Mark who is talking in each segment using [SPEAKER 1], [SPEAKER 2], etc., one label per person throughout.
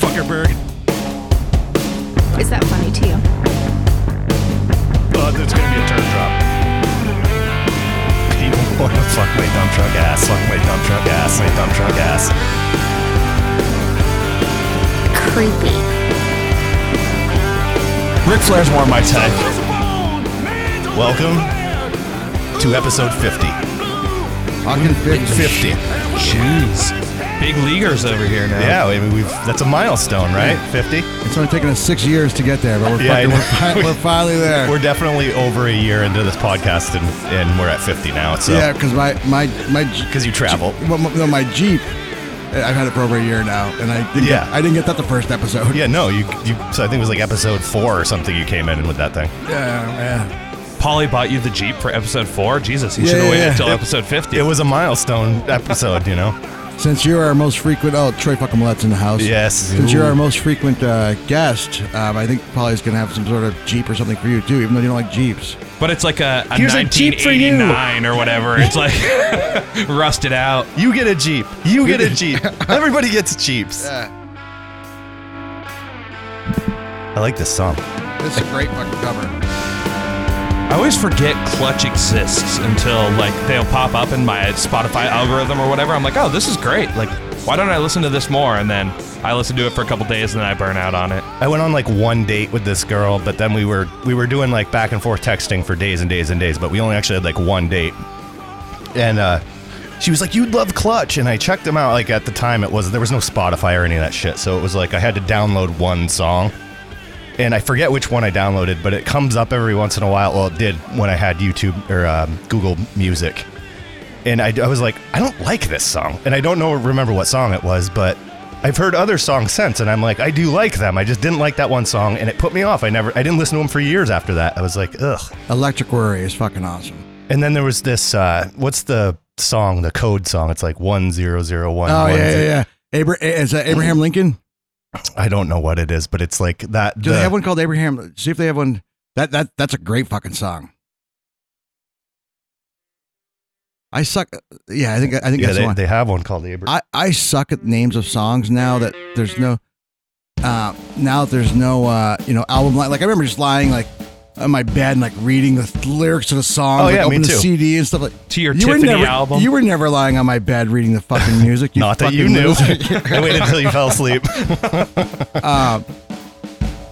[SPEAKER 1] Zuckerberg.
[SPEAKER 2] Is that funny to you?
[SPEAKER 1] But it's gonna be a turn drop. People want to fuck my dump truck ass, fuck my dump truck ass, my dump truck ass.
[SPEAKER 2] Creepy.
[SPEAKER 1] Ric Flair's more my type. Welcome to episode 50.
[SPEAKER 3] Fucking 50.
[SPEAKER 1] 50.
[SPEAKER 3] Jeez.
[SPEAKER 4] Big leaguers over here now.
[SPEAKER 1] Yeah, I mean, we've that's a milestone, right? 50.
[SPEAKER 3] It's only taken us six years to get there, but we're,
[SPEAKER 1] Yeah, I
[SPEAKER 3] fucking,
[SPEAKER 1] know.
[SPEAKER 3] we're, fi- we're finally there.
[SPEAKER 1] We're definitely over a year into this podcast, and, and we're at 50 now. So
[SPEAKER 3] Yeah, because my my my J-
[SPEAKER 1] because you travel.
[SPEAKER 3] well, my, no, my Jeep. eh, I've had it for over a year now, and I didn't
[SPEAKER 1] Yeah.
[SPEAKER 3] get, I didn't get that the first episode.
[SPEAKER 1] Yeah, no, you, you. So I think it was like episode four or something. You came in with that thing.
[SPEAKER 3] yeah,
[SPEAKER 4] Polly bought you the Jeep for episode four. Jesus, you
[SPEAKER 3] Yeah,
[SPEAKER 4] should have
[SPEAKER 3] yeah,
[SPEAKER 4] waited
[SPEAKER 3] yeah.
[SPEAKER 4] until episode 50.
[SPEAKER 1] It was a milestone episode, you know.
[SPEAKER 3] yeah. Since you're our most frequent, oh Troy fucking Millett's in the house.
[SPEAKER 1] Yes.
[SPEAKER 3] Since you're our most frequent uh, guest, um, I think Polly's gonna have some sort of Jeep or something for you too, even though you don't like Jeeps.
[SPEAKER 4] but it's like a, a
[SPEAKER 1] Here's a Jeep for you.
[SPEAKER 4] 1989 or whatever. It's like rusted out.
[SPEAKER 1] You get a Jeep. You get a Jeep. Everybody gets Jeeps. I like this song.
[SPEAKER 3] This is a great fucking cover.
[SPEAKER 4] I always forget Clutch exists until like they'll pop up in my Spotify algorithm or whatever. I'm like, oh, this is great. Like, why don't I listen to this more? And then I listen to it for a couple days and then I burn out on it.
[SPEAKER 1] I went on like one date with this girl, but then we were we were doing like back and forth texting for days and days and days, but we only actually had like one date. And uh she was like, "You'd love Clutch," and I checked them out. Like at the time, it was there was no Spotify or any of that shit, so it was like I had to download one song, and I forget which one I downloaded, but it comes up every once in a while. Well, it did when I had YouTube or um, Google Music, and I, I was like, I don't like this song, and I don't know remember what song it was, but I've heard other songs since, and I'm like, I do like them. I just didn't like that one song, and it put me off. I never, I didn't listen to them for years after that. I was like, ugh.
[SPEAKER 3] Electric Worry is fucking awesome.
[SPEAKER 1] And then there was this, uh, what's the song, the code song? It's like one zero zero one.
[SPEAKER 3] Oh yeah, yeah, yeah. Abra- eh, is that Abraham Lincoln?
[SPEAKER 1] I don't know what it is, but it's like that.
[SPEAKER 3] Do
[SPEAKER 1] the-
[SPEAKER 3] they have one called Abraham? See if they have one. That that that's a great fucking song. I suck. Yeah, I think I think
[SPEAKER 1] Yeah,
[SPEAKER 3] that's the
[SPEAKER 1] they,
[SPEAKER 3] one.
[SPEAKER 1] they have one called Abraham.
[SPEAKER 3] I I suck at names of songs now that there's no. Uh, now that there's no uh, you know album line. Like I remember just lying like on my bed and like reading the lyrics of the song.
[SPEAKER 1] Oh,
[SPEAKER 3] like,
[SPEAKER 1] yeah, me
[SPEAKER 3] open the
[SPEAKER 1] too.
[SPEAKER 3] CD and stuff like.
[SPEAKER 4] To your
[SPEAKER 3] you
[SPEAKER 4] Tiffany
[SPEAKER 3] were never,
[SPEAKER 4] album.
[SPEAKER 3] You were never lying on my bed reading the fucking music. You
[SPEAKER 1] Not that
[SPEAKER 3] fucking
[SPEAKER 1] you knew.
[SPEAKER 3] loser.
[SPEAKER 1] I waited until you fell asleep.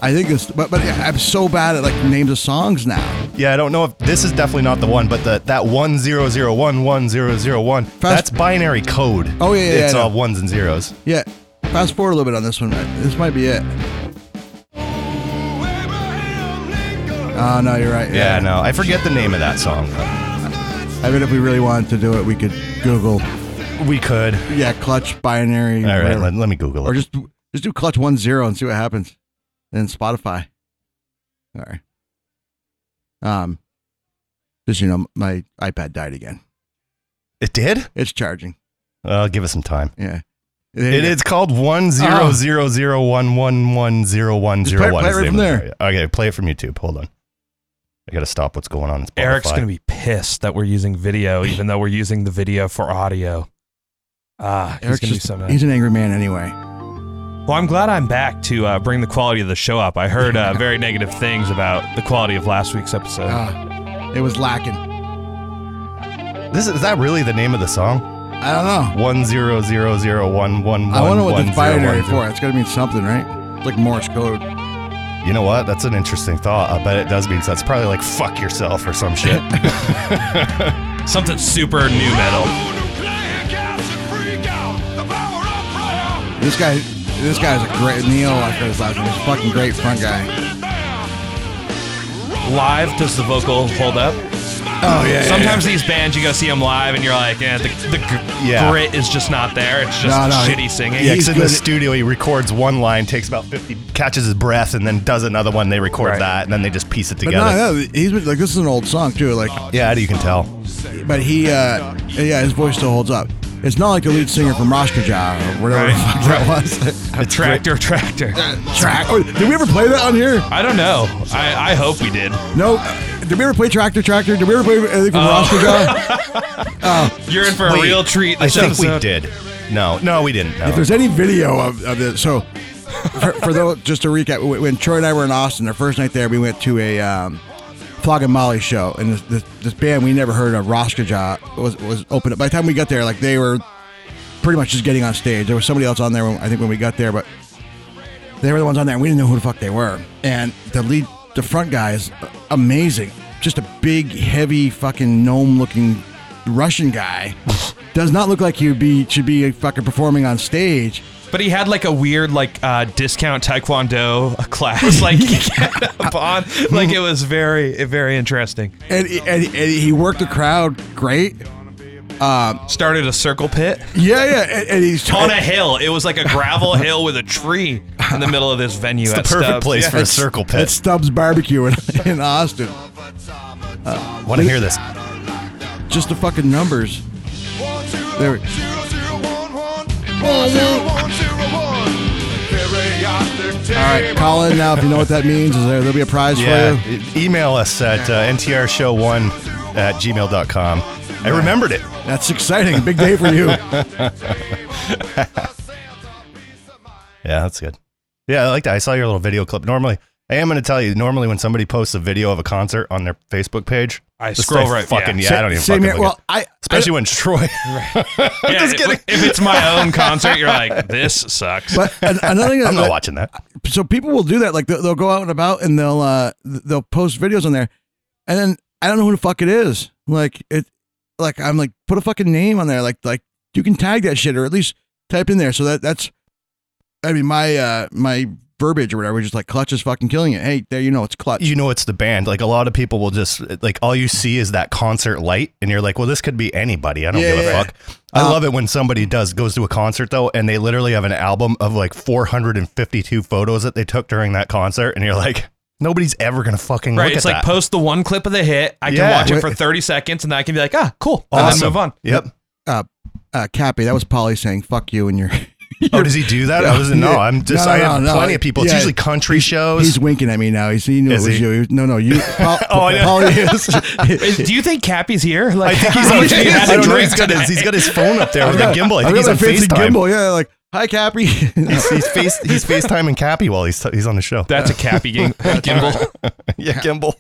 [SPEAKER 3] I think it's but but I'm so bad at like names of songs now.
[SPEAKER 1] Yeah, I don't know if this is definitely not the one, but the, that one zero zero one one zero zero one. That's binary code.
[SPEAKER 3] Oh, yeah, yeah,
[SPEAKER 1] It's
[SPEAKER 3] I know.
[SPEAKER 1] all ones and zeros.
[SPEAKER 3] Yeah. Fast forward a little bit on this one. This might be it. Oh no, you're right.
[SPEAKER 1] Yeah, no, I forget the name of that song.
[SPEAKER 3] I mean, if we really wanted to do it, we could Google.
[SPEAKER 1] We could.
[SPEAKER 3] Yeah, clutch binary.
[SPEAKER 1] All right,
[SPEAKER 3] whatever.
[SPEAKER 1] let, let me Google
[SPEAKER 3] or
[SPEAKER 1] it.
[SPEAKER 3] just just do clutch one zero and see what happens. And Spotify. All right. Um, just you know, my iPad died again.
[SPEAKER 1] It did?
[SPEAKER 3] It's charging.
[SPEAKER 1] Uh, give it some time.
[SPEAKER 3] Yeah.
[SPEAKER 1] It is called one zero
[SPEAKER 3] Oh.
[SPEAKER 1] zero zero one one one zero one
[SPEAKER 3] Just
[SPEAKER 1] zero
[SPEAKER 3] play-
[SPEAKER 1] one.
[SPEAKER 3] play
[SPEAKER 1] is
[SPEAKER 3] it
[SPEAKER 1] the
[SPEAKER 3] right
[SPEAKER 1] name
[SPEAKER 3] from
[SPEAKER 1] of it. Okay, play it from YouTube. Hold on. I gotta stop what's going on. in Spotify.
[SPEAKER 4] Eric's going to be pissed that we're using video, even though we're using the video for audio. Ah,
[SPEAKER 3] Eric's
[SPEAKER 4] he's going to be
[SPEAKER 3] just-
[SPEAKER 4] so mad.
[SPEAKER 3] he's an angry man anyway.
[SPEAKER 4] Well, I'm glad I'm back to uh, bring the quality of the show up. I heard uh, very negative things about the quality of last week's episode.
[SPEAKER 3] Ah, it was lacking.
[SPEAKER 1] This is, is that really the name of the song?
[SPEAKER 3] I don't know.
[SPEAKER 1] One zero zero zero one one.
[SPEAKER 3] I wonder what
[SPEAKER 1] one
[SPEAKER 3] the
[SPEAKER 1] zero one
[SPEAKER 3] binary
[SPEAKER 1] zero.
[SPEAKER 3] for. It's got to mean something, right? It's like Morse code.
[SPEAKER 1] You know what? That's an interesting thought. I bet it does mean so. It's probably like fuck yourself or some shit.
[SPEAKER 4] Something super new metal.
[SPEAKER 3] This guy, this guy's a great Neil. I forgot his last name. He's a fucking great front guy.
[SPEAKER 4] Live, does the vocal hold up?
[SPEAKER 3] Oh yeah.
[SPEAKER 4] Sometimes these bands, you go see them live, and you're like, eh, the, the gr-
[SPEAKER 1] Yeah.
[SPEAKER 4] grit is just not there. It's just
[SPEAKER 3] No, no,
[SPEAKER 4] shitty singing.
[SPEAKER 1] Yeah,
[SPEAKER 3] He's
[SPEAKER 1] 'cause in
[SPEAKER 3] good
[SPEAKER 1] the
[SPEAKER 3] at-
[SPEAKER 1] studio, he records one line, takes about 50, catches his breath, and then does another one. They record
[SPEAKER 4] Right.
[SPEAKER 1] that, and then they just piece it
[SPEAKER 3] But
[SPEAKER 1] together.
[SPEAKER 3] no, no, he's been, like this is an old song too. Like,
[SPEAKER 1] Yeah, how do you can tell?
[SPEAKER 3] but he, uh, yeah, his voice still holds up. It's not like the lead singer from Roskaja or whatever the
[SPEAKER 4] Right.
[SPEAKER 3] fuck that was.
[SPEAKER 4] A tractor, tractor.
[SPEAKER 3] Track. Oh, did we ever play that on here?
[SPEAKER 4] I don't know. I, I hope we did.
[SPEAKER 3] No. Did we ever play Tractor Tractor? Did we ever play anything from
[SPEAKER 4] Oh.
[SPEAKER 3] Roskaja?
[SPEAKER 4] You're in for a
[SPEAKER 1] Wait,
[SPEAKER 4] real treat.
[SPEAKER 1] I
[SPEAKER 4] This
[SPEAKER 1] think we
[SPEAKER 4] episode.
[SPEAKER 1] did. No, no, we didn't. no.
[SPEAKER 3] if there's any video of, of this, so for, for those, just to recap, wh- when Troy and I were in Austin, our first night there, we went to a um, Flog and Molly show, and this, this, this band we never heard of, Roskaja, was was open. By the time we got there, like they were pretty much just getting on stage. There was somebody else on there, when, I think, when we got there, but they were the ones on there, and we didn't know who the fuck they were. And the lead, the front guy is amazing. Just a big, heavy, fucking gnome-looking Russian guy. Does not look like he would be should be fucking performing on stage.
[SPEAKER 4] But he had like a weird like uh, discount taekwondo class like he got up on. Like it was very very interesting.
[SPEAKER 3] and, and, and he worked the crowd great.
[SPEAKER 4] Started a circle pit
[SPEAKER 3] Yeah, yeah, and, and he's
[SPEAKER 4] on a hill. It was like a gravel hill with a tree in the middle of this venue.
[SPEAKER 1] It's the
[SPEAKER 4] at
[SPEAKER 1] perfect
[SPEAKER 4] Stubbs.
[SPEAKER 1] place
[SPEAKER 4] Yeah.
[SPEAKER 1] for a circle
[SPEAKER 3] at
[SPEAKER 1] pit.
[SPEAKER 3] Stubbs Barbecue in, in Austin.
[SPEAKER 1] I want to hear this.
[SPEAKER 3] Just the fucking numbers. There we- All right, call in now if you know what that means. Is there there'll be a prize
[SPEAKER 1] Yeah.
[SPEAKER 3] for you?
[SPEAKER 1] e- Email us at uh, ntrshow1 at gmail.com. I remembered it.
[SPEAKER 3] That's exciting. Big day for you.
[SPEAKER 1] Yeah, that's good. Yeah, I like that. I saw your little video clip. Normally, I am going to tell you. Normally, when somebody posts a video of a concert on their Facebook page,
[SPEAKER 4] I
[SPEAKER 1] just
[SPEAKER 4] scroll
[SPEAKER 1] like,
[SPEAKER 4] right-
[SPEAKER 1] Fucking yeah,
[SPEAKER 4] yeah.
[SPEAKER 1] I don't even
[SPEAKER 3] Same
[SPEAKER 1] fucking
[SPEAKER 3] here.
[SPEAKER 1] look
[SPEAKER 3] Well,
[SPEAKER 1] at-
[SPEAKER 3] I
[SPEAKER 1] especially when Troy.
[SPEAKER 4] Yeah,
[SPEAKER 1] Just
[SPEAKER 4] if-
[SPEAKER 1] kidding.
[SPEAKER 4] If it's my own concert, you're like, this sucks.
[SPEAKER 3] I- but an- another thing.
[SPEAKER 1] I'm
[SPEAKER 3] that-
[SPEAKER 1] not watching that.
[SPEAKER 3] so people will do that. Like they'll, they'll go out and about and they'll uh th- they'll post videos on there, and then I don't know who the fuck it is. Like it, like I'm like put a fucking name on there. Like like you can tag that shit or at least type in there. So that that's, I mean my uh my verbiage or whatever. Just like clutch is fucking killing it. Hey, there you know it's clutch.
[SPEAKER 1] You know, it's the band. Like a lot of people will just like all you see is that concert light, and you're like, well, this could be anybody. I don't
[SPEAKER 3] Yeah,
[SPEAKER 1] give a
[SPEAKER 3] yeah.
[SPEAKER 1] fuck. I love it when somebody does goes to a concert though, and they literally have an album of like 452 photos that they took during that concert, and you're like, nobody's ever gonna fucking
[SPEAKER 4] Right,
[SPEAKER 1] look
[SPEAKER 4] it's
[SPEAKER 1] at
[SPEAKER 4] like
[SPEAKER 1] that.
[SPEAKER 4] post the one clip of the hit. I
[SPEAKER 1] Yeah.
[SPEAKER 4] can watch it for 30 seconds, and then I can be like, ah, cool. And
[SPEAKER 1] Awesome.
[SPEAKER 4] then move on.
[SPEAKER 1] Yep.
[SPEAKER 3] Uh, uh Cappy, that was Polly saying fuck you and your.
[SPEAKER 1] Oh, does he do that? I was no.
[SPEAKER 3] Yeah.
[SPEAKER 1] I'm just.
[SPEAKER 3] No,
[SPEAKER 1] I
[SPEAKER 3] no,
[SPEAKER 1] have
[SPEAKER 3] no,
[SPEAKER 1] plenty
[SPEAKER 3] no.
[SPEAKER 1] of people. It's
[SPEAKER 3] Yeah.
[SPEAKER 1] usually country shows.
[SPEAKER 3] He's winking at me now. He's, he knew
[SPEAKER 1] Is
[SPEAKER 3] it was
[SPEAKER 1] he?
[SPEAKER 3] you. He was- No, no, you. Paul,
[SPEAKER 1] Oh, I know.
[SPEAKER 3] Polly is.
[SPEAKER 4] Is- do you think Cappy's here? Like,
[SPEAKER 1] I think he's
[SPEAKER 4] how
[SPEAKER 1] on.
[SPEAKER 4] much he
[SPEAKER 1] I
[SPEAKER 4] had to
[SPEAKER 1] don't know.
[SPEAKER 4] drink
[SPEAKER 1] He's got his.
[SPEAKER 4] tonight?
[SPEAKER 1] He's got his phone up there with the gimbal. I
[SPEAKER 3] I
[SPEAKER 1] think he's
[SPEAKER 3] really
[SPEAKER 1] on
[SPEAKER 3] fancy
[SPEAKER 1] FaceTime.
[SPEAKER 3] gimbal. Yeah, like hi Cappy.
[SPEAKER 1] He's, he's face. He's FaceTiming Cappy while he's he's on the show.
[SPEAKER 4] That's a Cappy game, gimbal.
[SPEAKER 1] yeah, gimbal.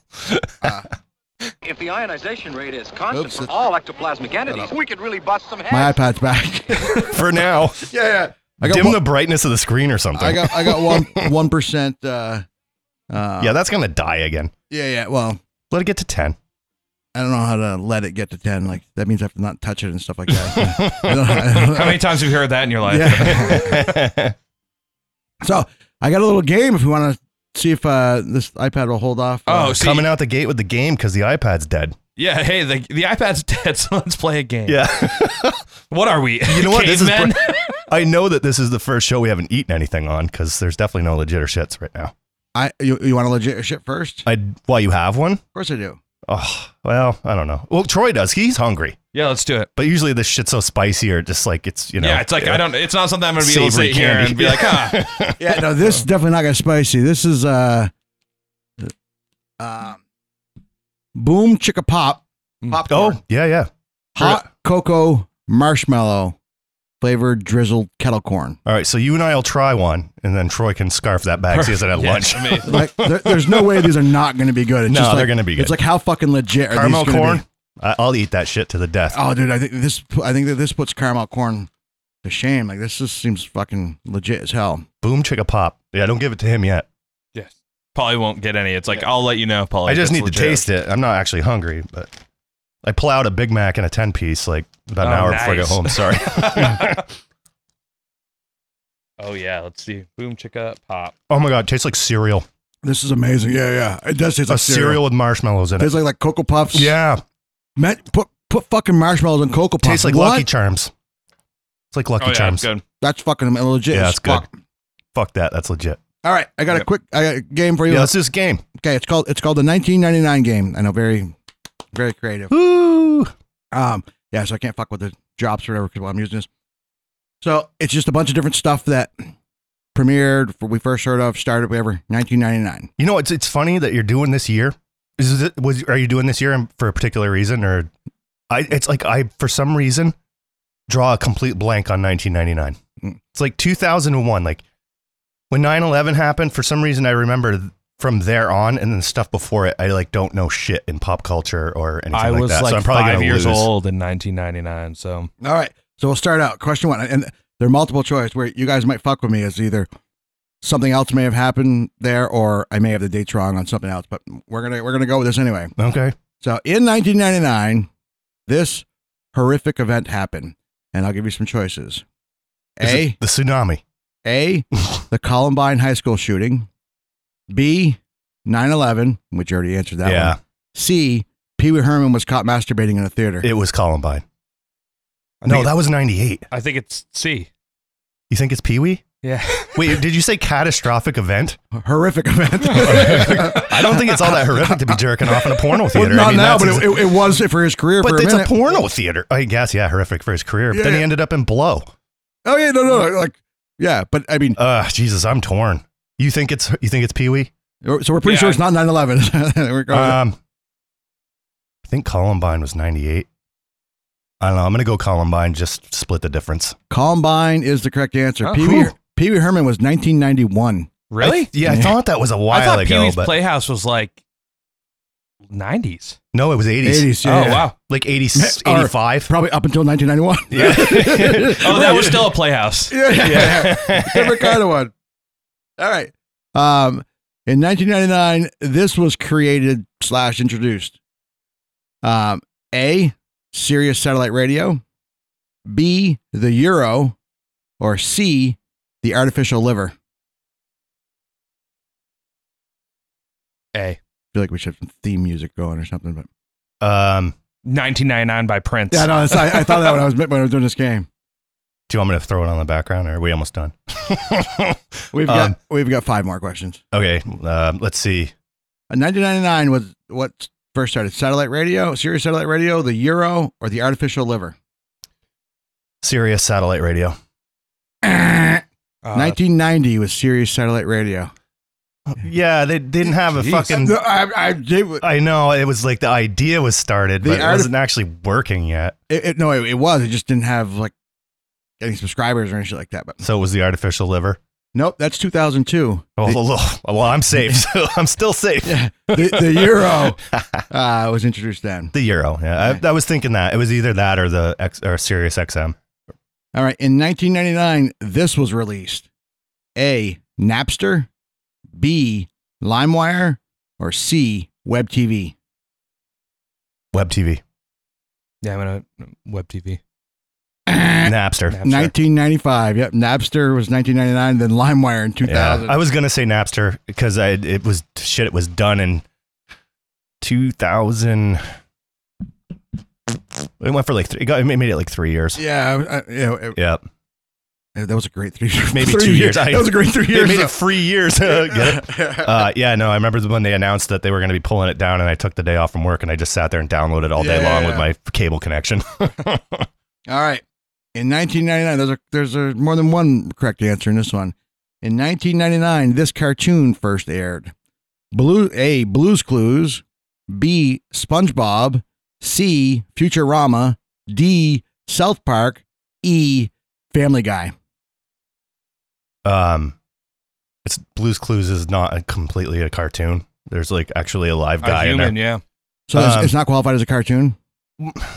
[SPEAKER 5] If the ionization rate is constant
[SPEAKER 3] Oops,
[SPEAKER 5] for
[SPEAKER 3] it's-
[SPEAKER 5] all ectoplasmic entities, we could really bust some heads.
[SPEAKER 3] My iPad's back.
[SPEAKER 1] For now,
[SPEAKER 3] Yeah, yeah. I got
[SPEAKER 1] dim
[SPEAKER 3] one,
[SPEAKER 1] the brightness of the screen or something.
[SPEAKER 3] I got I got one one percent. Uh, uh,
[SPEAKER 1] yeah, that's gonna die again.
[SPEAKER 3] yeah, yeah. Well,
[SPEAKER 1] Let it get to ten.
[SPEAKER 3] I don't know how to let it get to ten. Like that means I have to not touch it and stuff like that. I don't- I don't-
[SPEAKER 4] How many times have you heard that in your life?
[SPEAKER 3] yeah.
[SPEAKER 1] All
[SPEAKER 3] So I got a little game. If we want to see if uh, this iPad will hold off.
[SPEAKER 4] Oh,
[SPEAKER 3] Uh,
[SPEAKER 4] see,
[SPEAKER 1] Coming out the gate with the game because the iPad's dead.
[SPEAKER 4] yeah. Hey, the, the iPad's dead, so let's play a game.
[SPEAKER 1] Yeah,
[SPEAKER 4] What are we?
[SPEAKER 1] you know what? This is.
[SPEAKER 4] Cavemen?
[SPEAKER 1] br- I know that this is the first show we haven't eaten anything on because there's definitely no legit or shits right now.
[SPEAKER 3] I you, you want to legit shit first?
[SPEAKER 1] I while you have one.
[SPEAKER 3] Of course I do.
[SPEAKER 1] Oh, well, I don't know. Well, Troy does. He's hungry.
[SPEAKER 4] yeah, let's do it.
[SPEAKER 1] But usually this shit's so spicy or just like it's, you know.
[SPEAKER 4] yeah, it's like I don't. It's not something I'm gonna be able to
[SPEAKER 1] Savory
[SPEAKER 4] sit here
[SPEAKER 1] candy.
[SPEAKER 4] and be like, "Ah, huh.
[SPEAKER 3] Yeah, no, this is definitely not gonna spicy. This is uh, uh boom chicka pop popcorn.
[SPEAKER 1] Oh, yeah, yeah.
[SPEAKER 3] hot cocoa marshmallow flavored drizzled kettle corn.
[SPEAKER 1] All right. So you and I will try one and then Troy can scarf that back. See us at
[SPEAKER 4] Yeah,
[SPEAKER 1] lunch.
[SPEAKER 4] I mean,
[SPEAKER 3] Like, there, there's no way these are not going to be good. It's
[SPEAKER 1] No,
[SPEAKER 3] just like,
[SPEAKER 1] they're gonna be good.
[SPEAKER 3] It's like how fucking legit are
[SPEAKER 1] Caramel
[SPEAKER 3] these gonna
[SPEAKER 1] corn.
[SPEAKER 3] Be?
[SPEAKER 1] I- I'll eat that shit to the death.
[SPEAKER 3] Oh, dude, I think this. I think that this puts caramel corn to shame. Like this just seems fucking legit as hell.
[SPEAKER 1] Boom, chicka pop. Yeah, don't give it to him yet.
[SPEAKER 4] Polly won't get any. It's like I'll let you know,
[SPEAKER 3] Oh,
[SPEAKER 4] Polly.
[SPEAKER 1] I
[SPEAKER 4] if
[SPEAKER 1] just
[SPEAKER 4] it's
[SPEAKER 1] need to
[SPEAKER 4] legit.
[SPEAKER 1] taste it. I'm not actually hungry, but I plowed a Big Mac and a 10 piece like about an
[SPEAKER 4] Oh,
[SPEAKER 1] hour before I got home.
[SPEAKER 4] nice.
[SPEAKER 1] Sorry.
[SPEAKER 4] Oh yeah, let's see. Boom, chicka, pop.
[SPEAKER 1] oh my God. It tastes like cereal.
[SPEAKER 3] This is amazing. Yeah, yeah. It does
[SPEAKER 1] It's
[SPEAKER 3] taste
[SPEAKER 1] a
[SPEAKER 3] like
[SPEAKER 1] cereal. with marshmallows in
[SPEAKER 3] Tastes
[SPEAKER 1] it.
[SPEAKER 3] like like cocoa puffs.
[SPEAKER 1] Yeah.
[SPEAKER 3] Man, put put fucking marshmallows in cocoa puffs.
[SPEAKER 1] Tastes like
[SPEAKER 3] What?
[SPEAKER 1] Lucky Charms. It's like Lucky
[SPEAKER 4] oh yeah,
[SPEAKER 1] Charms.
[SPEAKER 4] good.
[SPEAKER 3] That's fucking legit.
[SPEAKER 1] Yeah,
[SPEAKER 3] as
[SPEAKER 1] it's good.
[SPEAKER 3] fuck.
[SPEAKER 1] Fuck that. That's legit.
[SPEAKER 3] All right, I got a
[SPEAKER 4] Yep.
[SPEAKER 3] quick I got a game for you.
[SPEAKER 1] Yeah, let's do this game.
[SPEAKER 3] Okay, it's called it's called the 1999 game. I know, very, very creative.
[SPEAKER 1] Ooh.
[SPEAKER 3] Um, yeah, so I can't fuck with the drops or whatever because I'm using this. So it's just a bunch of different stuff that premiered, for, we first heard of, started, whatever, 1999.
[SPEAKER 1] You know, it's it's funny that you're doing this year. Is it was are you doing this year for a particular reason or I it's like I for some reason
[SPEAKER 4] Hmm.
[SPEAKER 1] draw a complete blank on 1999. It's like 2001 like when 9-11 happened for some reason i remember th- from there on and then stuff before it i like don't know shit in pop culture or anything
[SPEAKER 4] I
[SPEAKER 1] like
[SPEAKER 4] was
[SPEAKER 1] that
[SPEAKER 4] like
[SPEAKER 1] so i'm probably
[SPEAKER 4] five
[SPEAKER 1] gonna
[SPEAKER 4] years
[SPEAKER 1] lose.
[SPEAKER 4] old in 1999. So
[SPEAKER 3] All right. So we'll start out. Question one. And they're multiple choice where you guys might fuck with me is either something else may have happened there or I may have the dates wrong on something else. But we're gonna we're gonna go with this anyway.
[SPEAKER 1] okay
[SPEAKER 3] So in nineteen ninety nine, this horrific event happened. And I'll give you some choices.
[SPEAKER 1] Is
[SPEAKER 4] Eh?
[SPEAKER 3] A
[SPEAKER 1] it the tsunami
[SPEAKER 3] A, the Columbine High School shooting. B, 9 11, which you already answered that
[SPEAKER 1] yeah
[SPEAKER 3] one. C, Pee Wee Herman was caught masturbating in a theater.
[SPEAKER 1] it was columbine
[SPEAKER 4] I
[SPEAKER 1] no
[SPEAKER 4] think-
[SPEAKER 1] that was 98
[SPEAKER 4] I think it's C.
[SPEAKER 1] you think it's pee-wee
[SPEAKER 4] Yeah.
[SPEAKER 1] wait did you say catastrophic event
[SPEAKER 3] Horrific event.
[SPEAKER 1] i don't think it's all that horrific to be jerking off in a porno
[SPEAKER 3] Well,
[SPEAKER 1] theater
[SPEAKER 3] not
[SPEAKER 1] I mean,
[SPEAKER 3] now,
[SPEAKER 1] that's
[SPEAKER 3] but
[SPEAKER 1] ex-
[SPEAKER 3] it, it, it was for his career
[SPEAKER 1] but
[SPEAKER 3] for a
[SPEAKER 1] it's
[SPEAKER 3] minute.
[SPEAKER 1] a porno theater i guess yeah horrific for his career but
[SPEAKER 3] Yeah,
[SPEAKER 1] then he
[SPEAKER 3] yeah.
[SPEAKER 1] ended up in blow
[SPEAKER 3] oh, yeah, no, no, no. Like, yeah, but I mean,
[SPEAKER 1] uh jesus i'm torn you think it's you think it's pee-wee
[SPEAKER 3] so we're pretty
[SPEAKER 4] Yeah.
[SPEAKER 3] sure it's not 9 11. Oh,
[SPEAKER 1] Um, I think Columbine was '98. I don't know. I'm gonna go Columbine. Just split the difference.
[SPEAKER 3] Columbine is the correct answer.
[SPEAKER 4] Oh,
[SPEAKER 3] Pee Wee
[SPEAKER 4] cool.
[SPEAKER 3] Pee Wee Herman was 1991.
[SPEAKER 4] Really?
[SPEAKER 1] I- yeah, I
[SPEAKER 3] Yeah.
[SPEAKER 1] thought that was a
[SPEAKER 4] I
[SPEAKER 1] while
[SPEAKER 4] thought Pee
[SPEAKER 1] ago,
[SPEAKER 4] Wee's
[SPEAKER 1] but
[SPEAKER 4] Playhouse was like 90s.
[SPEAKER 1] no, it was '80s.
[SPEAKER 3] 80s, yeah,
[SPEAKER 4] oh,
[SPEAKER 3] yeah.
[SPEAKER 4] wow.
[SPEAKER 1] Like 80,
[SPEAKER 3] Or-
[SPEAKER 1] 85.
[SPEAKER 3] Probably up until 1991.
[SPEAKER 1] Yeah.
[SPEAKER 4] Oh, that was still a Playhouse.
[SPEAKER 3] Yeah, yeah, yeah.
[SPEAKER 1] yeah.
[SPEAKER 3] Different kind of one. All right. Um, in 1999, this was created slash introduced. Um, A, Sirius Satellite Radio. B, the Euro. Or C, the artificial liver. I
[SPEAKER 4] A.
[SPEAKER 3] feel like we should have some theme music going or something. But
[SPEAKER 1] um,
[SPEAKER 4] 1999 by Prince.
[SPEAKER 3] yeah, no, that's, I, I thought that when I was when I was doing this game.
[SPEAKER 1] do you want me to throw it on the background, or are we almost done?
[SPEAKER 3] We've got
[SPEAKER 1] Um,
[SPEAKER 3] we've got five more questions.
[SPEAKER 1] okay. Um, let's see.
[SPEAKER 3] Uh, 1999 was what first started satellite radio, Sirius Satellite Radio, the Euro, or the artificial liver.
[SPEAKER 1] Sirius satellite radio.
[SPEAKER 4] Uh,
[SPEAKER 3] 1990 was Sirius Satellite Radio.
[SPEAKER 1] Yeah, they didn't have a
[SPEAKER 4] Jeez.
[SPEAKER 1] fucking.
[SPEAKER 3] No, I, I, they, it,
[SPEAKER 1] I know it was like the idea was started,
[SPEAKER 3] The
[SPEAKER 1] but it
[SPEAKER 3] arti-
[SPEAKER 1] wasn't actually working yet.
[SPEAKER 3] it, no, it, it was. It just didn't have like any subscribers or anything like that. But
[SPEAKER 1] So it was the artificial liver.
[SPEAKER 3] nope, that's 2002.
[SPEAKER 1] Oh, well, well, I'm safe. So I'm still safe.
[SPEAKER 3] The, the, the Euro uh, was introduced then.
[SPEAKER 1] The euro. Yeah, I, I was thinking that it was either that or the X, or Sirius XM.
[SPEAKER 3] All right, in 1999, this was released: A. Napster, B. LimeWire, or C. Web TV.
[SPEAKER 1] Web TV,
[SPEAKER 4] yeah, I'm going to web TV.
[SPEAKER 1] Napster.
[SPEAKER 4] Napster.
[SPEAKER 3] 1995. Yep, Napster was 1999, then LimeWire in 2000.
[SPEAKER 1] Yeah, I was gonna say Napster because I it was shit. It was done in 2000. It went for like three. It, got, it made it like three years.
[SPEAKER 3] Yeah, I- I- you know, it-
[SPEAKER 1] Yep.
[SPEAKER 3] that was a great three
[SPEAKER 1] Maybe
[SPEAKER 3] three
[SPEAKER 1] two years. I-
[SPEAKER 3] That was a great three
[SPEAKER 1] They
[SPEAKER 3] years.
[SPEAKER 1] made it free years. Get it? Uh, yeah, no, I remember when they announced that they were going to be pulling it down, and I took the day off from work, and I just sat there and downloaded all day
[SPEAKER 3] Yeah, yeah,
[SPEAKER 1] long
[SPEAKER 3] yeah.
[SPEAKER 1] with my cable connection.
[SPEAKER 3] All right. In 1999, there's a there's a more than one correct answer in this one. In 1999, this cartoon first aired. Blue A. Blue's Clues, B. SpongeBob, C. Futurama, D. South Park, E. Family Guy.
[SPEAKER 1] um it's Blue's Clues is not a, completely a cartoon. There's like actually a live guy
[SPEAKER 4] a
[SPEAKER 1] in
[SPEAKER 4] human,
[SPEAKER 1] there.
[SPEAKER 4] yeah.
[SPEAKER 3] So it's-
[SPEAKER 1] Um,
[SPEAKER 3] it's not qualified as a cartoon.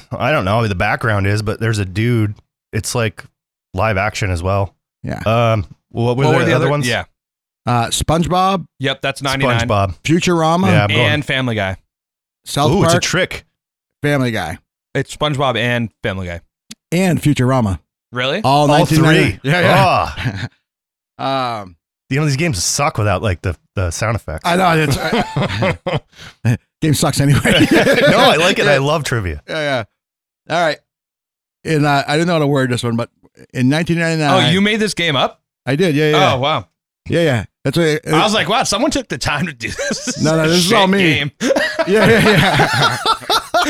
[SPEAKER 1] I don't know who the background is, but there's a dude. It's like live action as well.
[SPEAKER 3] Yeah.
[SPEAKER 1] Um what were,
[SPEAKER 4] What
[SPEAKER 1] the,
[SPEAKER 4] were
[SPEAKER 1] other, ones?
[SPEAKER 4] Yeah.
[SPEAKER 3] Uh, SpongeBob,
[SPEAKER 4] Yep, that's 99.
[SPEAKER 1] SpongeBob.
[SPEAKER 3] Futurama,
[SPEAKER 1] Yeah, I'm going.
[SPEAKER 4] and Family Guy.
[SPEAKER 3] South
[SPEAKER 1] Ooh, it's a
[SPEAKER 3] Park,
[SPEAKER 1] trick.
[SPEAKER 3] Family Guy,
[SPEAKER 4] It's SpongeBob and Family Guy.
[SPEAKER 3] and Futurama.
[SPEAKER 4] Really?
[SPEAKER 3] All, Oh,
[SPEAKER 1] All
[SPEAKER 3] 1999.
[SPEAKER 1] three.
[SPEAKER 3] Oh, Yeah, yeah.
[SPEAKER 1] Ah,
[SPEAKER 3] Um,
[SPEAKER 1] you know these games suck without like the, the sound effects.
[SPEAKER 3] I know it's I- game sucks anyway. no,
[SPEAKER 1] no, I like it. I love trivia.
[SPEAKER 3] Yeah, yeah. All right. And uh, I didn't know how to word this one, but in 1999,
[SPEAKER 4] oh, you made this game up?
[SPEAKER 3] I did. Yeah, yeah,
[SPEAKER 4] Oh, wow.
[SPEAKER 3] yeah, yeah. That's what. it-
[SPEAKER 4] I was like, wow, someone took the time to do this.
[SPEAKER 3] No, no, this is
[SPEAKER 4] Shit
[SPEAKER 3] all me.
[SPEAKER 4] Game.
[SPEAKER 3] yeah, yeah, yeah.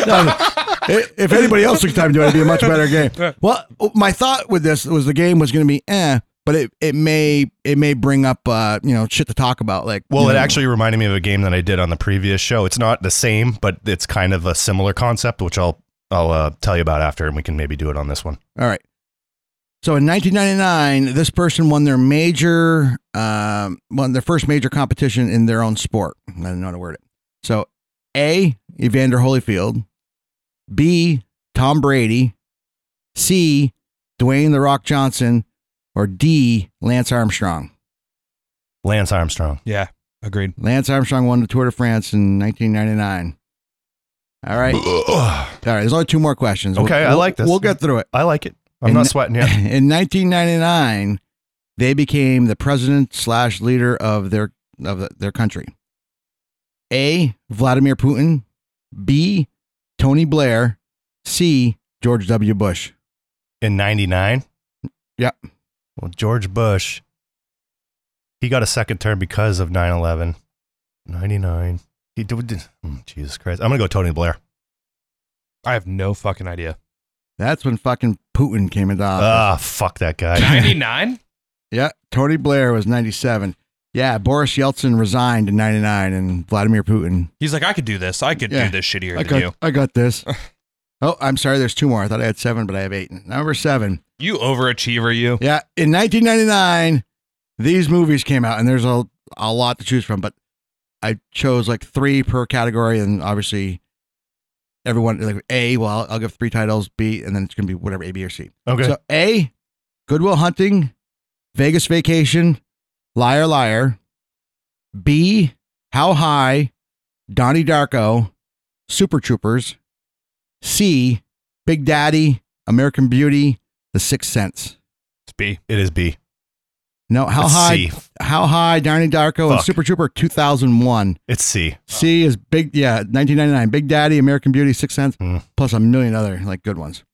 [SPEAKER 3] No, no. I- If anybody else took time to do it, it'd be a much better game. Well, my thought with this was the game was going to be eh, but it, it may it may bring up uh you know shit to talk about like
[SPEAKER 1] Well,
[SPEAKER 3] you
[SPEAKER 1] it
[SPEAKER 3] know,
[SPEAKER 1] actually reminded me of a game that I did on the previous show. It's not the same, but it's kind of a similar concept, which I'll I'll uh, tell you about after, and we can maybe do it on this one.
[SPEAKER 3] All right. So in 1999, this person won their major, um, won their first major competition in their own sport. I don't know how to word it. So A, Evander Holyfield. B, Tom Brady. C, Dwayne The Rock Johnson. Or D, Lance Armstrong.
[SPEAKER 1] Lance Armstrong.
[SPEAKER 4] Yeah, agreed.
[SPEAKER 3] Lance Armstrong won the Tour de France in 1999. All right. All
[SPEAKER 1] I
[SPEAKER 3] right. There's only two more questions. We'll-
[SPEAKER 1] Okay, I
[SPEAKER 3] we'll-
[SPEAKER 1] like this.
[SPEAKER 3] We'll get through it.
[SPEAKER 1] like it. I'm
[SPEAKER 3] And-
[SPEAKER 1] not sweating yet.
[SPEAKER 3] In 1999, they became the president slash leader of their of the, their country. A. Vladimir Putin. B. Tony Blair. C. George W. Bush.
[SPEAKER 1] In 99?
[SPEAKER 3] Yep.
[SPEAKER 1] Well, George Bush, he got a second term because of 9 11. 99. He did, did- mm, Jesus Christ. I'm going to go Tony Blair.
[SPEAKER 4] I have no fucking idea.
[SPEAKER 3] That's when fucking Putin came into office.
[SPEAKER 1] Ah, fuck that guy.
[SPEAKER 4] 99?
[SPEAKER 3] yeah. Tony Blair was 97. Yeah. Boris Yeltsin resigned in 99, and Vladimir Putin.
[SPEAKER 4] He's like, I could do this. I could
[SPEAKER 3] Yeah.
[SPEAKER 4] do this shittier
[SPEAKER 3] I
[SPEAKER 4] than you.
[SPEAKER 3] got, I got this. oh, I'm sorry. There's two more. I thought I had seven, but I have eight. Number seven.
[SPEAKER 4] You overachiever, you.
[SPEAKER 3] Yeah, in 1999, these movies came out, and there's a a lot to choose from. But I chose like three per category, and obviously, everyone like A. Well, I'll, I'll give three titles. B, and then it's gonna be whatever A, B, or C.
[SPEAKER 1] Okay.
[SPEAKER 3] So A, Goodwill Hunting, Vegas Vacation, Liar Liar. B, How High, Donnie Darko, Super Troopers. C, Big Daddy, American Beauty, The Sixth Sense.
[SPEAKER 4] It's B.
[SPEAKER 1] it is B.
[SPEAKER 3] No, how
[SPEAKER 1] It's
[SPEAKER 3] high?
[SPEAKER 1] C.
[SPEAKER 3] How high? Donnie Darko and
[SPEAKER 1] Fuck.
[SPEAKER 3] Super Trooper 2001.
[SPEAKER 1] It's C.
[SPEAKER 3] C is big. Yeah, 1999. Big Daddy, American Beauty, Six Sense,
[SPEAKER 1] Mm.
[SPEAKER 3] plus a million other like good ones.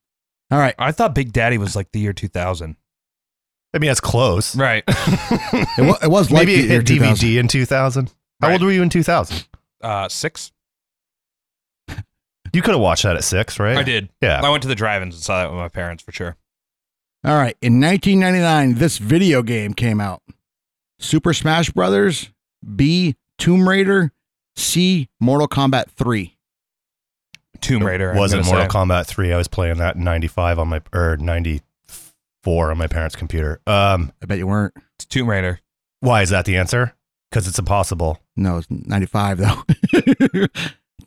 [SPEAKER 3] All right,
[SPEAKER 4] I thought Big Daddy was like the year 2000.
[SPEAKER 1] I mean, that's close.
[SPEAKER 4] Right.
[SPEAKER 3] it, wa- it was like
[SPEAKER 1] Maybe it
[SPEAKER 3] the year
[SPEAKER 1] hit
[SPEAKER 3] 2000.
[SPEAKER 1] DVD in 2000. How
[SPEAKER 4] Right.
[SPEAKER 1] old were you in 2000?
[SPEAKER 4] Uh, six?
[SPEAKER 1] You could have watched that at six, right?
[SPEAKER 4] I did.
[SPEAKER 1] Yeah.
[SPEAKER 4] I went to the drive-ins and saw that with my parents for sure.
[SPEAKER 3] All right, in 1999, this video game came out: Super Smash Brothers, B Tomb Raider, C Mortal Kombat 3.
[SPEAKER 4] Tomb Raider. I'm
[SPEAKER 1] wasn't
[SPEAKER 4] gonna
[SPEAKER 1] Mortal Kombat 3. I was playing that in 95 on my, or 94 on my parents' computer. Um,
[SPEAKER 3] I bet you weren't.
[SPEAKER 4] say. Tomb Raider.
[SPEAKER 1] why is that the answer? Because it's impossible.
[SPEAKER 3] No, it's 95 though.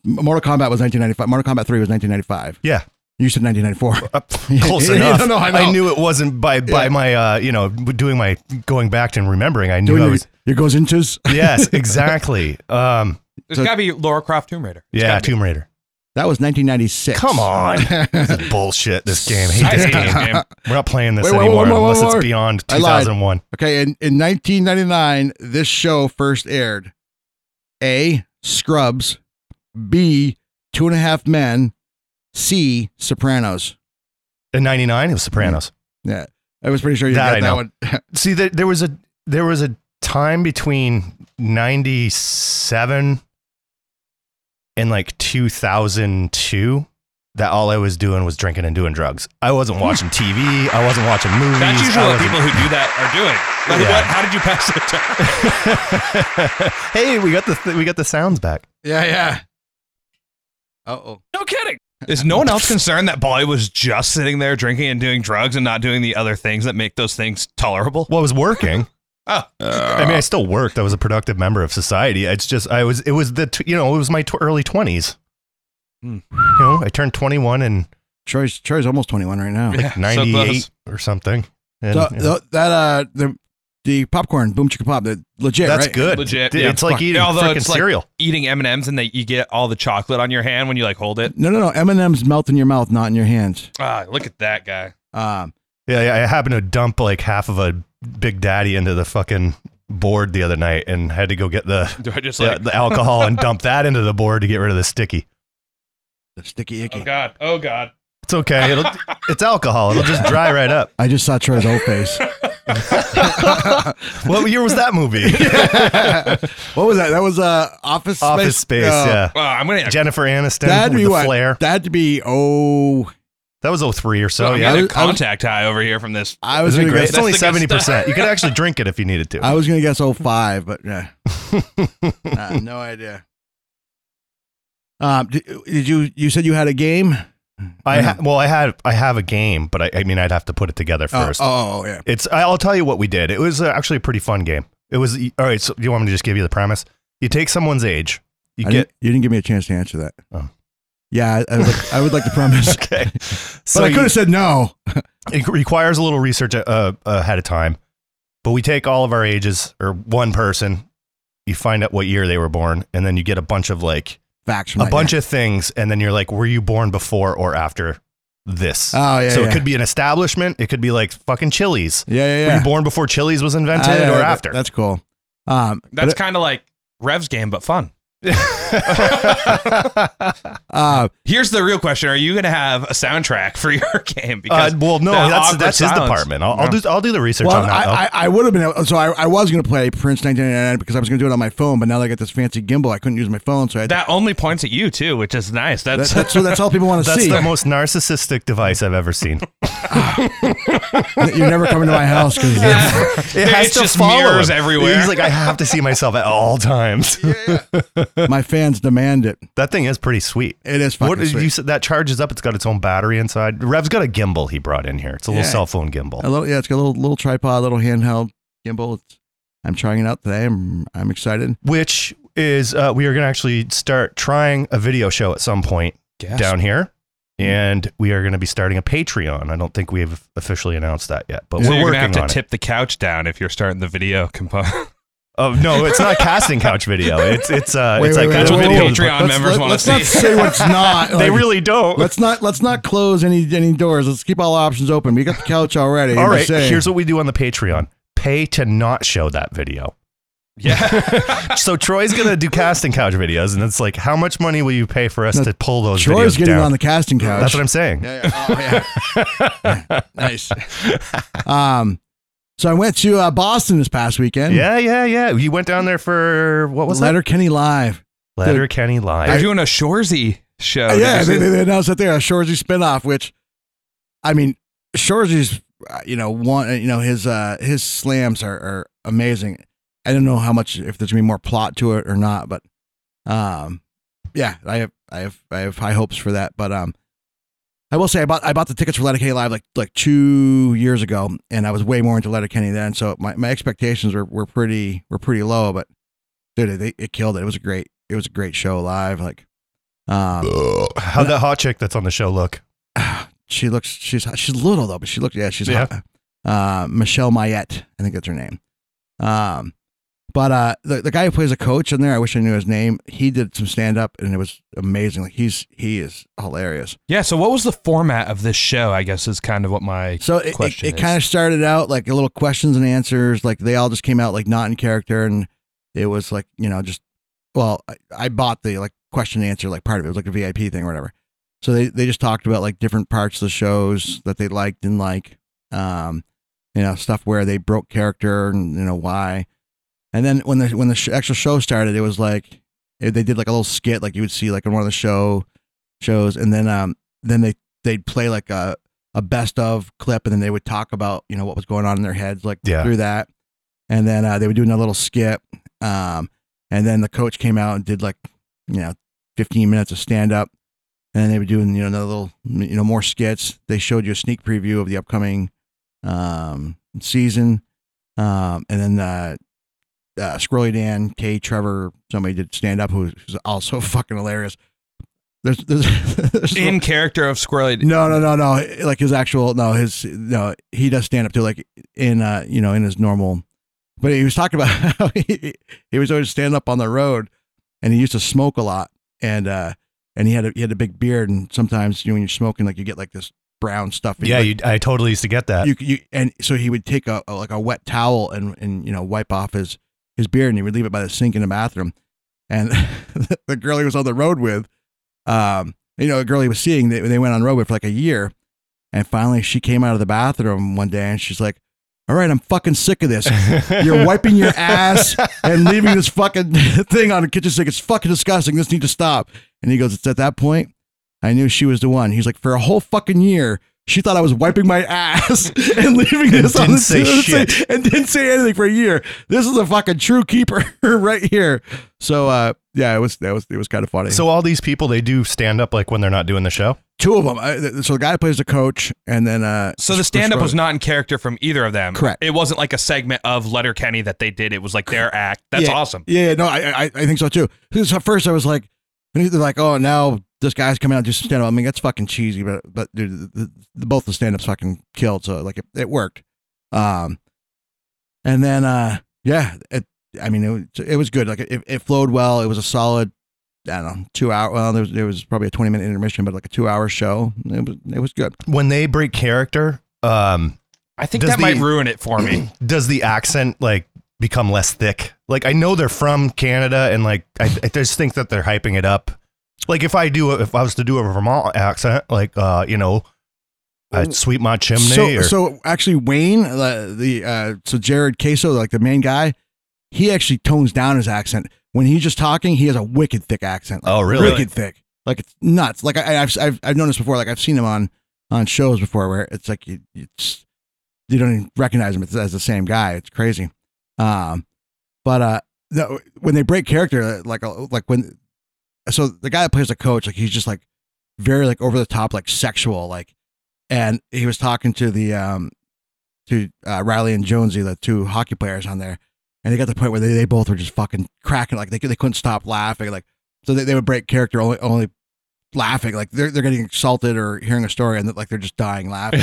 [SPEAKER 3] Mortal Kombat was 1995. Mortal Kombat 3 was 1995.
[SPEAKER 1] Yeah.
[SPEAKER 3] You said 1994.
[SPEAKER 1] Uh,
[SPEAKER 3] Yeah.
[SPEAKER 1] close
[SPEAKER 3] Yeah,
[SPEAKER 1] enough.
[SPEAKER 3] no, no, I
[SPEAKER 1] I,
[SPEAKER 3] know.
[SPEAKER 1] knew it wasn't by by
[SPEAKER 3] Yeah.
[SPEAKER 1] my uh, you know doing my going back and remembering. I knew
[SPEAKER 3] Doing
[SPEAKER 1] I
[SPEAKER 3] your-
[SPEAKER 1] was
[SPEAKER 3] It goes inches.
[SPEAKER 1] yes exactly. Um,
[SPEAKER 4] There's
[SPEAKER 3] So-
[SPEAKER 4] gotta be Laura Croft Tomb Raider. It's
[SPEAKER 1] yeah,
[SPEAKER 4] gotta be.
[SPEAKER 1] Tomb Raider.
[SPEAKER 3] That was 1996.
[SPEAKER 1] Come on, This is bullshit. This game. I hate
[SPEAKER 4] I
[SPEAKER 1] this
[SPEAKER 4] hate
[SPEAKER 1] game.
[SPEAKER 4] it, man.
[SPEAKER 1] We're not playing this
[SPEAKER 3] Wait, wait, wait,
[SPEAKER 1] anymore
[SPEAKER 3] wait, wait,
[SPEAKER 1] unless
[SPEAKER 3] wait.
[SPEAKER 1] it's beyond
[SPEAKER 3] I lied.
[SPEAKER 1] 2001.
[SPEAKER 3] Okay, in, in 1999, this show first aired. A. Scrubs. B. Two and a Half Men. C. Sopranos.
[SPEAKER 1] In '99, it was Sopranos.
[SPEAKER 3] Yeah, I was pretty sure you
[SPEAKER 1] That
[SPEAKER 3] got that
[SPEAKER 1] I
[SPEAKER 3] one.
[SPEAKER 1] See, there, there was a there was a time between '97 and like 2002 that all I was doing was drinking and doing drugs. I wasn't watching TV. I wasn't watching movies.
[SPEAKER 4] Hmm. That's usually
[SPEAKER 1] I
[SPEAKER 4] what
[SPEAKER 1] wasn't-
[SPEAKER 4] people who do
[SPEAKER 1] Yeah.
[SPEAKER 4] that are doing. Like, what? How did you pass the time?
[SPEAKER 1] hey, we got the th- we got the sounds back.
[SPEAKER 3] yeah, yeah. Uh-oh.
[SPEAKER 4] No kidding. Is no one else concerned that Bolly was just sitting there drinking and doing drugs and not doing the other things that make those things tolerable?
[SPEAKER 1] Well, I was working.
[SPEAKER 4] Oh.
[SPEAKER 1] I mean, I still worked. I was a productive member of society. It's just I was. It was the t- you know it was my tw- early twenties.
[SPEAKER 4] Hmm.
[SPEAKER 1] You know, I turned twenty one in
[SPEAKER 3] Troy's, Troy's almost 21 right now.
[SPEAKER 4] Yeah, so
[SPEAKER 1] ninety eight
[SPEAKER 4] close.
[SPEAKER 1] or something. And,
[SPEAKER 3] So,
[SPEAKER 1] you know,
[SPEAKER 3] tho- that, uh, the, the popcorn, Boom Chicka Pop, the legit,
[SPEAKER 1] that's
[SPEAKER 3] right?
[SPEAKER 1] good.
[SPEAKER 4] Legit,
[SPEAKER 1] D-
[SPEAKER 4] yeah.
[SPEAKER 1] It's like
[SPEAKER 3] Fuck.
[SPEAKER 1] eating
[SPEAKER 4] Although
[SPEAKER 1] freaking
[SPEAKER 4] it's like-
[SPEAKER 1] cereal.
[SPEAKER 4] Eating M and M's and that you get all the chocolate on your hand when you like hold it.
[SPEAKER 3] No, no, no. M&M's melt in your mouth, not in your hands.
[SPEAKER 4] Ah, look at that guy.
[SPEAKER 3] Um,
[SPEAKER 1] Yeah, yeah, I happened to dump like half of a Big Daddy into the fucking board the other night and had to go get the
[SPEAKER 4] Do I just
[SPEAKER 1] the,
[SPEAKER 4] like?
[SPEAKER 1] the alcohol and dump that into the board to get rid of the sticky.
[SPEAKER 3] the sticky icky.
[SPEAKER 4] Oh god. Oh god.
[SPEAKER 1] It's okay. It'll, it's alcohol. It'll just dry right up.
[SPEAKER 3] I just saw Troy's old face.
[SPEAKER 1] What year was that movie?
[SPEAKER 3] what was that? That was uh, Office
[SPEAKER 1] Office Space.
[SPEAKER 3] Uh,
[SPEAKER 1] yeah.
[SPEAKER 4] Wow, Ah, I'm gonna.
[SPEAKER 1] Jennifer Aniston
[SPEAKER 3] That'd
[SPEAKER 1] with
[SPEAKER 3] be
[SPEAKER 1] the
[SPEAKER 3] what?
[SPEAKER 1] flare.
[SPEAKER 3] That'd be oh,
[SPEAKER 1] That was 03 or so.
[SPEAKER 4] I'm
[SPEAKER 1] oh, yeah.
[SPEAKER 3] I
[SPEAKER 4] getting a
[SPEAKER 3] was- I was-
[SPEAKER 4] contact high over here from this.
[SPEAKER 3] I was
[SPEAKER 1] Isn't it
[SPEAKER 3] gonna
[SPEAKER 1] great?
[SPEAKER 3] guess.
[SPEAKER 1] It's only
[SPEAKER 4] That's the
[SPEAKER 1] seventy
[SPEAKER 4] good
[SPEAKER 1] percent. You could actually drink it if you needed to.
[SPEAKER 3] I was gonna guess oh five, but yeah, Uh, Nah, no idea. Um, did, did you you said you had a game?
[SPEAKER 1] I ha- well, I had I have a game, but I, I mean, I'd have to put it together
[SPEAKER 3] Oh,
[SPEAKER 1] first.
[SPEAKER 3] oh, oh, yeah.
[SPEAKER 1] It's I'll tell you what we did. It was uh, actually a pretty fun game. It was all right. So you want me to just give you the premise? You take someone's age. You
[SPEAKER 3] I
[SPEAKER 1] get
[SPEAKER 3] didn't, you didn't give me a chance to answer that.
[SPEAKER 1] Oh.
[SPEAKER 3] Yeah, I, I, would like, I would like the premise, but
[SPEAKER 1] okay. So
[SPEAKER 3] I could
[SPEAKER 1] you-
[SPEAKER 3] have said no.
[SPEAKER 1] it requires a little research uh, ahead of time. But we take all of our ages or one person. You find out what year they were born, and then you get a bunch of like
[SPEAKER 3] Facts.
[SPEAKER 1] a bunch of things, and then you're like, were you born before or after this?
[SPEAKER 3] Oh, yeah,
[SPEAKER 1] So
[SPEAKER 3] yeah.
[SPEAKER 1] it could be an establishment. It could be like fucking Chili's.
[SPEAKER 3] Yeah, yeah,
[SPEAKER 1] Were
[SPEAKER 3] yeah.
[SPEAKER 1] you born before Chili's was
[SPEAKER 3] Ah,
[SPEAKER 1] invented
[SPEAKER 3] yeah,
[SPEAKER 1] or
[SPEAKER 3] that-
[SPEAKER 1] after?
[SPEAKER 3] That's cool. Um,
[SPEAKER 4] That's
[SPEAKER 3] but,
[SPEAKER 4] kind of like Rev's game, but fun.
[SPEAKER 3] uh,
[SPEAKER 4] Here's the real question: Are you going to have a soundtrack for your game?
[SPEAKER 1] Uh, well, no,
[SPEAKER 4] the
[SPEAKER 1] that's
[SPEAKER 4] awkward
[SPEAKER 1] that's his
[SPEAKER 4] silence-
[SPEAKER 1] department. I'll,
[SPEAKER 4] No.
[SPEAKER 1] I'll do I'll do the research
[SPEAKER 3] well,
[SPEAKER 1] on that. though.
[SPEAKER 3] I, I, I would have been able, so I, I was going to play Prince 1999 because I was going to do it on my phone, but now that I got this fancy gimbal, I couldn't use my phone, so I had to-
[SPEAKER 4] that only points at you too, which is nice. That's
[SPEAKER 3] that- that's, so that's all people want to
[SPEAKER 1] that's
[SPEAKER 3] see.
[SPEAKER 1] the most narcissistic device I've ever seen.
[SPEAKER 3] You're never coming to my house because
[SPEAKER 1] It
[SPEAKER 4] It's
[SPEAKER 1] has to
[SPEAKER 4] just
[SPEAKER 1] follow
[SPEAKER 4] mirrors
[SPEAKER 1] him.
[SPEAKER 4] everywhere.
[SPEAKER 1] He's like, I have to see myself at all times.
[SPEAKER 3] my fans demand it.
[SPEAKER 1] that thing is pretty sweet.
[SPEAKER 3] It is fucking
[SPEAKER 1] What is
[SPEAKER 3] sweet.
[SPEAKER 1] you said that charges up? It's got its own battery inside. Rev's got a gimbal he brought in here. It's a little
[SPEAKER 3] Yeah.
[SPEAKER 1] cell phone
[SPEAKER 3] A
[SPEAKER 1] gimbal.
[SPEAKER 3] little, yeah, it's got a little little tripod, little handheld gimbal. It's, I'm trying it out today. I'm I'm excited.
[SPEAKER 1] Which is uh, we are gonna actually start trying a video show at some point
[SPEAKER 4] Gasp.
[SPEAKER 1] down here.
[SPEAKER 4] Hmm.
[SPEAKER 1] And we are going to be starting a Patreon. I don't think we have officially announced that yet, but
[SPEAKER 4] so
[SPEAKER 1] we're
[SPEAKER 4] you're
[SPEAKER 1] working
[SPEAKER 4] gonna have to
[SPEAKER 1] on it.
[SPEAKER 4] tip the couch down if you're starting the video component.
[SPEAKER 1] Oh no, it's not casting couch video. It's it's uh,
[SPEAKER 3] Wait,
[SPEAKER 1] it's
[SPEAKER 3] wait,
[SPEAKER 1] like
[SPEAKER 3] wait,
[SPEAKER 1] actual
[SPEAKER 3] wait,
[SPEAKER 4] what
[SPEAKER 1] video.
[SPEAKER 3] wait,
[SPEAKER 4] Patreon
[SPEAKER 3] let's-
[SPEAKER 4] members
[SPEAKER 3] let-
[SPEAKER 4] wanna
[SPEAKER 3] let's not
[SPEAKER 4] see.
[SPEAKER 3] say what's not.
[SPEAKER 1] They
[SPEAKER 3] like,
[SPEAKER 1] really don't.
[SPEAKER 3] Let's not let's not close any any doors. Let's keep all options open. We got the couch already.
[SPEAKER 1] All
[SPEAKER 3] I'm
[SPEAKER 1] right,
[SPEAKER 3] just saying.
[SPEAKER 1] here's what we do on the Patreon: pay to not show that video.
[SPEAKER 4] Yeah,
[SPEAKER 1] So Troy's gonna do casting couch videos, and it's like, how much money will you pay for us
[SPEAKER 3] No,
[SPEAKER 1] to pull those?
[SPEAKER 3] Troy's
[SPEAKER 1] videos
[SPEAKER 3] getting
[SPEAKER 1] down?
[SPEAKER 3] on the casting couch.
[SPEAKER 1] That's what I'm saying.
[SPEAKER 3] Yeah, yeah. Oh, yeah. nice. Um, so I went to uh, Boston this past weekend.
[SPEAKER 1] Yeah, yeah, yeah. You went down there for what was
[SPEAKER 3] Letter Kenny live.
[SPEAKER 1] that? Letter Kenny live.
[SPEAKER 4] they're doing a Shorzy show. Oh, Did
[SPEAKER 3] yeah,
[SPEAKER 4] you
[SPEAKER 3] they,
[SPEAKER 4] see
[SPEAKER 3] they,
[SPEAKER 4] that?
[SPEAKER 3] they announced that they're a Shorzy spinoff, which, I mean, Shorzy's, uh, you know, one, uh, you know, his uh, his slams are, are amazing. I don't know how much if there's gonna be more plot to it or not, but, um, yeah, I have I have I have high hopes for that. But um, I will say I bought I bought the tickets for Letterkenny Live like like two years ago, and I was way more into Letterkenny then, so my, my expectations were, were pretty were pretty low, but dude, it, it killed it. It was a great it was a great show live, like. Um,
[SPEAKER 1] How'd that hot chick that's on the show look?
[SPEAKER 3] she looks she's hot. she's little though, but she looks yeah she's
[SPEAKER 1] Yeah.
[SPEAKER 3] hot. Uh, Michelle Mayette, I think that's her name. Um, but uh, the the guy who plays a coach in there, I wish I knew his name. He did some stand up and it was amazing. Like he's he is hilarious.
[SPEAKER 4] Yeah. So what was the format of this show? I guess is kind of what my
[SPEAKER 3] So it, it,
[SPEAKER 4] question
[SPEAKER 3] it
[SPEAKER 4] is.
[SPEAKER 3] kind of started out like a little questions and answers. Like they all just came out like not in character, and it was like you know just well, I, I bought the like question and answer like part of it. It was like a VIP thing or whatever. So they they just talked about like different parts of the shows that they liked and like um you know stuff where they broke character and you know why. And then when the when the sh- actual show started, it was like it, they did like a little skit like you would see like in one of the show shows, and then um then they they'd play like a a best of clip, and then they would talk about you know what was going on in their heads like
[SPEAKER 1] Yeah.
[SPEAKER 3] through that, and then uh, they would do another little skit, um, and then the coach came out and did like you know fifteen minutes of stand up, and then they were doing you know another little you know more skits. They showed you a sneak preview of the upcoming um, season, um, and then uh, uh, Squirrely Dan, Kay, Trevor, somebody did stand up who's also fucking hilarious. There's, there's, there's
[SPEAKER 4] in character of Squirrely.
[SPEAKER 3] no, no, no, no. Like his actual no, his no, he does stand up too. Like in uh, you know, in his normal. But he was talking about how he, he was always standing up on the road, and he used to smoke a lot, and uh, and he had a, he had a big beard, and sometimes you know, when you're smoking, like you get like this brown stuff. and
[SPEAKER 1] Yeah,
[SPEAKER 3] like,
[SPEAKER 1] you, I totally used to get that.
[SPEAKER 3] you, you and so he would take a, a- like a wet towel and and you know wipe off his his beard and he would leave it by the sink in the bathroom and the girl he was on the road with um you know a girl he was seeing they, they went on the road with for like a year and finally she came out of the bathroom one day and she's like all right i'm fucking sick of this you're wiping your ass and leaving this fucking thing on the kitchen sink. It's fucking disgusting. This needs to stop. And he goes, It's at that point, I knew she was the one. He's like, For a whole fucking year, She thought I was wiping my ass and leaving this on
[SPEAKER 1] didn't
[SPEAKER 3] the
[SPEAKER 1] say
[SPEAKER 3] and
[SPEAKER 1] shit.
[SPEAKER 3] say- and didn't say anything for a year. This is a fucking true keeper right here. So uh, yeah, it was that was it was kind of funny.
[SPEAKER 1] So all these people, they do stand up like when they're not doing the show.
[SPEAKER 3] two of them. I, th- so the guy plays the coach, and then uh,
[SPEAKER 4] So the stand up
[SPEAKER 3] Schroeder.
[SPEAKER 4] was not in character from either of them.
[SPEAKER 3] Correct.
[SPEAKER 4] It wasn't like a segment of Letter Kenny that they did. It was like their act. That's
[SPEAKER 3] yeah,
[SPEAKER 4] awesome.
[SPEAKER 3] Yeah, yeah, no, I, I I think so too. Because at first I was like, and they're like, oh, now this guy's coming out and do some stand up. I mean, that's fucking cheesy, but but dude, the, the, both the stand ups fucking killed. So like it, it worked. Um, and then uh, yeah, it, I mean it was- it was good. Like it, it flowed well. It was a solid. I don't know, two hour. Well, there was, there was probably a twenty minute intermission, but like a two hour show. It was it was good.
[SPEAKER 1] When they break character, um,
[SPEAKER 4] I think
[SPEAKER 1] Does
[SPEAKER 4] that might
[SPEAKER 1] the-
[SPEAKER 4] ruin it for me.
[SPEAKER 1] does the accent like become less thick? Like I know they're from Canada, and like I, I just think that they're hyping it up. Like if I do, if I was to do a Vermont accent, like uh, you know, I'd sweep my chimney.
[SPEAKER 3] so,
[SPEAKER 1] or,
[SPEAKER 3] so actually Wayne uh, the uh, so Jared Queso like the main guy he actually tones down his accent when he's just talking he has a wicked thick accent like,
[SPEAKER 1] Oh, really?
[SPEAKER 3] wicked thick like it's nuts like I, I've, I've I've noticed before like I've seen him on on shows before where it's like you it's you don't even recognize him as as the same guy it's crazy um but uh no, when they break character like uh, like when so the guy that plays the coach like he's just like very like over the top like sexual like and he was talking to the um to uh, Riley and Jonesy, the two hockey players on there, and they got to the point where they, they both were just fucking cracking like they cou- they couldn't stop laughing like so they, they would break character only only laughing like they're they're getting insulted or hearing a story and like they're just dying laughing.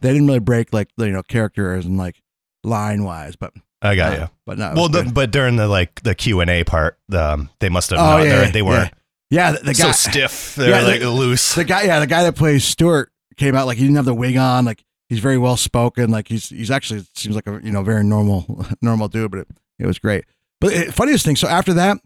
[SPEAKER 3] they didn't really break like you know characters and like line wise, but
[SPEAKER 1] I got
[SPEAKER 3] uh,
[SPEAKER 1] you.
[SPEAKER 3] But no, it
[SPEAKER 1] Well,
[SPEAKER 3] was
[SPEAKER 1] the,
[SPEAKER 3] good.
[SPEAKER 1] but during the like the Q and A part, um, they must have.
[SPEAKER 3] Oh,
[SPEAKER 1] not,
[SPEAKER 3] yeah,
[SPEAKER 1] they're-
[SPEAKER 3] yeah,
[SPEAKER 1] they weren't
[SPEAKER 3] yeah, the, the
[SPEAKER 1] so
[SPEAKER 3] guy
[SPEAKER 1] stiff. They're
[SPEAKER 3] Yeah,
[SPEAKER 1] like
[SPEAKER 3] the-
[SPEAKER 1] loose.
[SPEAKER 3] The guy, yeah, the guy that plays Stuart came out like he didn't have the wig on. Like he's very well spoken. Like he's he's actually seems like a you know very normal normal dude. But it, it was great. But it, funniest thing. So after that,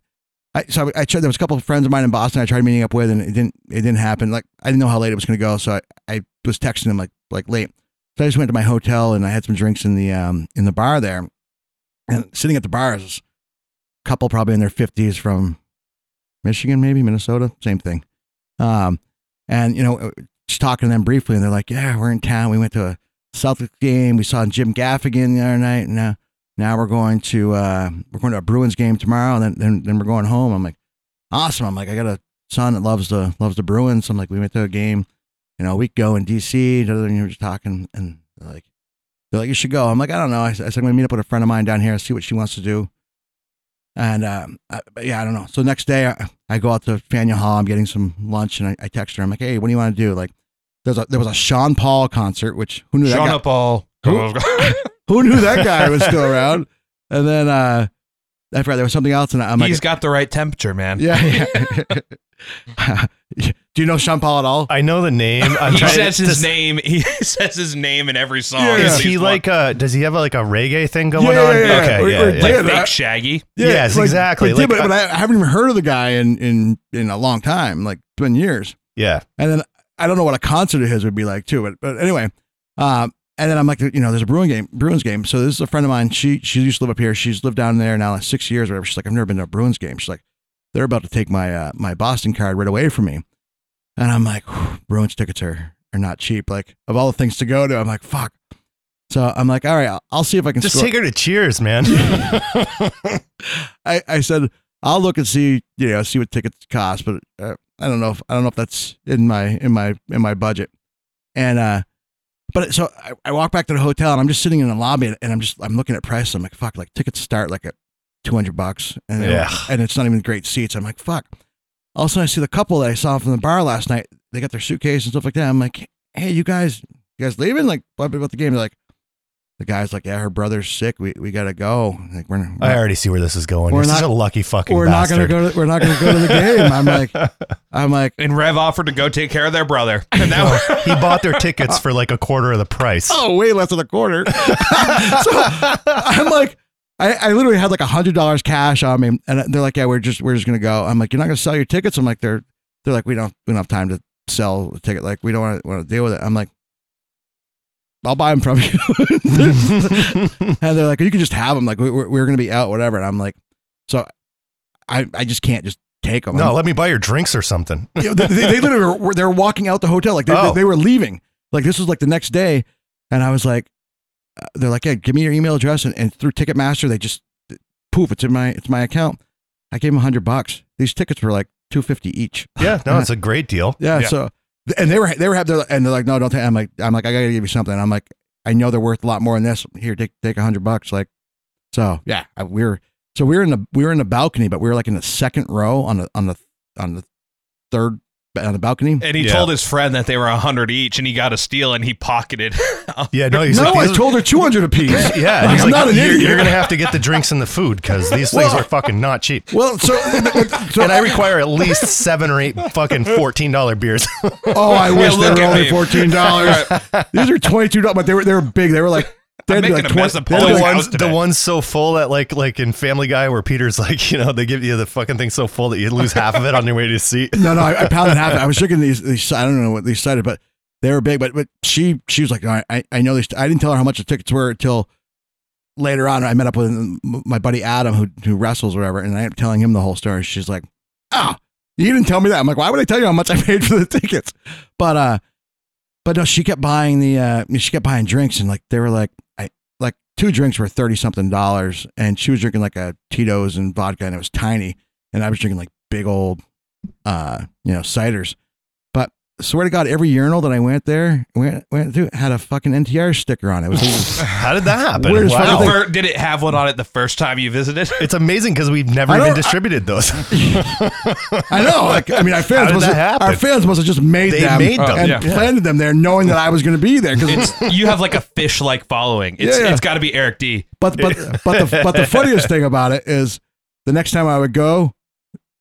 [SPEAKER 3] I so I, I tried. There was a couple of friends of mine in Boston. I tried meeting up with, and it didn't it didn't happen. Like I didn't know how late it was going to go. So I, I was texting him like like late. So I just went to my hotel and I had some drinks in the um in the bar there, and sitting at the bar is a couple probably in their fifties from Michigan, maybe Minnesota, same thing. Um, and you know, uh, just talking to them briefly, and they're like, "Yeah, we're in town. We went to a Celtics game. We saw Jim Gaffigan the other night. and uh, Now, now we're going to uh, we're going to a Bruins game tomorrow, and then, then then we're going home." I'm like, "Awesome!" I'm like, "I got a son that loves the loves the Bruins." I'm like, "We went to a game, you know, a week ago in D.C." And we were just talking, and they're like, "They're like, you should go." I'm like, "I don't know." I said, I said, "I'm going to meet up with a friend of mine down here, see what she wants to do." And um, I, but yeah, I don't know. So next day, I, I go out to Faneuil Hall. I'm getting some lunch, and I, I text her. I'm like, "Hey, what do you want to do?" Like, there's a there was a Sean Paul concert, which who knew that guy,
[SPEAKER 4] Sean Paul.
[SPEAKER 3] Who? who knew that guy was still around. And then uh, I forgot there was something else, and I'm like,
[SPEAKER 4] He's got the right temperature, man.
[SPEAKER 3] "Yeah, yeah." do you know Sean Paul at all?
[SPEAKER 1] I know the name. I'm
[SPEAKER 4] He
[SPEAKER 1] trying
[SPEAKER 4] says
[SPEAKER 1] to,
[SPEAKER 4] his
[SPEAKER 1] does-
[SPEAKER 4] name. He says his name in every song.
[SPEAKER 3] Yeah,
[SPEAKER 1] Is
[SPEAKER 4] He's
[SPEAKER 1] he
[SPEAKER 4] one-
[SPEAKER 1] like a? Does he have like a reggae thing going
[SPEAKER 3] yeah,
[SPEAKER 1] on?
[SPEAKER 3] yeah, yeah.
[SPEAKER 1] Okay,
[SPEAKER 3] Or-
[SPEAKER 1] yeah,
[SPEAKER 3] or
[SPEAKER 1] yeah.
[SPEAKER 4] like
[SPEAKER 3] Yeah, but I-
[SPEAKER 4] fake Shaggy?
[SPEAKER 1] Yes,
[SPEAKER 3] like-
[SPEAKER 1] exactly.
[SPEAKER 3] like, yeah,
[SPEAKER 1] Like,
[SPEAKER 3] but, but I, I haven't even heard of the guy in in in a long time, like it's been years.
[SPEAKER 1] yeah.
[SPEAKER 3] And then I don't know what a concert of his would be like too, but but anyway. Um, and then I'm like, you know, there's a Bruins game, Bruins game. So this is a friend of mine. She she used to live up here. She's lived down there now like six years or whatever. She's like, I've never been to a Bruins game. She's like, they're about to take my uh, my Boston card right away from me. And I'm like, whew, Bruins tickets are are not cheap. Like of all the things to go to, I'm like, fuck. So I'm like, all right, I'll, I'll see if I can
[SPEAKER 1] Just
[SPEAKER 3] score-
[SPEAKER 1] take her to Cheers, man.
[SPEAKER 3] I, I said I'll look and see you know see what tickets cost, but uh, I don't know if I don't know if that's in my in my in my budget. And uh, but so I, I walk back to the hotel and I'm just sitting in the lobby and, and I'm just I'm looking at prices. I'm like fuck, like tickets start like at two hundred bucks, and
[SPEAKER 1] Yeah.
[SPEAKER 3] and it's not even great seats. I'm like fuck. All of a sudden I see the couple that I saw from the bar last night. They got their suitcase and stuff like that. I'm like, hey, you guys, you guys leaving? Like, what about the game? They're like, the guy's like, yeah, her brother's sick. We we gotta go. Like, we're,
[SPEAKER 1] I already see where this is going.
[SPEAKER 3] We're
[SPEAKER 1] You're such
[SPEAKER 3] not-
[SPEAKER 1] a lucky fucking
[SPEAKER 3] we're
[SPEAKER 1] bastard.
[SPEAKER 3] not gonna go. To, we're not gonna go to the game. I'm like, I'm like,
[SPEAKER 4] And Rev offered to go take care of their brother. And that was
[SPEAKER 1] he bought their tickets for like a quarter of the price.
[SPEAKER 3] oh, way less than a quarter. so I'm like, I, I literally had like a hundred dollars cash on me, and they're like, yeah, we're just we're just gonna go. I'm like, you're not gonna sell your tickets. I'm like, they're they're like, we don't we don't have time to sell the ticket. Like, we don't want to want to deal with it. I'm like, I'll buy them from you. And they're like, you can just have them. Like, we- we're, we're going to be out, whatever. And I'm like, so I, I just can't just take them.
[SPEAKER 1] no, let me buy your drinks or something.
[SPEAKER 3] You know, they, they literally were, they're walking out the hotel like they,
[SPEAKER 1] Oh.
[SPEAKER 3] they were leaving Like this was like the next day, and I was like, uh, they're like, yeah, give me your email address, and, and through Ticketmaster, they just poof, it's in my it's my account. I gave them a hundred bucks. These tickets were like two fifty each.
[SPEAKER 1] Yeah, no, it's a great deal.
[SPEAKER 3] Yeah,
[SPEAKER 4] Yeah.
[SPEAKER 3] So, and they were they were have their and they're like, no, don't. Take, I'm like, I'm like, I gotta give you something. I'm like, I know they're worth a lot more than this. Here, take take a hundred bucks. Like, so yeah, I, we were so we were in the we were in the balcony, but we were like in the second row on the on the on the third on the balcony.
[SPEAKER 4] And he
[SPEAKER 1] Yeah.
[SPEAKER 4] told his friend that they were a hundred each, and he got a steal, and he pocketed.
[SPEAKER 1] Yeah, no, he's
[SPEAKER 3] no,
[SPEAKER 1] like,
[SPEAKER 3] I
[SPEAKER 1] these are-
[SPEAKER 3] told her two hundred apiece.
[SPEAKER 1] Yeah,
[SPEAKER 3] I'm
[SPEAKER 1] he's like,
[SPEAKER 3] not an
[SPEAKER 1] you're,
[SPEAKER 3] idiot.
[SPEAKER 1] you're gonna have to get the drinks and the food because these things
[SPEAKER 3] Well-
[SPEAKER 1] are fucking not cheap.
[SPEAKER 3] Well, so, so
[SPEAKER 1] And I require at least seven or eight fucking fourteen dollar beers.
[SPEAKER 3] Oh, I wish they
[SPEAKER 4] look
[SPEAKER 3] were
[SPEAKER 4] at
[SPEAKER 3] only
[SPEAKER 4] me.
[SPEAKER 3] fourteen dollars. These are twenty two dollars, but they were they were big. They were like they had
[SPEAKER 4] making
[SPEAKER 3] like
[SPEAKER 4] a mess of
[SPEAKER 3] they had
[SPEAKER 4] Paul's
[SPEAKER 1] the
[SPEAKER 3] like-
[SPEAKER 4] house.
[SPEAKER 1] ones,
[SPEAKER 4] today.
[SPEAKER 1] the ones so full that like like in Family Guy where Peter's like, you know, they give you the fucking thing so full that you lose half of it on your way to your seat.
[SPEAKER 3] No, no, I, I pounded half. it. I was checking these, these. I don't know what these cited, but they were big. But but she she was like, All right, I I know these. I didn't tell her how much the tickets were until later on. I met up with m- my buddy Adam who who wrestles or whatever, and I'm telling him the whole story. She's like, oh, you didn't tell me that. I'm like, why would I tell you how much I paid for the tickets? But uh, but no, she kept buying the uh, she kept buying drinks, and like they were like I like two drinks were thirty something dollars, and she was drinking like a Tito's and vodka, and it was tiny, and I was drinking like big old uh, you know, ciders. But swear to God, every urinal that I went there, went went to had a fucking NTR sticker on it. It was
[SPEAKER 1] How did that happen?
[SPEAKER 3] Weirdest fucking
[SPEAKER 1] Wow.
[SPEAKER 3] thing.
[SPEAKER 4] Bert, did it have one on it the first time you visited?
[SPEAKER 1] It's amazing because we've never
[SPEAKER 3] I
[SPEAKER 1] even
[SPEAKER 3] don't-
[SPEAKER 1] distributed those.
[SPEAKER 3] I know. Like, I mean, our
[SPEAKER 1] How
[SPEAKER 3] fans
[SPEAKER 1] did
[SPEAKER 3] must
[SPEAKER 1] that
[SPEAKER 3] have,
[SPEAKER 1] happen?
[SPEAKER 3] our fans must have just made
[SPEAKER 1] They
[SPEAKER 3] them
[SPEAKER 1] made
[SPEAKER 4] them.
[SPEAKER 3] and
[SPEAKER 4] Yeah.
[SPEAKER 3] planted them there, knowing that I was going to be there. 'Cause-
[SPEAKER 4] It's you have like a fish like following. It's
[SPEAKER 3] Yeah, yeah.
[SPEAKER 4] it's got to be Eric D.
[SPEAKER 3] but but but the but the funniest thing about it is the next time I would go,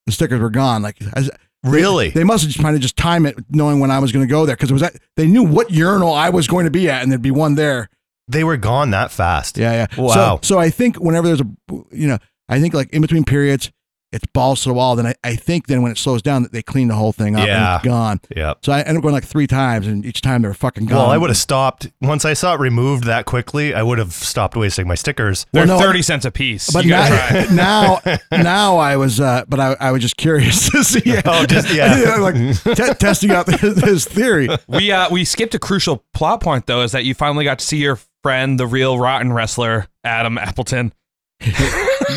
[SPEAKER 3] the stickers were gone. Like I,
[SPEAKER 1] Really?
[SPEAKER 3] They must have just kind of just time it, knowing when I was going to go there, because it was at, they knew what urinal I was going to be at, and there'd be one there.
[SPEAKER 1] They were gone that fast.
[SPEAKER 3] Yeah, yeah.
[SPEAKER 1] Wow.
[SPEAKER 3] So, so I think whenever there's a, you know, I think like in between periods, it's balls to the wall. Then I, I think then when it slows down, that they clean the whole thing up and
[SPEAKER 1] Yeah.
[SPEAKER 3] it's gone.
[SPEAKER 1] Yep.
[SPEAKER 3] So I ended up going like three times, and each time they were fucking gone.
[SPEAKER 1] Well, I would have stopped once I saw it removed that quickly. I would have stopped wasting my stickers.
[SPEAKER 4] They're
[SPEAKER 3] no,
[SPEAKER 4] thirty cents a piece.
[SPEAKER 3] But
[SPEAKER 4] you gotta try.
[SPEAKER 3] now, now, now I was, uh, but I, I was just curious to see.
[SPEAKER 1] Oh, just- yeah.
[SPEAKER 3] like te- testing out his, his theory.
[SPEAKER 4] we uh we skipped a crucial plot point though is that you finally got to see your friend the real rotten wrestler adam appleton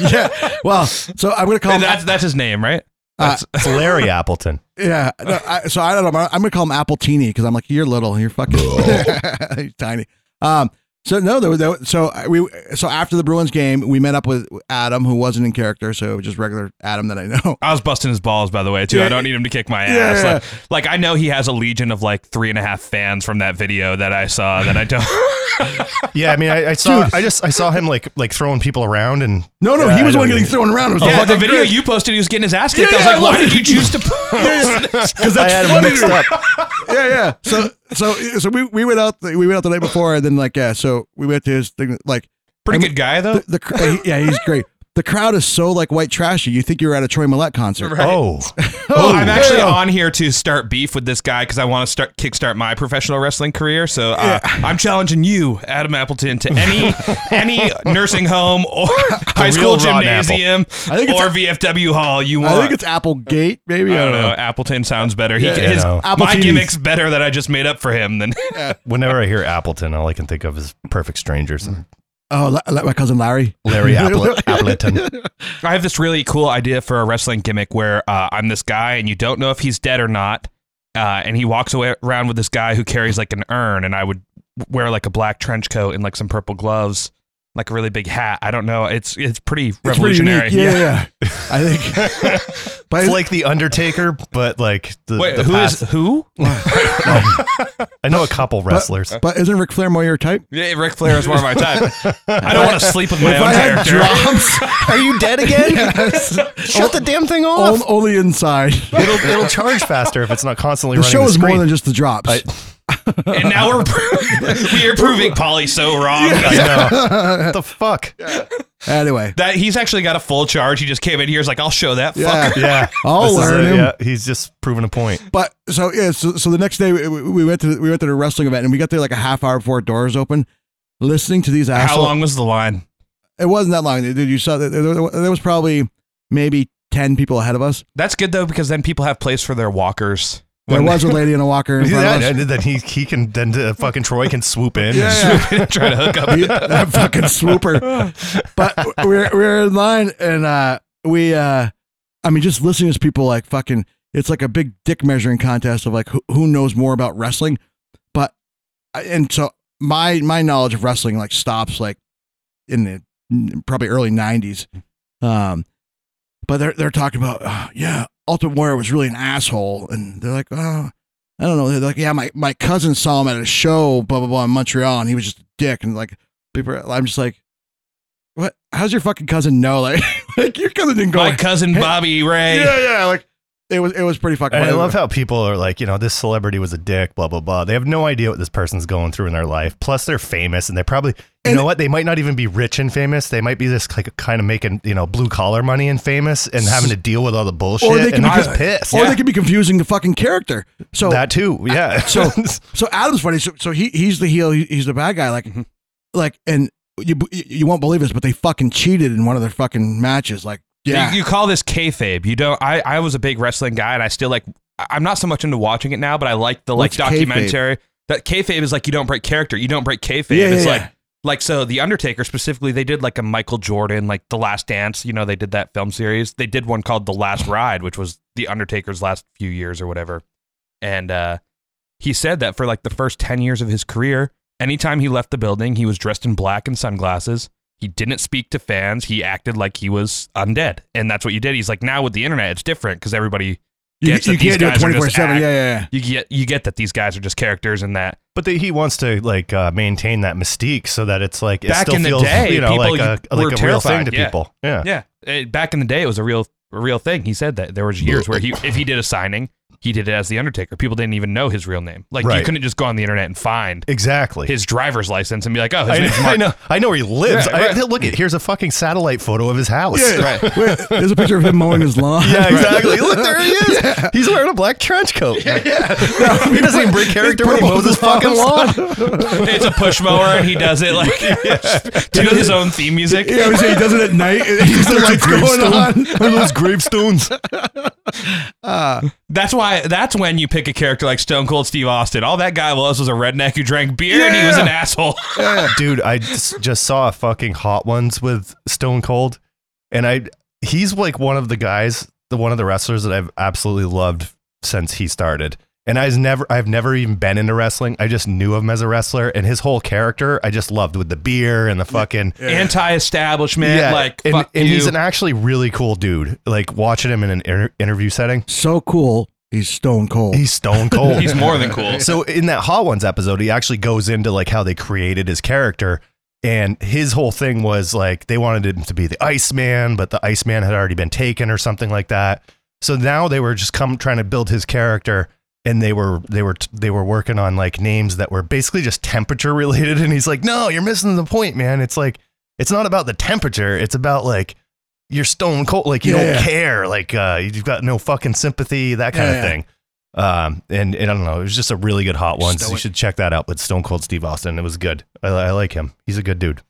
[SPEAKER 3] Yeah. Well, so I'm gonna call.
[SPEAKER 4] And
[SPEAKER 3] him-
[SPEAKER 4] that's that's his name right
[SPEAKER 3] Uh,
[SPEAKER 1] It's Larry Appleton.
[SPEAKER 3] Yeah. no, I, so I don't know. I'm gonna call him Appletini because I'm like you're little. You're fucking he's tiny. Um. So no, there, was- there, was- so I- we so after the Bruins game, we met up with Adam, who wasn't in character, so it was just regular Adam that I know.
[SPEAKER 4] i was busting his balls by the way too i don't need him to kick my
[SPEAKER 3] Yeah,
[SPEAKER 4] ass
[SPEAKER 3] yeah.
[SPEAKER 4] Like, like i know he has a legion of like three and a half fans from that video that i saw that i don't
[SPEAKER 1] Yeah, I mean, I, I saw, I just, I saw him like, like throwing people around, and
[SPEAKER 3] No, no,
[SPEAKER 1] Yeah,
[SPEAKER 3] he was
[SPEAKER 1] I
[SPEAKER 3] the one
[SPEAKER 1] know.
[SPEAKER 3] getting thrown around. It was
[SPEAKER 4] yeah
[SPEAKER 3] fucking
[SPEAKER 4] Oh, the video
[SPEAKER 3] great.
[SPEAKER 4] you posted he was getting his ass kicked
[SPEAKER 3] Yeah,
[SPEAKER 4] i was
[SPEAKER 3] yeah,
[SPEAKER 4] like why
[SPEAKER 3] like-
[SPEAKER 4] did you choose to post this?
[SPEAKER 1] I had him mixed up.
[SPEAKER 3] yeah, yeah. So so so we, we went out the, we went out the night before, and then like yeah, so we went to his thing like
[SPEAKER 4] pretty
[SPEAKER 3] I mean,
[SPEAKER 4] good guy though
[SPEAKER 3] the, the cr- yeah he's great. The crowd is so like white trashy. You think you're at a Troy Millette concert.
[SPEAKER 1] Oh,
[SPEAKER 4] Oh, I'm actually
[SPEAKER 3] yeah.
[SPEAKER 4] on here to start beef with this guy because I want to start kickstart my professional wrestling career. So uh, I'm challenging you, Adam Appleton, to any any nursing home or high school
[SPEAKER 1] real Ron Apple.
[SPEAKER 4] gymnasium
[SPEAKER 3] I think it's
[SPEAKER 4] or
[SPEAKER 3] a-
[SPEAKER 4] VFW hall you want.
[SPEAKER 3] I think it's Applegate, maybe.
[SPEAKER 4] I don't know. Appleton sounds better. He,
[SPEAKER 1] yeah,
[SPEAKER 4] his,
[SPEAKER 1] no.
[SPEAKER 4] my
[SPEAKER 3] Appletini's.
[SPEAKER 4] gimmick's better that I just made up for him than
[SPEAKER 1] whenever I hear Appleton, all I can think of is Perfect Strangers, and
[SPEAKER 3] Oh, La- La- my cousin Larry.
[SPEAKER 1] Larry Apple- Appleton.
[SPEAKER 4] I have this really cool idea for a wrestling gimmick where uh, I'm this guy and you don't know if he's dead or not. Uh, and he walks away around with this guy who carries like an urn, and I would wear like a black trench coat and like some purple gloves, like a really big hat. I don't know. It's it's pretty
[SPEAKER 3] It's pretty
[SPEAKER 4] revolutionary.
[SPEAKER 3] unique. Yeah, yeah. I think. But
[SPEAKER 1] It's like the Undertaker, but like the,
[SPEAKER 4] Wait,
[SPEAKER 1] the
[SPEAKER 4] who is
[SPEAKER 1] past-
[SPEAKER 4] who?
[SPEAKER 1] I know a couple wrestlers.
[SPEAKER 3] but isn't Ric Flair more your type?
[SPEAKER 4] Yeah, Ric Flair is more of my type. I don't want to sleep with my
[SPEAKER 3] If
[SPEAKER 4] own
[SPEAKER 3] I had
[SPEAKER 4] character.
[SPEAKER 3] drums,
[SPEAKER 1] Are you dead again? Shut the damn thing
[SPEAKER 3] on- only inside.
[SPEAKER 1] Oh, it'll, it'll charge faster if it's not constantly
[SPEAKER 3] The
[SPEAKER 1] running.
[SPEAKER 3] show
[SPEAKER 1] the
[SPEAKER 3] is more
[SPEAKER 1] screen.
[SPEAKER 3] than just the drops.
[SPEAKER 1] I-
[SPEAKER 4] and now we're we are proving Polly so wrong.
[SPEAKER 1] I know. what the fuck?
[SPEAKER 3] anyway,
[SPEAKER 4] That he's actually got a full charge. He just came in here. He's like, I'll show that fucker.
[SPEAKER 3] yeah.
[SPEAKER 1] Yeah,
[SPEAKER 3] I'll
[SPEAKER 1] This is
[SPEAKER 3] learn
[SPEAKER 1] a-
[SPEAKER 3] him.
[SPEAKER 1] Yeah, he's just proving a point.
[SPEAKER 3] But so yeah, so, so the next day we, we we went to the, we went to the wrestling event and we got there like a half hour before doors open. Listening to these assholes.
[SPEAKER 4] How long was the line?
[SPEAKER 3] It wasn't that long, dude. You saw that there, there- there was probably maybe ten people ahead of us.
[SPEAKER 4] That's good though because then people have place for their walkers.
[SPEAKER 3] There was a lady in a walker in front
[SPEAKER 1] Yeah,
[SPEAKER 3] of us.
[SPEAKER 1] and then he, he can then uh, fucking Troy can swoop in.
[SPEAKER 4] Try to hook up.
[SPEAKER 3] He- that fucking swooper. But we're we're in line and uh we uh I mean just listening to people like fucking it's like a big dick measuring contest of like who, who knows more about wrestling. But I- and so my my knowledge of wrestling like stops like in the n- probably early 90s. Um but they're they're talking about uh, yeah, Ultimate Warrior was really an asshole and they're like, "Oh, I don't know. They're like, yeah, my, my cousin saw him at a show, blah blah blah, in Montreal, and he was just a dick. And like, people, are- I'm just like, what? How's your fucking cousin know? Like, like your cousin didn't go.
[SPEAKER 4] My
[SPEAKER 3] like,
[SPEAKER 4] cousin Bobby Ray.
[SPEAKER 3] yeah, yeah. Like, it was it was pretty fucking.
[SPEAKER 1] And I
[SPEAKER 3] funny.
[SPEAKER 1] love how people are like, you know, this celebrity was a dick, blah blah blah. They have no idea what this person's going through in their life. Plus, they're famous, and they probably, you
[SPEAKER 3] And-
[SPEAKER 1] know, what they might not even be rich and famous. They might be this like kind of making, you know, blue collar money and famous, and having to deal with all the bullshit.
[SPEAKER 3] or they can
[SPEAKER 1] and
[SPEAKER 3] be
[SPEAKER 1] I'm just
[SPEAKER 3] con-
[SPEAKER 1] pissed.
[SPEAKER 3] or they could be confusing the fucking character. So
[SPEAKER 1] that too, yeah.
[SPEAKER 3] so so Adam's funny. So so he he's the heel. he- He's the bad guy. Like
[SPEAKER 4] Mm-hmm.
[SPEAKER 3] like and you you won't believe this, but they fucking cheated in one of their fucking matches. Like yeah.
[SPEAKER 4] You, you call this kayfabe. You don't. I, I was a big wrestling guy, and I still like. I- I'm not so much into watching it now, but I like the like
[SPEAKER 3] What's kayfabe?
[SPEAKER 4] documentary. That kayfabe is like you don't break character. You don't break kayfabe.
[SPEAKER 3] Yeah, yeah,
[SPEAKER 4] it's
[SPEAKER 3] yeah.
[SPEAKER 4] like like so the Undertaker specifically. They did like a Michael Jordan, like The Last Dance. You know, they did that film series. They did one called The Last Ride, which was the Undertaker's last few years or whatever. And uh, he said that for like the first ten years of his career, anytime he left the building, he was dressed in black and sunglasses. He didn't speak to fans. He acted like he was undead, and that's what you did. He's like, now with the internet, it's different because everybody
[SPEAKER 3] you,
[SPEAKER 4] gets that
[SPEAKER 3] you
[SPEAKER 4] these
[SPEAKER 3] can't do it
[SPEAKER 4] guys are just
[SPEAKER 3] twenty four seven.
[SPEAKER 4] act-
[SPEAKER 3] Yeah, yeah, yeah.
[SPEAKER 4] you get you get that these guys are just characters, and that
[SPEAKER 1] but they, he wants to like uh, maintain that mystique so that it's like it
[SPEAKER 4] Back
[SPEAKER 1] still
[SPEAKER 4] in the
[SPEAKER 1] feels,
[SPEAKER 4] day,
[SPEAKER 1] you know,
[SPEAKER 4] people
[SPEAKER 1] like a
[SPEAKER 4] were
[SPEAKER 1] like a real thing
[SPEAKER 4] terrified,
[SPEAKER 1] to
[SPEAKER 4] yeah.
[SPEAKER 1] people. Yeah.
[SPEAKER 4] yeah. eh, back in the day, it was a real a real thing. He said that there was years where he if he did a signing, he did it as the Undertaker. People didn't even know his real name. Like
[SPEAKER 1] Right.
[SPEAKER 4] you couldn't just go on the internet and find
[SPEAKER 1] exactly.
[SPEAKER 4] his driver's license and be like, oh, his
[SPEAKER 1] I know,
[SPEAKER 4] name's
[SPEAKER 1] I
[SPEAKER 4] Mark.
[SPEAKER 1] know, I know where he lives.
[SPEAKER 4] Yeah,
[SPEAKER 1] I-
[SPEAKER 4] right.
[SPEAKER 1] look at here's a fucking satellite photo of his house.
[SPEAKER 4] Right.
[SPEAKER 3] Wait, there's a picture of him mowing his lawn.
[SPEAKER 1] Yeah, exactly. Look, there he is. He's wearing a black trench coat. he doesn't even bring character when he
[SPEAKER 3] purple
[SPEAKER 1] mows his fucking lawn.
[SPEAKER 4] it's a push mower, and he does it like to his own theme music.
[SPEAKER 3] Yeah, we say he does it at night. He's the light going on.
[SPEAKER 1] One of those gravestones.
[SPEAKER 4] That's why. That's when you pick a character like Stone Cold Steve Austin. All that guy was was a redneck who drank beer and he was an asshole.
[SPEAKER 1] Dude, I just, just saw a fucking hot ones with Stone Cold, and I he's like one of the guys, the one of the wrestlers that I've absolutely loved since he started. And I've never, I've never even been into wrestling. I just knew him as a wrestler, and his whole character, I just loved with the beer and the fucking.
[SPEAKER 4] Anti-establishment, like
[SPEAKER 1] and,
[SPEAKER 4] fuck
[SPEAKER 1] and
[SPEAKER 4] you.
[SPEAKER 1] he's an actually really cool dude. Like watching him in an inter- interview setting,
[SPEAKER 3] So cool. He's stone cold.
[SPEAKER 1] he's stone cold.
[SPEAKER 4] He's more than cool.
[SPEAKER 1] so in that Hot Ones episode, he actually goes into like how they created his character. And his whole thing was like they wanted him to be the Iceman, but the Iceman had already been taken or something like that. So now they were just come trying to build his character and they were they were they were working on like names that were basically just temperature related and he's like, "No, you're missing the point, man. It's like it's not about the temperature, it's about like you're stone cold like you
[SPEAKER 3] Yeah.
[SPEAKER 1] don't care, like uh you've got no fucking sympathy, that kind
[SPEAKER 3] Yeah,
[SPEAKER 1] of
[SPEAKER 3] yeah.
[SPEAKER 1] thing." Um, and, and I don't know, it was just a really good hot one. So you
[SPEAKER 3] Stoic.
[SPEAKER 1] should check that out. But Stone Cold Steve Austin, it was good. I, I like him. He's a good dude.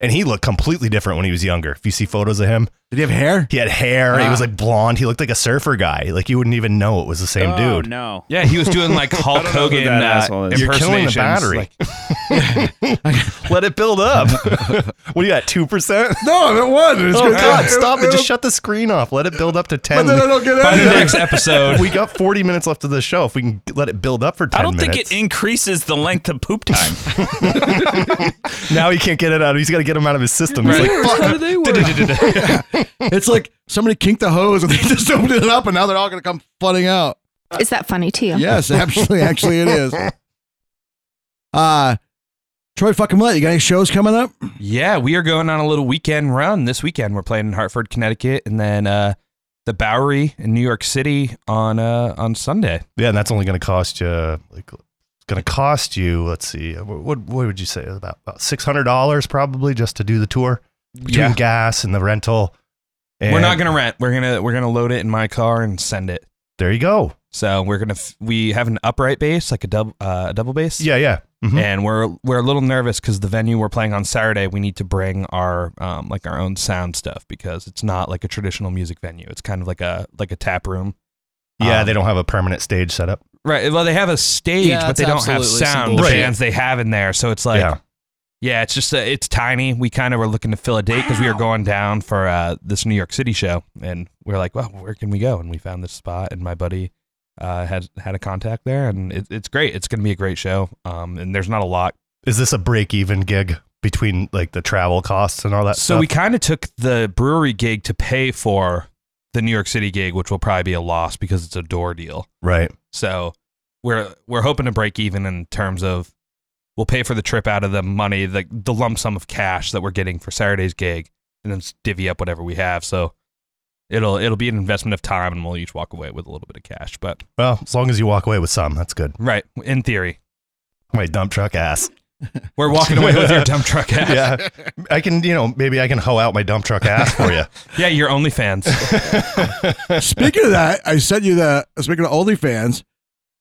[SPEAKER 1] And he looked completely different when he was younger. If you see photos of him,
[SPEAKER 3] Did he have hair?
[SPEAKER 1] he had hair. he
[SPEAKER 6] Ah.
[SPEAKER 1] was like blonde. He looked like a surfer guy. Like you wouldn't even know it was the same
[SPEAKER 6] Oh,
[SPEAKER 1] dude.
[SPEAKER 6] No.
[SPEAKER 4] yeah, he was doing like
[SPEAKER 6] don't
[SPEAKER 4] Hulk
[SPEAKER 6] know who
[SPEAKER 4] Hogan
[SPEAKER 6] that
[SPEAKER 4] uh,
[SPEAKER 6] asshole is.
[SPEAKER 1] You're killing the
[SPEAKER 4] impersonations.
[SPEAKER 1] battery.
[SPEAKER 4] Like,
[SPEAKER 1] Let it build up. what do you got? Two percent?
[SPEAKER 3] No, it was. It's
[SPEAKER 1] Oh
[SPEAKER 3] good.
[SPEAKER 1] God! Stop it! Just shut the screen off. Let it build up to
[SPEAKER 3] But
[SPEAKER 1] ten.
[SPEAKER 3] then I don't get
[SPEAKER 4] by the
[SPEAKER 3] it.
[SPEAKER 4] next episode,
[SPEAKER 1] We got forty minutes left of the show. If we can let it build up for ten
[SPEAKER 6] I don't
[SPEAKER 1] minutes,
[SPEAKER 6] think it increases the length of poop time.
[SPEAKER 1] now he can't get it out. He's got to get him out of his system. He's
[SPEAKER 4] Right.
[SPEAKER 1] like, "Fuck."
[SPEAKER 3] It's like somebody kinked the hose and they just opened it up and now they're all going to come flooding out.
[SPEAKER 2] Is that funny to you?
[SPEAKER 3] Yes, actually, actually it is. Uh, Troy fucking Millett, you got any shows coming up?
[SPEAKER 4] yeah, we are going on a little weekend run this weekend. We're playing in Hartford, Connecticut, and then uh, the Bowery in New York City on uh, on Sunday.
[SPEAKER 1] Yeah, and that's only going to cost you like it's going to cost you. Let's see, what what, what would you say about, about six hundred dollars probably just to do the tour between
[SPEAKER 4] Yeah.
[SPEAKER 1] gas and the rental. And
[SPEAKER 4] We're not gonna rent. We're gonna we're gonna load it in my car and send it.
[SPEAKER 1] There you go.
[SPEAKER 4] So we're gonna f- we have an upright bass, like a double uh, a double bass.
[SPEAKER 1] Yeah, yeah. Mhm.
[SPEAKER 4] And we're we're a little nervous because the venue we're playing on Saturday, we need to bring our um, like our own sound stuff because it's not like a traditional music venue. It's kind of like a like a tap room,
[SPEAKER 1] Yeah, they don't have a permanent stage set up.
[SPEAKER 4] Right. Well, they have a stage,
[SPEAKER 7] Yeah,
[SPEAKER 4] but they don't
[SPEAKER 7] that's
[SPEAKER 4] have
[SPEAKER 7] absolutely some
[SPEAKER 4] sound. The
[SPEAKER 1] bullshit.
[SPEAKER 4] bands they have in there, so it's like,
[SPEAKER 1] Yeah.
[SPEAKER 4] yeah, it's just uh it's tiny. We kind of were looking to fill a date because we were going down for uh, this New York City show, and we were like, well, where can we go? And we found this spot, and my buddy uh, had had a contact there, and it, it's great. It's going to be a great show. Um, and there's not a lot
[SPEAKER 1] Is this a break even gig between like the travel costs and all that
[SPEAKER 4] So
[SPEAKER 1] stuff?
[SPEAKER 4] we kind of took the brewery gig to pay for the New York City gig, which will probably be a loss because it's a door deal.
[SPEAKER 1] right.
[SPEAKER 4] So we're we're hoping to break even in terms of we'll pay for the trip out of the money, the the lump sum of cash that we're getting for Saturday's gig, and then s- divvy up whatever we have. So it'll it'll be an investment of time, and we'll each walk away with a little bit of cash. But
[SPEAKER 1] Well, as long as you walk away with some, that's good.
[SPEAKER 4] right, in theory,
[SPEAKER 1] My dump truck ass.
[SPEAKER 4] we're walking away with your dump truck ass. Yeah,
[SPEAKER 1] Yeah, I can. You know, maybe I can hoe out my dump truck ass for you.
[SPEAKER 4] yeah your OnlyFans.
[SPEAKER 3] Speaking of that, I sent you the uh, speaking of OnlyFans,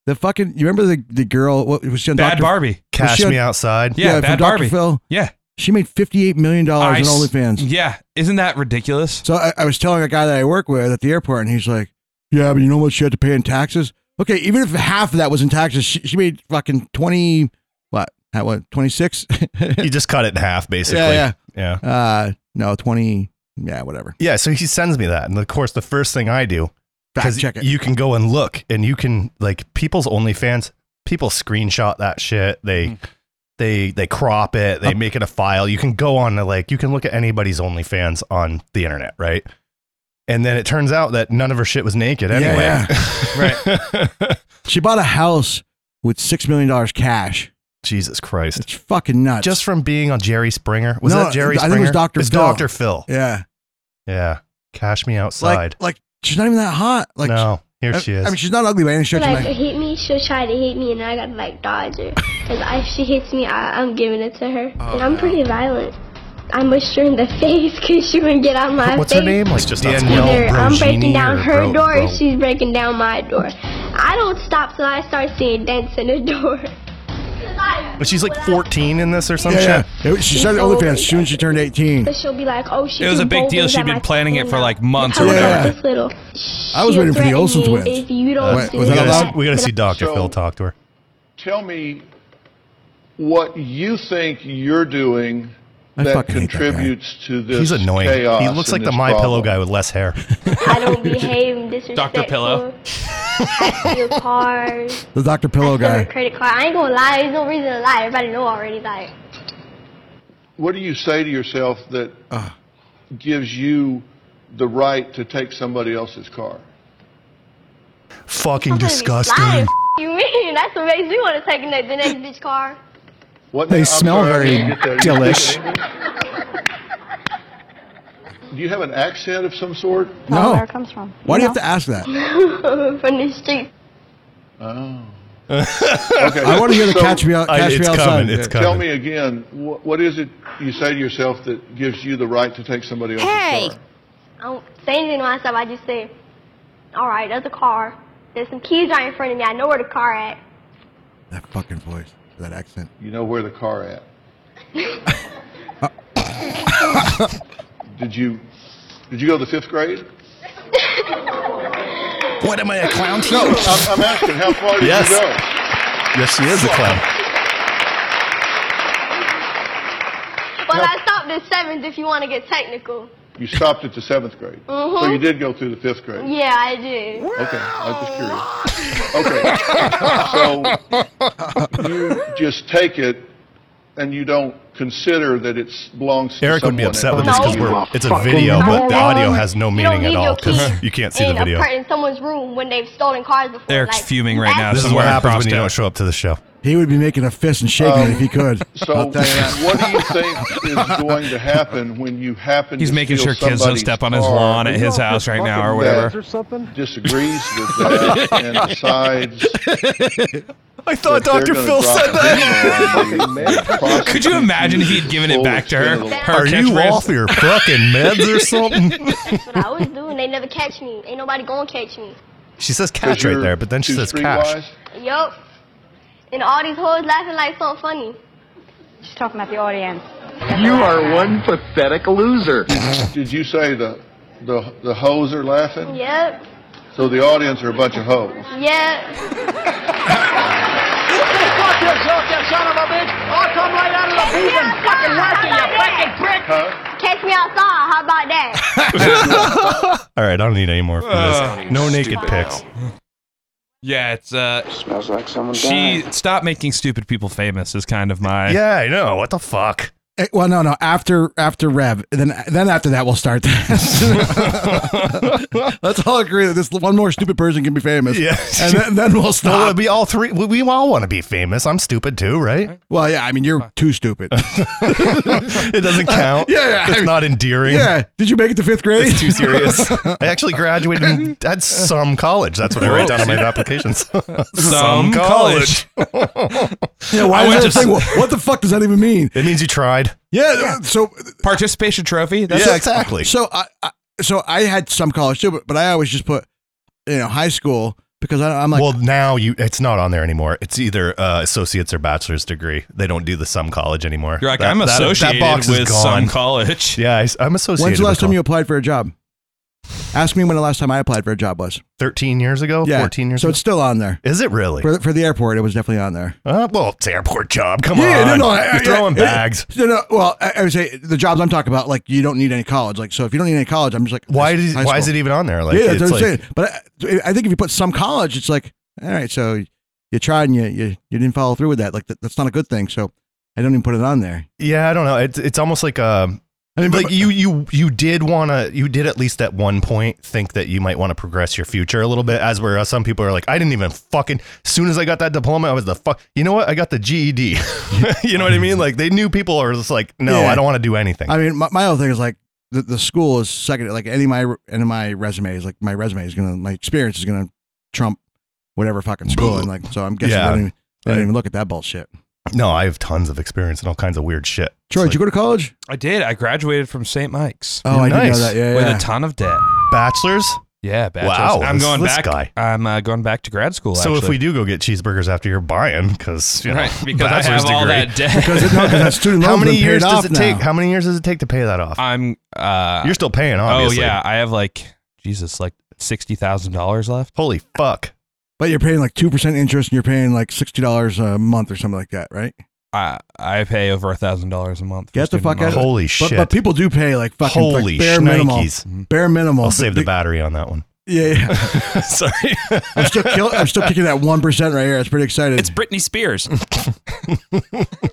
[SPEAKER 3] the fucking you remember the, the girl what was she on
[SPEAKER 4] Bad
[SPEAKER 3] Dr.
[SPEAKER 4] Barbie.
[SPEAKER 1] Cash
[SPEAKER 3] Well,
[SPEAKER 1] me outside.
[SPEAKER 4] Yeah,
[SPEAKER 3] from
[SPEAKER 4] Bad
[SPEAKER 3] Dr.
[SPEAKER 4] Barbie.
[SPEAKER 3] Phil.
[SPEAKER 4] Yeah.
[SPEAKER 3] She made fifty eight million dollars
[SPEAKER 4] I
[SPEAKER 3] in
[SPEAKER 4] s-
[SPEAKER 3] OnlyFans.
[SPEAKER 4] Yeah, isn't that ridiculous?
[SPEAKER 3] So I, I was telling a guy that I work with at the airport, and he's like, "Yeah, but you know what she had to pay in taxes? Okay, even if half of that was in taxes, she, she made fucking twenty what? How what? Twenty six?
[SPEAKER 1] You just cut it in half, basically.
[SPEAKER 3] yeah.
[SPEAKER 1] yeah.
[SPEAKER 3] Uh, no, twenty. Yeah, whatever.
[SPEAKER 1] Yeah, so he sends me that, and of course, the first thing I do
[SPEAKER 3] Fact check it.
[SPEAKER 1] you can go and look, and you can like people's OnlyFans. People screenshot that shit. They
[SPEAKER 3] Mm.
[SPEAKER 1] they they crop it.
[SPEAKER 3] Oh.
[SPEAKER 1] They make it a file. You can go on to like you can look at anybody's OnlyFans on the internet, right? And then it turns out that none of her shit was naked
[SPEAKER 3] Yeah,
[SPEAKER 1] anyway. right.
[SPEAKER 3] she bought a house with six million dollars cash.
[SPEAKER 1] Jesus Christ.
[SPEAKER 3] It's fucking nuts.
[SPEAKER 1] Just from being on Jerry Springer. Was
[SPEAKER 3] No,
[SPEAKER 1] that Jerry
[SPEAKER 3] I
[SPEAKER 1] Springer?
[SPEAKER 3] think it was Dr.
[SPEAKER 1] It's
[SPEAKER 3] Phil.
[SPEAKER 1] Dr. Phil.
[SPEAKER 3] yeah,
[SPEAKER 1] Yeah. Cash me
[SPEAKER 3] like
[SPEAKER 1] outside.
[SPEAKER 3] like she's not even that hot. Like
[SPEAKER 1] no, here
[SPEAKER 3] I,
[SPEAKER 1] she is.
[SPEAKER 3] I mean, she's not ugly by any stretch. of
[SPEAKER 8] like
[SPEAKER 3] my-
[SPEAKER 8] hit me, she'll try to hit me, and I gotta like dodge her. Cause I, if she hits me, I, I'm giving it to her. and I'm pretty violent. I mushed her in the face cause she wouldn't get out my
[SPEAKER 1] What's
[SPEAKER 8] face.
[SPEAKER 1] her name? Like just Danielle
[SPEAKER 8] Either I'm
[SPEAKER 1] Brogini
[SPEAKER 8] breaking down
[SPEAKER 1] or
[SPEAKER 8] her
[SPEAKER 1] Bro-
[SPEAKER 8] door,
[SPEAKER 1] Bro-
[SPEAKER 8] or she's breaking down my door. I don't stop till I start seeing dents in the door.
[SPEAKER 1] But she's like 14 in this or some
[SPEAKER 3] yeah, yeah.
[SPEAKER 1] shit.
[SPEAKER 3] It was- she started
[SPEAKER 8] Oh my
[SPEAKER 3] OnlyFans soon as she turned eighteen.
[SPEAKER 8] But she'll be like, oh, she
[SPEAKER 4] It was a
[SPEAKER 8] threw
[SPEAKER 4] big
[SPEAKER 8] both
[SPEAKER 4] deal.
[SPEAKER 8] things
[SPEAKER 4] She'd
[SPEAKER 8] at
[SPEAKER 4] been
[SPEAKER 8] my
[SPEAKER 4] planning
[SPEAKER 8] face
[SPEAKER 4] it for,
[SPEAKER 8] now.
[SPEAKER 4] like, months
[SPEAKER 3] or
[SPEAKER 8] How
[SPEAKER 3] whatever.
[SPEAKER 8] about This little.
[SPEAKER 3] I was
[SPEAKER 8] She'll
[SPEAKER 3] waiting for the
[SPEAKER 8] threaten
[SPEAKER 3] Olsen
[SPEAKER 8] me
[SPEAKER 3] twins.
[SPEAKER 8] If you
[SPEAKER 3] Uh,
[SPEAKER 8] don't
[SPEAKER 3] wait,
[SPEAKER 8] see
[SPEAKER 3] was
[SPEAKER 1] We
[SPEAKER 3] that
[SPEAKER 8] me,
[SPEAKER 3] allowed?
[SPEAKER 1] gotta,
[SPEAKER 8] like,
[SPEAKER 1] we gotta see Dr.
[SPEAKER 9] So-
[SPEAKER 1] Phil talk to her.
[SPEAKER 9] Tell me what you think you're doing
[SPEAKER 3] I
[SPEAKER 9] that
[SPEAKER 3] fucking hate that guy.
[SPEAKER 9] contributes to this
[SPEAKER 1] He's annoying.
[SPEAKER 9] chaos.
[SPEAKER 1] He looks
[SPEAKER 9] and
[SPEAKER 1] like the
[SPEAKER 9] this
[SPEAKER 1] My Pillow
[SPEAKER 9] problem.
[SPEAKER 1] guy with less hair.
[SPEAKER 8] I don't behave disrespectful.
[SPEAKER 4] Pillow.
[SPEAKER 8] I steal cars.
[SPEAKER 3] The Dr. Pillow
[SPEAKER 8] steal
[SPEAKER 3] guy.
[SPEAKER 8] a credit card. I ain't gonna lie. There's no reason to lie. Everybody know already. Like,
[SPEAKER 9] What do you say to yourself that gives you the right to take somebody else's car?
[SPEAKER 1] Fucking
[SPEAKER 8] I'm gonna be
[SPEAKER 1] disgusting.
[SPEAKER 8] lying. You mean that's what makes me want to take the, the next bitch car?
[SPEAKER 9] What
[SPEAKER 7] They
[SPEAKER 9] I'm
[SPEAKER 7] smell
[SPEAKER 9] sorry, I
[SPEAKER 7] very
[SPEAKER 9] didn't get that. Are you
[SPEAKER 7] delish.
[SPEAKER 9] speaking English? Do you have an accent of some sort?
[SPEAKER 3] No.
[SPEAKER 8] comes from.
[SPEAKER 3] Why do you have to ask that?
[SPEAKER 8] from the street.
[SPEAKER 9] Oh. okay.
[SPEAKER 3] I want to hear the
[SPEAKER 9] so
[SPEAKER 3] catch me out.
[SPEAKER 1] I-
[SPEAKER 3] Catch me
[SPEAKER 1] it's
[SPEAKER 3] outside.
[SPEAKER 1] coming. It's
[SPEAKER 3] Yeah.
[SPEAKER 9] Tell
[SPEAKER 1] coming.
[SPEAKER 9] me again, wh- what is it you say to yourself that gives you the right to take somebody else's
[SPEAKER 2] Hey.
[SPEAKER 9] car?
[SPEAKER 8] I don't say anything to myself. I just say, all right, there's a car. There's some keys right in front of me. I know where the car at.
[SPEAKER 3] That fucking voice, that accent.
[SPEAKER 9] You know where the car at. did you did you go to the fifth grade?
[SPEAKER 1] What am I, a clown to
[SPEAKER 9] I'm, I'm asking how far did
[SPEAKER 1] Yes.
[SPEAKER 9] you go?
[SPEAKER 1] Yes, she is a clown.
[SPEAKER 8] Well, I stopped at seventh if you want to get technical.
[SPEAKER 9] You stopped at the seventh grade. So
[SPEAKER 8] Mhm.
[SPEAKER 9] you did go through the fifth grade.
[SPEAKER 8] Yeah, I did.
[SPEAKER 9] Okay, I was just curious. Okay, so you just take it and you don't consider that it belongs to
[SPEAKER 1] Eric would be
[SPEAKER 9] someone
[SPEAKER 1] upset
[SPEAKER 9] else.
[SPEAKER 1] with this because
[SPEAKER 8] No.
[SPEAKER 1] we're it's a video, but the audio has no meaning at all because you can't see the
[SPEAKER 8] in
[SPEAKER 1] video.
[SPEAKER 8] A part in someone's room when they've stolen cars before.
[SPEAKER 4] Eric's
[SPEAKER 8] like,
[SPEAKER 4] fuming right
[SPEAKER 8] that's-
[SPEAKER 4] now.
[SPEAKER 1] This is
[SPEAKER 4] Somewhere
[SPEAKER 1] what happens when
[SPEAKER 4] crossed
[SPEAKER 1] you
[SPEAKER 4] out.
[SPEAKER 1] don't show up to the show.
[SPEAKER 3] He would be making a fist and shaking it if he could.
[SPEAKER 9] Um, So
[SPEAKER 3] I'll tell you that.
[SPEAKER 9] what do you think is going to happen when you happen
[SPEAKER 4] He's
[SPEAKER 9] to
[SPEAKER 4] making
[SPEAKER 9] steal
[SPEAKER 4] sure kids don't
[SPEAKER 9] somebody's
[SPEAKER 4] step on his
[SPEAKER 9] car
[SPEAKER 4] lawn at his house right now or whatever.
[SPEAKER 9] that disagrees with that and decides
[SPEAKER 1] I thought
[SPEAKER 9] that they're gonna drop the ball and the prosecution
[SPEAKER 4] Could you imagine if he'd given it
[SPEAKER 9] full
[SPEAKER 4] back to her?
[SPEAKER 9] extent of the-
[SPEAKER 4] Her
[SPEAKER 1] Are you
[SPEAKER 4] catchphrase-
[SPEAKER 1] off your fucking meds or something?
[SPEAKER 8] That's what I always do, and they never catch me. Ain't nobody gonna catch me.
[SPEAKER 1] She says
[SPEAKER 9] Because
[SPEAKER 1] cash right
[SPEAKER 9] you're
[SPEAKER 1] there, but then she
[SPEAKER 9] too
[SPEAKER 1] says cash.
[SPEAKER 9] streetwise?
[SPEAKER 8] Yup. And all these hoes laughing like something funny. She's talking about the audience.
[SPEAKER 10] You are one pathetic loser.
[SPEAKER 9] Did you say the the the hoes are laughing?
[SPEAKER 8] Yep.
[SPEAKER 9] So the audience are a bunch of hoes.
[SPEAKER 8] Yeah.
[SPEAKER 5] Fuck yourself, you son of a bitch! I'll come right out of the
[SPEAKER 8] Take me
[SPEAKER 5] booth and
[SPEAKER 8] outside,
[SPEAKER 5] fucking whack you, you
[SPEAKER 8] how about
[SPEAKER 5] fucking
[SPEAKER 9] Huh?
[SPEAKER 5] prick!
[SPEAKER 8] that? Catch me outside. How about that?
[SPEAKER 1] All right, I don't need any more from this. No naked pics.
[SPEAKER 4] Yeah, it's uh,
[SPEAKER 7] Smells like someone
[SPEAKER 4] she stop making stupid people famous is kind of my
[SPEAKER 1] Yeah, I know. What the fuck?
[SPEAKER 3] Eh, well, no, no. After after Rev, then then after that we'll start this. Let's all agree that this one more stupid person can be famous.
[SPEAKER 1] Yeah.
[SPEAKER 3] and then, then we'll
[SPEAKER 1] Well,
[SPEAKER 3] stop.
[SPEAKER 1] it'd be all three. We, we all want to be famous. I'm stupid too, right?
[SPEAKER 3] Well, yeah. I mean, you're too stupid.
[SPEAKER 1] It doesn't count.
[SPEAKER 3] Yeah, yeah, I
[SPEAKER 1] it's
[SPEAKER 3] mean-
[SPEAKER 1] not endearing.
[SPEAKER 3] yeah. Did you make it to fifth grade?
[SPEAKER 1] It's too serious. I actually graduated and had some college. That's what I write down on my applications.
[SPEAKER 4] some college.
[SPEAKER 3] yeah. Why
[SPEAKER 4] I
[SPEAKER 3] is that
[SPEAKER 4] went to
[SPEAKER 3] a thing?
[SPEAKER 4] s-
[SPEAKER 3] What, what the fuck does that even mean?
[SPEAKER 1] It means you tried.
[SPEAKER 3] Yeah. uh, So
[SPEAKER 4] participation trophy. That's
[SPEAKER 1] yeah, exactly.
[SPEAKER 3] so I, I so I had some college too, but, but I always just put you know high school because I, I'm like
[SPEAKER 1] well, now you it's not on there anymore. It's either uh, associate's or bachelor's degree. They don't do the some college anymore.
[SPEAKER 4] You're like
[SPEAKER 1] That-
[SPEAKER 4] I'm
[SPEAKER 1] that-
[SPEAKER 4] associated
[SPEAKER 1] that box is
[SPEAKER 4] with
[SPEAKER 1] gone.
[SPEAKER 4] some college.
[SPEAKER 1] Yeah, I, am associated.
[SPEAKER 3] When's the
[SPEAKER 1] with
[SPEAKER 3] last time
[SPEAKER 1] col-
[SPEAKER 3] you applied for a job? Ask me when the last time I applied for a job was.
[SPEAKER 1] 13 years ago? 14 Oh, years
[SPEAKER 3] So
[SPEAKER 1] ago?
[SPEAKER 3] it's still on there.
[SPEAKER 1] Is it really?
[SPEAKER 3] For, for the airport, it was definitely on there.
[SPEAKER 1] Uh, well, it's airport job. Come on. You're
[SPEAKER 3] I-
[SPEAKER 1] throwing
[SPEAKER 3] I-
[SPEAKER 1] bags.
[SPEAKER 3] No, no. Well, I, I would say the jobs I'm talking about, like you don't need any college. Like, so if you don't need any college, I'm just like,
[SPEAKER 1] why
[SPEAKER 3] high
[SPEAKER 1] did,
[SPEAKER 3] school.
[SPEAKER 1] why is it even on there? Like,
[SPEAKER 3] yeah, that's
[SPEAKER 1] it's
[SPEAKER 3] what I'm
[SPEAKER 1] like-
[SPEAKER 3] saying. But I, I think if you put some college, it's like, all right, so you tried and you you, you didn't follow through with that. Like that, that's not a good thing. So I don't even put it on there.
[SPEAKER 1] yeah, I don't know. It's it's almost like um,
[SPEAKER 3] I mean,
[SPEAKER 1] like you you you did want to you did at least at one point think that you might want to progress your future a little bit as where uh, some people are like I didn't even fucking as soon as I got that diploma I was the fuck you know what I got the GED you know what I mean like they knew people are just like no
[SPEAKER 3] Yeah.
[SPEAKER 1] I don't want to do anything
[SPEAKER 3] I mean, my, my whole thing is like the, the school is second. Like any of my any of my resume is like my resume is gonna my experience is gonna trump whatever fucking school. And like so, I'm guessing
[SPEAKER 1] Yeah.
[SPEAKER 3] I don't, even, I
[SPEAKER 1] Right.
[SPEAKER 3] don't even look at that bullshit.
[SPEAKER 1] no I have tons of experience and all kinds of weird shit
[SPEAKER 3] Troy,
[SPEAKER 1] It's
[SPEAKER 3] did you go to college?
[SPEAKER 4] I did. I graduated from St. Mike's
[SPEAKER 3] Oh, I didn't
[SPEAKER 1] nice.
[SPEAKER 3] know that. Yeah,
[SPEAKER 4] with
[SPEAKER 3] yeah.
[SPEAKER 4] a ton of debt.
[SPEAKER 1] like bachelors
[SPEAKER 4] Yeah, bachelor's.
[SPEAKER 1] Wow,
[SPEAKER 4] I'm
[SPEAKER 1] this-
[SPEAKER 4] going
[SPEAKER 1] this
[SPEAKER 4] back.
[SPEAKER 1] guy.
[SPEAKER 4] I'm uh, going back to grad school.
[SPEAKER 1] so if
[SPEAKER 4] actually.
[SPEAKER 1] we do go get cheeseburgers after you're buying because you know
[SPEAKER 4] right because I
[SPEAKER 1] bachelor's
[SPEAKER 4] have all
[SPEAKER 1] degree.
[SPEAKER 4] that debt.
[SPEAKER 3] Because no, 'cause that student
[SPEAKER 1] how
[SPEAKER 3] loan's
[SPEAKER 1] many
[SPEAKER 3] been paid
[SPEAKER 1] years does
[SPEAKER 3] off
[SPEAKER 1] it
[SPEAKER 3] now.
[SPEAKER 1] take how many years does it take to pay that off
[SPEAKER 4] I'm. Uh,
[SPEAKER 1] you're still paying
[SPEAKER 4] oh
[SPEAKER 1] obviously
[SPEAKER 4] yeah, I have like Jesus, like sixty thousand dollars left.
[SPEAKER 1] holy fuck
[SPEAKER 3] But you're paying like two percent interest, and you're paying like sixty dollars a month or something like that, right?
[SPEAKER 4] I I pay over a thousand dollars a month. for
[SPEAKER 3] Get the
[SPEAKER 4] student
[SPEAKER 3] fuck
[SPEAKER 4] loans.
[SPEAKER 3] out of-
[SPEAKER 1] holy
[SPEAKER 3] But,
[SPEAKER 1] shit
[SPEAKER 3] but people do pay like fucking like,
[SPEAKER 1] Holy
[SPEAKER 3] bare minimum,
[SPEAKER 1] shnikes.
[SPEAKER 3] bare minimum.
[SPEAKER 1] I'll save the
[SPEAKER 3] Be-
[SPEAKER 1] battery on that one.
[SPEAKER 3] Yeah, yeah.
[SPEAKER 1] Sorry.
[SPEAKER 3] I'm still kill- I'm still kicking that one percent right here. It's pretty excited.
[SPEAKER 6] It's Britney Spears.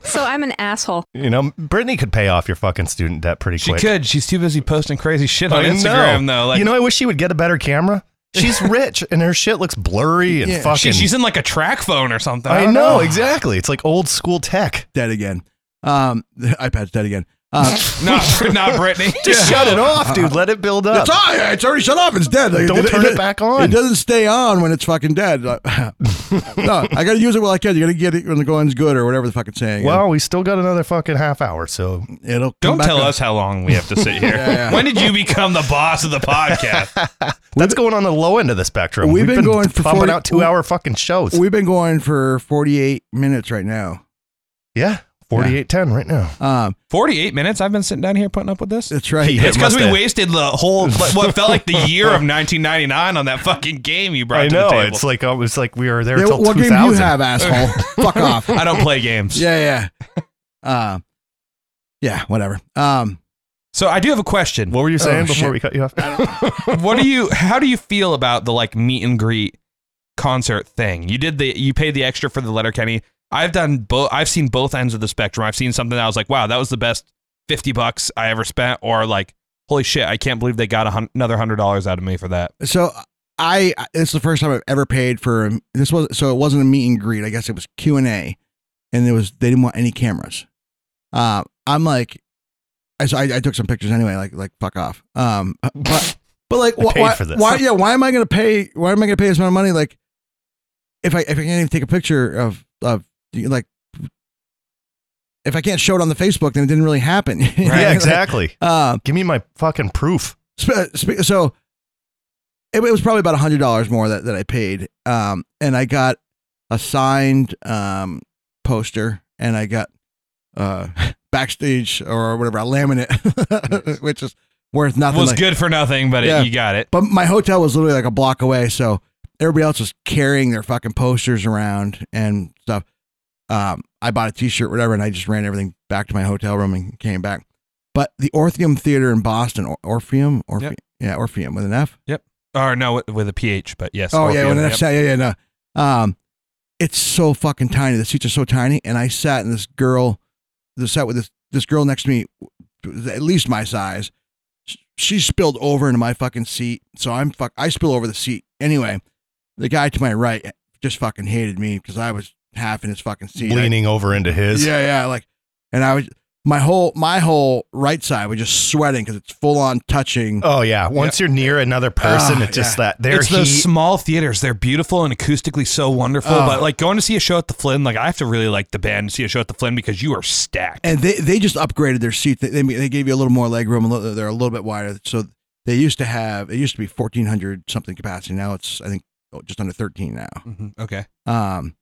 [SPEAKER 10] So I'm an asshole.
[SPEAKER 1] You know, Brittany could pay off your fucking student debt pretty
[SPEAKER 4] She
[SPEAKER 1] quick.
[SPEAKER 4] could. She's too busy posting crazy shit on
[SPEAKER 1] I know.
[SPEAKER 4] Instagram though. Like
[SPEAKER 1] you know, I wish she would get a better camera. She's rich and her shit looks blurry and
[SPEAKER 3] Yeah.
[SPEAKER 1] fucking.
[SPEAKER 4] she, she's in like a track phone or something.
[SPEAKER 1] I
[SPEAKER 4] don't
[SPEAKER 1] know, exactly. It's like old school tech.
[SPEAKER 3] dead again. Um, the iPad's dead again. Uh,
[SPEAKER 4] not not Britney.
[SPEAKER 1] Just shut it off, dude. Let it build up.
[SPEAKER 3] It's on. oh, It's already shut off. It's dead. Like,
[SPEAKER 1] Don't turn it back on.
[SPEAKER 3] It doesn't stay on when it's fucking dead. Like, no, I gotta use it while I can. You gotta get it when the going's good or whatever the fucking saying. is.
[SPEAKER 1] Well, we still got another fucking half hour, so
[SPEAKER 3] it'll come
[SPEAKER 4] Don't
[SPEAKER 3] back
[SPEAKER 4] tell
[SPEAKER 3] on.
[SPEAKER 4] us how long we have to sit here.
[SPEAKER 3] Yeah, yeah.
[SPEAKER 4] When did you become the boss of the podcast?
[SPEAKER 1] that's going on the low end of the spectrum.
[SPEAKER 3] We've been going for
[SPEAKER 1] pumping
[SPEAKER 3] 40
[SPEAKER 1] out two hour fucking shows.
[SPEAKER 3] We've been going for forty-eight minutes right now.
[SPEAKER 1] yeah, forty eight ten right now.
[SPEAKER 3] Um,
[SPEAKER 4] Forty-eight minutes. I've been sitting down here putting up with this.
[SPEAKER 3] that's right.
[SPEAKER 1] Yeah.
[SPEAKER 4] It's because
[SPEAKER 1] must
[SPEAKER 4] we
[SPEAKER 1] have.
[SPEAKER 4] wasted the whole like, what felt like the year of 1999 on that fucking game you brought
[SPEAKER 1] I
[SPEAKER 4] to the
[SPEAKER 1] know.
[SPEAKER 4] table.
[SPEAKER 1] It's like oh, it's like we were there
[SPEAKER 3] Yeah,
[SPEAKER 1] until
[SPEAKER 3] what
[SPEAKER 1] two
[SPEAKER 3] game do you
[SPEAKER 1] thousand.
[SPEAKER 3] have, asshole? Fuck off.
[SPEAKER 4] I don't play games.
[SPEAKER 3] Yeah, yeah. Uh, yeah. Whatever. Um,
[SPEAKER 4] So I do have a question.
[SPEAKER 1] What were you saying
[SPEAKER 3] Oh,
[SPEAKER 1] before
[SPEAKER 3] shit.
[SPEAKER 1] we cut you off?
[SPEAKER 4] what do you? How do you feel about the like meet and greet concert thing? You did the you paid the extra for the Letterkenny. I've done both. I've seen both ends of the spectrum. I've seen something that I was like, wow, that was the best fifty bucks I ever spent, or like, holy shit, I can't believe they got a hun- another hundred dollars out of me for that.
[SPEAKER 3] so I it's the first time I've ever paid for this was so it wasn't a meet and greet. I guess it was Q and A, and there was they didn't want any cameras. Uh, I'm like, I, so I, I took some pictures anyway. Like like fuck off. Um, but but like
[SPEAKER 1] I
[SPEAKER 3] wh-
[SPEAKER 1] paid
[SPEAKER 3] why,
[SPEAKER 1] for this.
[SPEAKER 3] why yeah why am I gonna pay why am I gonna pay this amount of money like if I if I can't even take a picture of of like if I can't show it on the Facebook then it didn't really happen.
[SPEAKER 1] Yeah, exactly.
[SPEAKER 3] Um,
[SPEAKER 1] Give me my fucking proof.
[SPEAKER 3] Sp- sp- so it, it was probably about hundred dollars more that, that I paid. Um, and I got a signed um poster, and I got uh backstage or whatever a laminate, which is worth nothing.
[SPEAKER 4] was
[SPEAKER 3] like-
[SPEAKER 4] good for nothing, but
[SPEAKER 3] Yeah.
[SPEAKER 4] it, you got it.
[SPEAKER 3] But my hotel was literally like a block away, so everybody else was carrying their fucking posters around and stuff. Um, I bought a T-shirt, whatever, and I just ran everything back to my hotel room and came back. But the Orpheum Theater in Boston, or- Orpheum, Orpheum,
[SPEAKER 4] Yep.
[SPEAKER 3] yeah, Orpheum with an F.
[SPEAKER 4] Or no, with- with a PH, but yes.
[SPEAKER 3] Oh yeah,
[SPEAKER 4] Orpheum,
[SPEAKER 3] when I
[SPEAKER 4] yep.
[SPEAKER 3] sat, yeah, yeah, no. Um, it's so fucking tiny. The seats are so tiny, and I sat in this girl, the sat with this this girl next to me, was at least my size. Sh- She spilled over into my fucking seat, so I'm fuck. I spill over the seat anyway. The guy to my right just fucking hated me because I was half in his fucking seat. I-
[SPEAKER 1] leaning over into his.
[SPEAKER 3] yeah, yeah. Like, and I was my whole my whole right side was just sweating because it's full on touching.
[SPEAKER 1] Oh yeah. Once you're near another person,
[SPEAKER 3] Ah,
[SPEAKER 1] it's just
[SPEAKER 3] yeah.
[SPEAKER 1] that their
[SPEAKER 4] it's
[SPEAKER 1] heat.
[SPEAKER 4] those small theaters. They're beautiful and acoustically so wonderful.
[SPEAKER 3] Oh.
[SPEAKER 4] But like going to see a show at the Flynn, like I have to really like the band to see a show at the Flynn because you are stacked.
[SPEAKER 3] and they they just upgraded their seats. They, they they gave you a little more leg room. a little- They're a little bit wider. So they used to have it used to be fourteen hundred something capacity. Now it's I think oh, just under thirteen now.
[SPEAKER 4] Mhm, Okay.
[SPEAKER 3] Um,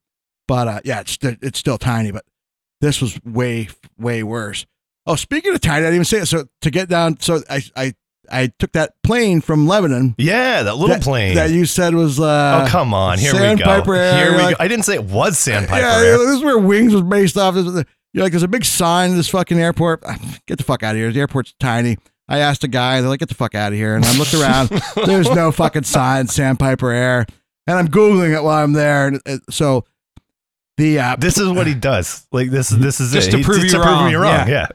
[SPEAKER 3] but uh, yeah, it's st- it's still tiny. But this was way way worse. Oh, speaking of tiny, I didn't even say it. So to get down, so I I I took that plane from Lebanon.
[SPEAKER 1] yeah, that little
[SPEAKER 3] that,
[SPEAKER 1] plane.
[SPEAKER 3] that you said was uh,
[SPEAKER 1] oh come on, here we go.
[SPEAKER 3] Sandpiper Air,
[SPEAKER 1] Here we
[SPEAKER 3] like-
[SPEAKER 1] go. I didn't say it was Sandpiper
[SPEAKER 3] yeah,
[SPEAKER 1] Air.
[SPEAKER 3] this is where Wings was based off. This is the- You're like, there's a big sign in this fucking airport. Get the fuck out of here. The airport's tiny. I asked a guy, they're like, get the fuck out of here. And I looked around. there's no fucking sign, Sandpiper Air. And I'm Googling it while I'm there. And uh, so the, uh,
[SPEAKER 1] This is what he does. Like this. This is
[SPEAKER 4] Just
[SPEAKER 1] it.
[SPEAKER 4] to
[SPEAKER 1] He-
[SPEAKER 4] prove you wrong.
[SPEAKER 1] me wrong. Yeah.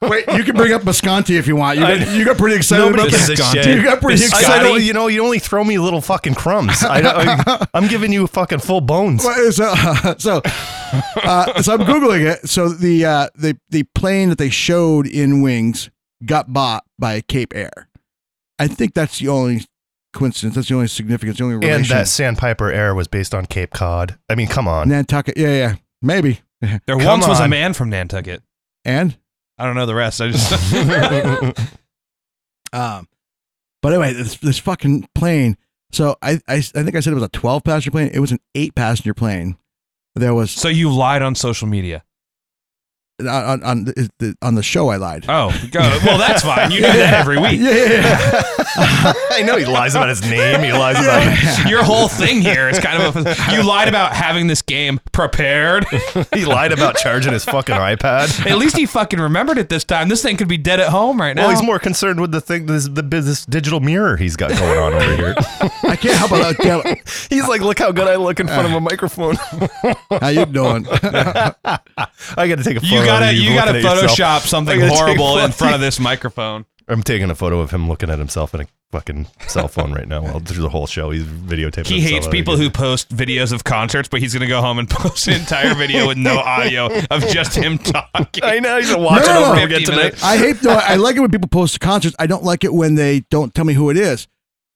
[SPEAKER 3] wait, you can bring up Visconti if you want. You got, you got pretty excited
[SPEAKER 1] Nobody
[SPEAKER 3] about
[SPEAKER 1] gives a
[SPEAKER 3] that.
[SPEAKER 1] shit.
[SPEAKER 3] You got pretty
[SPEAKER 1] I said,
[SPEAKER 3] excited.
[SPEAKER 1] "Oh, you know, you only throw me little fucking crumbs. I, I, I'm giving you fucking full bones.
[SPEAKER 3] Well, So, so, uh, so I'm googling it. So the uh, the the plane that they showed in Wings got bought by Cape Air. I think that's the only coincidence. That's the only significance. The only relation.
[SPEAKER 1] And that Sandpiper Air was based on Cape Cod. I mean, come on.
[SPEAKER 3] Nantucket. Yeah, yeah, maybe.
[SPEAKER 4] There
[SPEAKER 1] Come
[SPEAKER 4] once was a
[SPEAKER 1] on.
[SPEAKER 4] man from Nantucket.
[SPEAKER 3] And
[SPEAKER 4] I don't know the rest. I just
[SPEAKER 3] um, but anyway, this this fucking plane. So I I, I think I said it was a 12 passenger plane. It was an eight passenger plane. There was
[SPEAKER 4] so you lied on social media.
[SPEAKER 3] on on on the, on the show. I lied.
[SPEAKER 4] Oh, go- well that's fine. You do that every week.
[SPEAKER 3] Yeah, yeah, yeah.
[SPEAKER 1] I know he lies about his name. He lies about.
[SPEAKER 4] Your whole thing here is kind of a, you lied about having this game prepared.
[SPEAKER 1] He lied about charging his fucking iPad.
[SPEAKER 4] At least he fucking remembered it this time. This thing could be dead at home right now.
[SPEAKER 1] Well, he's more concerned with the thing, this, the business digital mirror he's got going on over here.
[SPEAKER 3] I can't help but uh, tell-
[SPEAKER 1] He's like, look how good I look in front of a microphone.
[SPEAKER 3] How you doing?
[SPEAKER 1] I got to take a photo.
[SPEAKER 4] you gotta
[SPEAKER 1] of
[SPEAKER 4] you gotta
[SPEAKER 1] looking at yourself.
[SPEAKER 4] Photoshop something
[SPEAKER 1] I gotta take
[SPEAKER 4] horrible in
[SPEAKER 1] photos.
[SPEAKER 4] front of this microphone.
[SPEAKER 1] I'm taking a photo of him looking at himself in a fucking cell phone right now. Well, through the whole show, he's videotaping.
[SPEAKER 4] He hates people who post videos of concerts, but he's gonna go home and post an entire video with no audio of just him talking.
[SPEAKER 1] I know he's a watch
[SPEAKER 3] No,
[SPEAKER 1] it
[SPEAKER 3] no,
[SPEAKER 1] over
[SPEAKER 3] no.
[SPEAKER 1] again
[SPEAKER 4] 50
[SPEAKER 1] tonight.
[SPEAKER 4] minutes.
[SPEAKER 3] I hate no. I like it when people post concerts. I don't like it when they don't tell me who it is.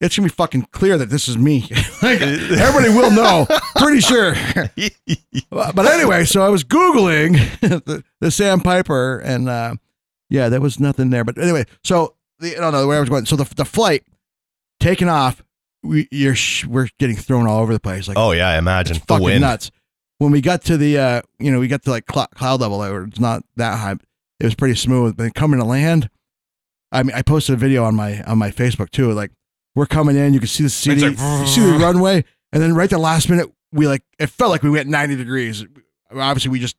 [SPEAKER 3] It's gonna be fucking clear that this is me. like, everybody will know, pretty sure. but anyway, so I was googling the, the Sam Piper, and uh, yeah, there was nothing there. But anyway, so the no, no, where I was going. So the the flight taking off, we you're sh- we're getting thrown all over the place. Like
[SPEAKER 1] Oh yeah, I imagine
[SPEAKER 3] it's
[SPEAKER 1] the
[SPEAKER 3] fucking
[SPEAKER 1] wind.
[SPEAKER 3] nuts. When we got to the, uh, you know, we got to like cl- cloud level, or it's not that high. It was pretty smooth. But coming to land, I mean, I posted a video on my on my Facebook too. Like we're coming in, you can see the city,
[SPEAKER 4] It's like-
[SPEAKER 3] you see the runway, and then right the last minute, we like it felt like we went ninety degrees. Obviously, we just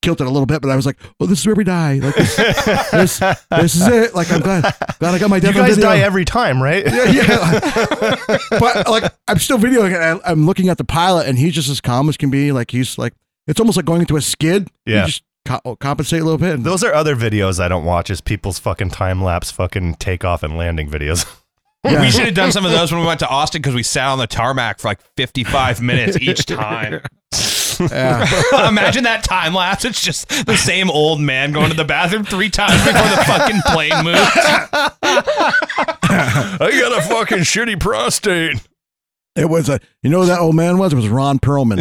[SPEAKER 3] kilted a little bit, but I was like, "Oh, this is where we die. Like this, this, this is it. Like I'm glad, glad I got my
[SPEAKER 1] You
[SPEAKER 3] death on
[SPEAKER 1] guys
[SPEAKER 3] video.
[SPEAKER 1] die every time, right?
[SPEAKER 3] Yeah, yeah. but like, I'm still videoing it. I, I'm looking at the pilot, and he's just as calm as can be. Like he's like, it's almost like going into a skid.
[SPEAKER 1] Yeah.
[SPEAKER 3] You just co- oh, compensate a little bit. And,
[SPEAKER 1] Those are other videos I don't watch. Is people's fucking time lapse, fucking takeoff and landing videos.
[SPEAKER 3] yeah.
[SPEAKER 4] We should have done some of those when we went to Austin because we sat on the tarmac for like 55 minutes each time.
[SPEAKER 3] yeah.
[SPEAKER 4] Imagine that time lapse. It's just the same old man going to the bathroom three times before the fucking plane moves.
[SPEAKER 1] I got a fucking shitty prostate.
[SPEAKER 3] It was a, you know, who that old man was. It was Ron Perlman.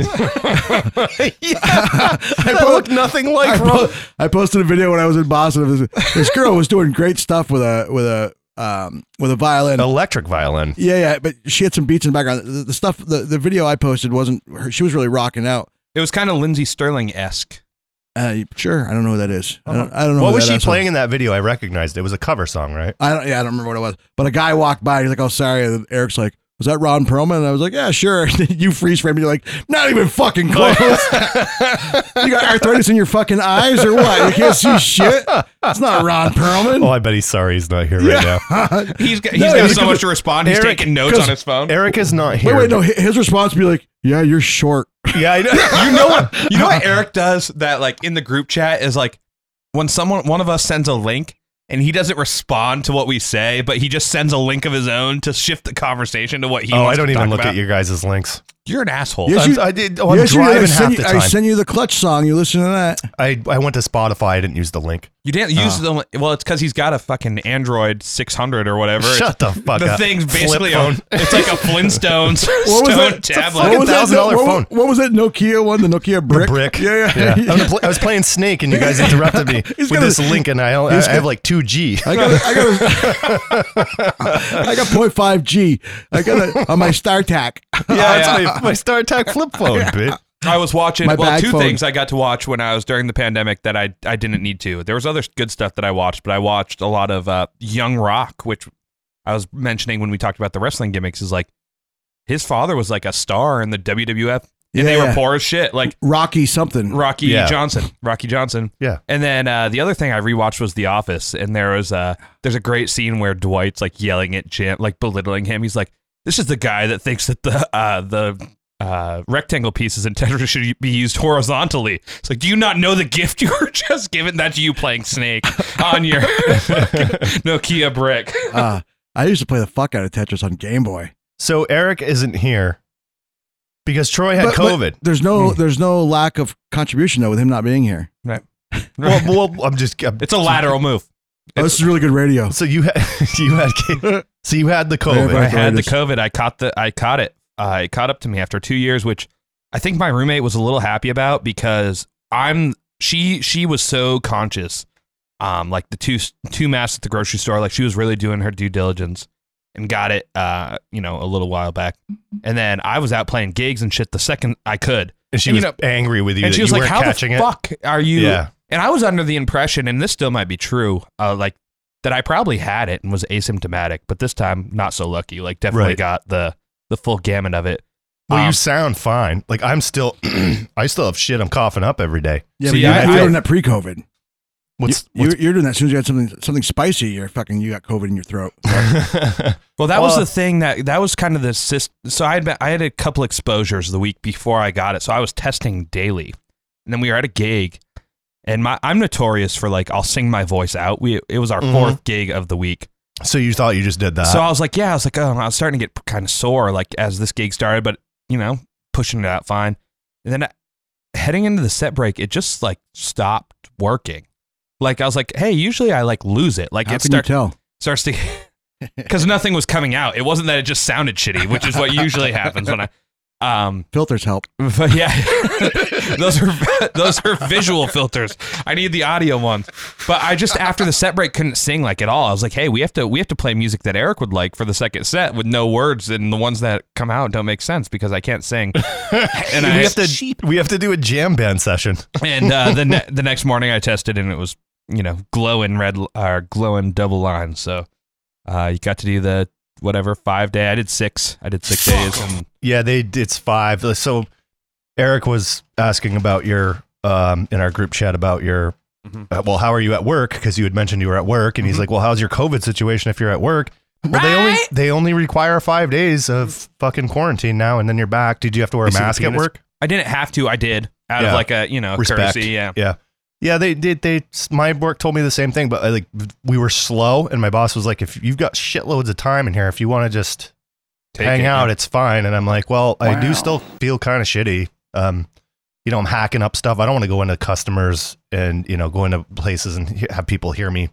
[SPEAKER 1] I look nothing like.
[SPEAKER 3] I,
[SPEAKER 1] Ron-
[SPEAKER 3] po- I posted a video when I was in Boston of this. This girl was doing great stuff with a with a um with a violin.
[SPEAKER 1] Electric violin.
[SPEAKER 3] Yeah, yeah, but she had some beats in the background. The, the stuff, the, the video I posted wasn't. Her, she was really rocking out.
[SPEAKER 4] It was kind of Lindsey Sterling esque.
[SPEAKER 3] Uh, sure, I don't know who that is. I don't, I don't know.
[SPEAKER 1] What
[SPEAKER 3] who
[SPEAKER 1] was
[SPEAKER 3] that
[SPEAKER 1] she
[SPEAKER 3] asshole-
[SPEAKER 1] playing in that video? I recognized it. It was a cover song, right?
[SPEAKER 3] I don't. Yeah, I don't remember what it was. But a guy walked by. He's like, "Oh, sorry." And Eric's like, "Was that Ron Perlman?" And I was like, "Yeah, sure." And then you freeze frame. You're like, "Not even fucking close." you got arthritis in your fucking eyes or what? You can't see shit. It's not Ron Perlman.
[SPEAKER 1] Oh, I bet he's sorry he's not here right now.
[SPEAKER 4] He's got, he's
[SPEAKER 3] No,
[SPEAKER 4] got
[SPEAKER 3] he's
[SPEAKER 4] so
[SPEAKER 3] gonna-
[SPEAKER 4] much to respond. He's
[SPEAKER 1] Eric-
[SPEAKER 4] taking notes
[SPEAKER 1] 'cause
[SPEAKER 4] on his phone.
[SPEAKER 1] Eric is not
[SPEAKER 3] Wait,
[SPEAKER 1] here.
[SPEAKER 3] wait, no. hi- His response would be like, "Yeah, you're short."
[SPEAKER 1] Yeah, I know.
[SPEAKER 4] you know what? You know what Eric does that like in the group chat is like when someone one of us sends a link and he doesn't respond to what we say, but he just sends a link of his own to shift the conversation to what he.
[SPEAKER 1] oh,
[SPEAKER 4] wants
[SPEAKER 1] I don't
[SPEAKER 4] to
[SPEAKER 1] even
[SPEAKER 4] talk
[SPEAKER 1] look
[SPEAKER 4] about.
[SPEAKER 1] at your guys' links.
[SPEAKER 4] You're an asshole.
[SPEAKER 3] Yes,
[SPEAKER 1] I'm-
[SPEAKER 3] you-
[SPEAKER 1] I did. Oh, I'm
[SPEAKER 3] you- I
[SPEAKER 1] driving half
[SPEAKER 3] sent
[SPEAKER 1] the
[SPEAKER 3] you,
[SPEAKER 1] time.
[SPEAKER 3] I send you the clutch song. You listen to that.
[SPEAKER 1] I, I went to Spotify. I didn't use the link.
[SPEAKER 4] You didn't use the well. It's because he's got a fucking Android 600 or whatever.
[SPEAKER 1] Shut the fuck
[SPEAKER 4] the
[SPEAKER 1] up.
[SPEAKER 4] thing's
[SPEAKER 1] Flip
[SPEAKER 4] basically a,
[SPEAKER 1] phone.
[SPEAKER 4] it's like a Flintstones
[SPEAKER 3] What was
[SPEAKER 4] stone
[SPEAKER 3] that?
[SPEAKER 4] tablet.
[SPEAKER 1] Fucking
[SPEAKER 3] What was that?
[SPEAKER 1] $1,000
[SPEAKER 3] what-
[SPEAKER 1] phone.
[SPEAKER 3] What was that Nokia one? The Nokia brick.
[SPEAKER 1] brick.
[SPEAKER 3] Yeah, yeah.
[SPEAKER 1] I'm gonna play- I was playing Snake, and you guys interrupted me
[SPEAKER 3] He's
[SPEAKER 1] with
[SPEAKER 3] gonna-
[SPEAKER 1] this link, and I, I,
[SPEAKER 3] he's
[SPEAKER 1] I have like two G.
[SPEAKER 3] I got, I got, I got 0.5 G. I got it on my StarTAC.
[SPEAKER 1] yeah, it's my, my StarTAC flip phone, bitch.
[SPEAKER 4] I was watching
[SPEAKER 3] My
[SPEAKER 4] well
[SPEAKER 3] bag
[SPEAKER 4] two
[SPEAKER 3] phone.
[SPEAKER 4] things I got to watch when I was during the pandemic that I I didn't need to. There was other good stuff that I watched, but I watched a lot of uh, Young Rock, which I was mentioning when we talked about the wrestling gimmicks. Is like his father was like a star in the WWF, and they were
[SPEAKER 3] Yeah.
[SPEAKER 4] poor as shit, like
[SPEAKER 3] Rocky something.
[SPEAKER 4] Rocky
[SPEAKER 1] Yeah.
[SPEAKER 4] Johnson, Rocky Johnson.
[SPEAKER 1] Yeah.
[SPEAKER 4] And then uh, the other thing I rewatched was The Office, and there was uh, there's a great scene where Dwight's like yelling at Jim, like belittling him. He's like, "This is the guy that thinks that the uh, the uh, rectangle pieces in Tetris should be used horizontally." It's like, do you not know the gift you were just given? That's you playing Snake on your Nokia brick.
[SPEAKER 3] Uh, I used to play the fuck out of Tetris on Game Boy.
[SPEAKER 1] So Eric isn't here because Troy had
[SPEAKER 3] But- but
[SPEAKER 1] COVID.
[SPEAKER 3] there's
[SPEAKER 1] Hmm.
[SPEAKER 3] no, there's no lack of contribution though with him not being here.
[SPEAKER 1] well, well, I'm just. I'm-
[SPEAKER 4] It's a lateral move.
[SPEAKER 3] Oh, this is really good radio.
[SPEAKER 1] So you had you had so you had the COVID.
[SPEAKER 3] Right,
[SPEAKER 4] I had the
[SPEAKER 3] arthritis.
[SPEAKER 4] COVID. I caught the. I caught it. Uh, it caught up to me after two years, which I think my roommate was a little happy about because I'm. She she was so conscious. Um, like the two two masks at the grocery store. Like she was really doing her due diligence and got it. Uh, you know, a little while back. And then I was out playing gigs and shit the second I could.
[SPEAKER 1] And she
[SPEAKER 4] And,
[SPEAKER 1] was
[SPEAKER 4] you
[SPEAKER 1] angry with you
[SPEAKER 4] and
[SPEAKER 1] that
[SPEAKER 4] she was
[SPEAKER 1] you
[SPEAKER 4] like,
[SPEAKER 1] weren't
[SPEAKER 4] "How
[SPEAKER 1] catching
[SPEAKER 4] the
[SPEAKER 1] it.
[SPEAKER 4] fuck are you?"
[SPEAKER 1] Yeah.
[SPEAKER 4] And I was under the impression, and this still might be true, uh, like that I probably had it and was asymptomatic, but this time not so lucky. Like definitely
[SPEAKER 1] Right.
[SPEAKER 4] got the the full gamut of it.
[SPEAKER 1] Well,
[SPEAKER 4] Um,
[SPEAKER 1] you sound fine. Like I'm still, I still have shit. I'm coughing up every day.
[SPEAKER 3] Yeah, but
[SPEAKER 4] See,
[SPEAKER 3] you're,
[SPEAKER 4] I-
[SPEAKER 3] you're
[SPEAKER 4] I-
[SPEAKER 3] doing that pre-COVID.
[SPEAKER 1] What's,
[SPEAKER 3] you, you're, you're doing that as soon as you had something, something spicy. You're fucking, you got COVID in your throat.
[SPEAKER 1] what's
[SPEAKER 4] Well, that was
[SPEAKER 1] Well-
[SPEAKER 4] the thing that that was kind of the sys- so I had been, I had a couple exposures the week before I got it, so I was testing daily, and then we were at a gig, and my I'm notorious for like I'll sing my voice out. We it was our
[SPEAKER 1] Mhm.
[SPEAKER 4] fourth gig of the week,
[SPEAKER 1] so you thought you just did that?
[SPEAKER 4] so
[SPEAKER 3] Uh,
[SPEAKER 4] I was like, yeah, I was like, oh, I was starting to get kind of sore, like as this gig started, but you know, pushing it out fine. And then uh, heading into the set break, it just like stopped working. Like I was like, hey, usually I like lose it, like
[SPEAKER 3] How
[SPEAKER 4] it
[SPEAKER 3] can
[SPEAKER 4] starts
[SPEAKER 3] you tell?
[SPEAKER 4] starts to because nothing was coming out. It wasn't that it just sounded shitty, which is what usually happens when I. Um,
[SPEAKER 3] Filters help.
[SPEAKER 4] but yeah, those are those are visual filters. I need the audio ones. But I just after the set break couldn't sing like at all. I was like, hey, we have to we have to play music that Eric would like for the second set with no words, and the ones that come out don't make sense because I can't sing. And
[SPEAKER 1] we
[SPEAKER 4] I
[SPEAKER 1] have to we have to do a jam band session.
[SPEAKER 4] and uh, the ne- the next morning I tested and it was you know glowing red or glowing double line. So uh, you got to do the whatever five day. I did six. I did six days. And
[SPEAKER 1] Yeah, they it's five. So Eric was asking about your um in our group chat about your uh, well, how are you at work? Because you had mentioned you were at work, and he's like, "Well, how's your COVID situation if you're at work?" Well, they only they only require five days of fucking quarantine now, and then you're back. Did you have to wear a
[SPEAKER 3] You see the
[SPEAKER 1] mask at
[SPEAKER 3] penis?
[SPEAKER 1] work?
[SPEAKER 4] I didn't have to. I did out
[SPEAKER 1] Yeah.
[SPEAKER 4] of like a you know
[SPEAKER 1] Respect.
[SPEAKER 4] courtesy. Yeah.
[SPEAKER 1] Yeah. Yeah, they did. They, my work told me the same thing, but I, like we were slow, and my boss was like, "If you've got shitloads of time in here, if you want to just
[SPEAKER 4] Take
[SPEAKER 1] hang
[SPEAKER 4] it.
[SPEAKER 1] out. It's fine. And I'm like, well, I
[SPEAKER 3] Wow.
[SPEAKER 1] do still feel kind of shitty. Um, you know, I'm hacking up stuff. I don't want to go into customers and you know go into places and he- have people hear me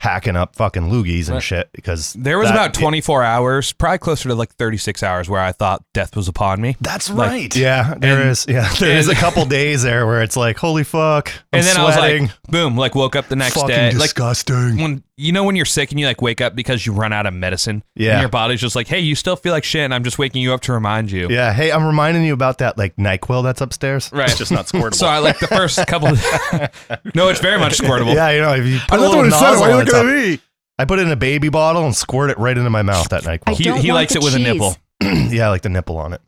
[SPEAKER 1] hacking up fucking loogies and
[SPEAKER 4] Right.
[SPEAKER 1] shit because
[SPEAKER 4] There was
[SPEAKER 1] that-
[SPEAKER 4] about 24 hours, probably closer to like 36 hours, where I thought death was upon me.
[SPEAKER 1] that's
[SPEAKER 4] like-
[SPEAKER 1] right. Yeah, there
[SPEAKER 4] And-
[SPEAKER 1] is. Yeah, there is a
[SPEAKER 4] and-
[SPEAKER 1] couple days there where it's like, holy fuck, I'm
[SPEAKER 4] and then
[SPEAKER 1] sweating.
[SPEAKER 4] I was like, boom, like woke up the next
[SPEAKER 1] fucking
[SPEAKER 4] day. Like
[SPEAKER 1] disgusting.
[SPEAKER 4] when you know when you're sick and you like wake up because you run out of medicine.
[SPEAKER 1] Yeah.
[SPEAKER 4] And your body's just like, hey, you still feel like shit, and I'm just waking you up to remind you.
[SPEAKER 1] Yeah. Hey, I'm reminding you about that like NyQuil that's upstairs.
[SPEAKER 4] Right.
[SPEAKER 7] It's just not squirtable.
[SPEAKER 4] so I like the first couple. no, it's very much squirtable.
[SPEAKER 1] Yeah, you know, if you put
[SPEAKER 3] I'm
[SPEAKER 1] a
[SPEAKER 3] not
[SPEAKER 1] little
[SPEAKER 3] the one who said it. Why are you
[SPEAKER 1] nozzle on
[SPEAKER 3] looking at
[SPEAKER 1] top-
[SPEAKER 3] me?
[SPEAKER 1] I put it in a baby bottle and squirt it right into my mouth that night.
[SPEAKER 10] I
[SPEAKER 4] He,
[SPEAKER 10] don't
[SPEAKER 4] he
[SPEAKER 10] want
[SPEAKER 4] likes
[SPEAKER 10] the
[SPEAKER 4] it with
[SPEAKER 10] cheese.
[SPEAKER 4] a nipple.
[SPEAKER 1] yeah, like the nipple on it.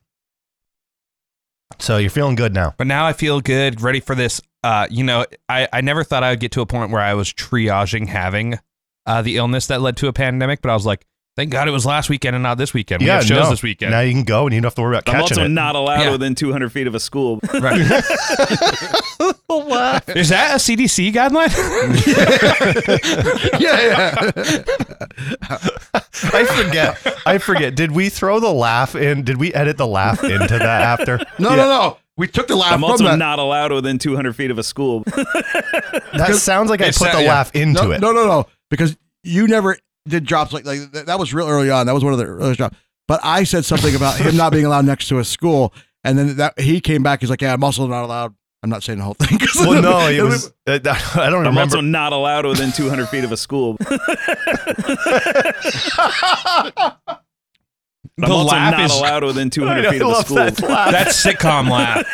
[SPEAKER 1] So you're feeling good now.
[SPEAKER 4] But now I feel good, ready for this. Uh, you know, I, I never thought I would get to a point where I was triaging having uh, the illness that led to a pandemic, but I was like, thank God it was last weekend and not this weekend. we
[SPEAKER 1] yeah,
[SPEAKER 4] have shows
[SPEAKER 1] no.
[SPEAKER 4] this weekend.
[SPEAKER 1] Now you can go and you don't have to worry about
[SPEAKER 6] I'm
[SPEAKER 1] catching
[SPEAKER 6] also
[SPEAKER 1] it.
[SPEAKER 6] not allowed
[SPEAKER 4] Yeah.
[SPEAKER 6] within 200 feet of a school.
[SPEAKER 4] Right. Is that a CDC guideline?
[SPEAKER 3] yeah, yeah.
[SPEAKER 1] I forget. I forget. Did we throw the laugh in? Did we edit the laugh into that after?
[SPEAKER 3] No, no, no. We took the laugh
[SPEAKER 6] I'm
[SPEAKER 3] from
[SPEAKER 6] also
[SPEAKER 3] that.
[SPEAKER 6] not allowed within 200 feet of a school.
[SPEAKER 1] That sounds like I put
[SPEAKER 4] It's not-
[SPEAKER 1] the
[SPEAKER 4] yeah.
[SPEAKER 1] laugh into
[SPEAKER 3] no,
[SPEAKER 1] it.
[SPEAKER 3] no, no, no. Because you never did drops like like th- that was real early on. That was one of the earliest drops. But I said something about him not being allowed next to a school, and then that he came back. He's like, "Yeah, I'm also not allowed." I'm not saying the whole thing. 'cause
[SPEAKER 1] Well, no, it was. I don't
[SPEAKER 6] I'm
[SPEAKER 1] remember.
[SPEAKER 6] also not allowed within 200 feet of a school.
[SPEAKER 4] the
[SPEAKER 6] I'm also
[SPEAKER 4] laugh
[SPEAKER 6] not
[SPEAKER 4] is
[SPEAKER 6] allowed within 200
[SPEAKER 1] I
[SPEAKER 6] feet of a
[SPEAKER 1] love
[SPEAKER 6] school.
[SPEAKER 1] that laugh.
[SPEAKER 4] that's sitcom laugh.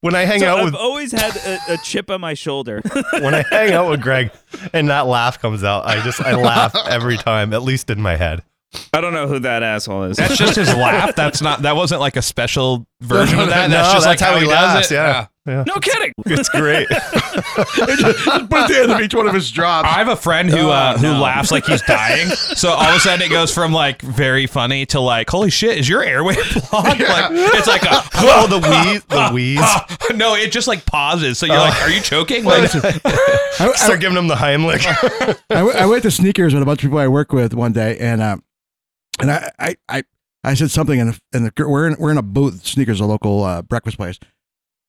[SPEAKER 1] when I hang
[SPEAKER 6] So
[SPEAKER 1] out
[SPEAKER 6] I've
[SPEAKER 1] with
[SPEAKER 6] always had a, a chip on my shoulder.
[SPEAKER 1] when I hang out with Greg and that laugh comes out, I just I laugh every time, at least in my head.
[SPEAKER 6] I don't know who that asshole is.
[SPEAKER 4] That's just his laugh. That's not. That wasn't like a special version of that.
[SPEAKER 1] No,
[SPEAKER 4] That's just like how, he,
[SPEAKER 1] laughs.
[SPEAKER 4] does it.
[SPEAKER 1] Yeah. yeah.
[SPEAKER 6] no kidding.
[SPEAKER 1] It's great.
[SPEAKER 3] Put at the end of each one of his drops.
[SPEAKER 4] I have a friend who uh, who laughs like he's dying. So all of a sudden it goes from like very funny to like holy shit is your airway blocked? Like it's like a
[SPEAKER 1] oh, the wheeze, the wheeze.
[SPEAKER 4] no, it just like pauses. So you're like, are you choking? Like
[SPEAKER 3] I, I-
[SPEAKER 1] Start giving him the Heimlich.
[SPEAKER 3] I went- I went to sneakers with a bunch of people I work with one day, and uh, and I, I I I said something, and the, and the gir- we're in we're in a booth. Sneakers, a local uh, breakfast place,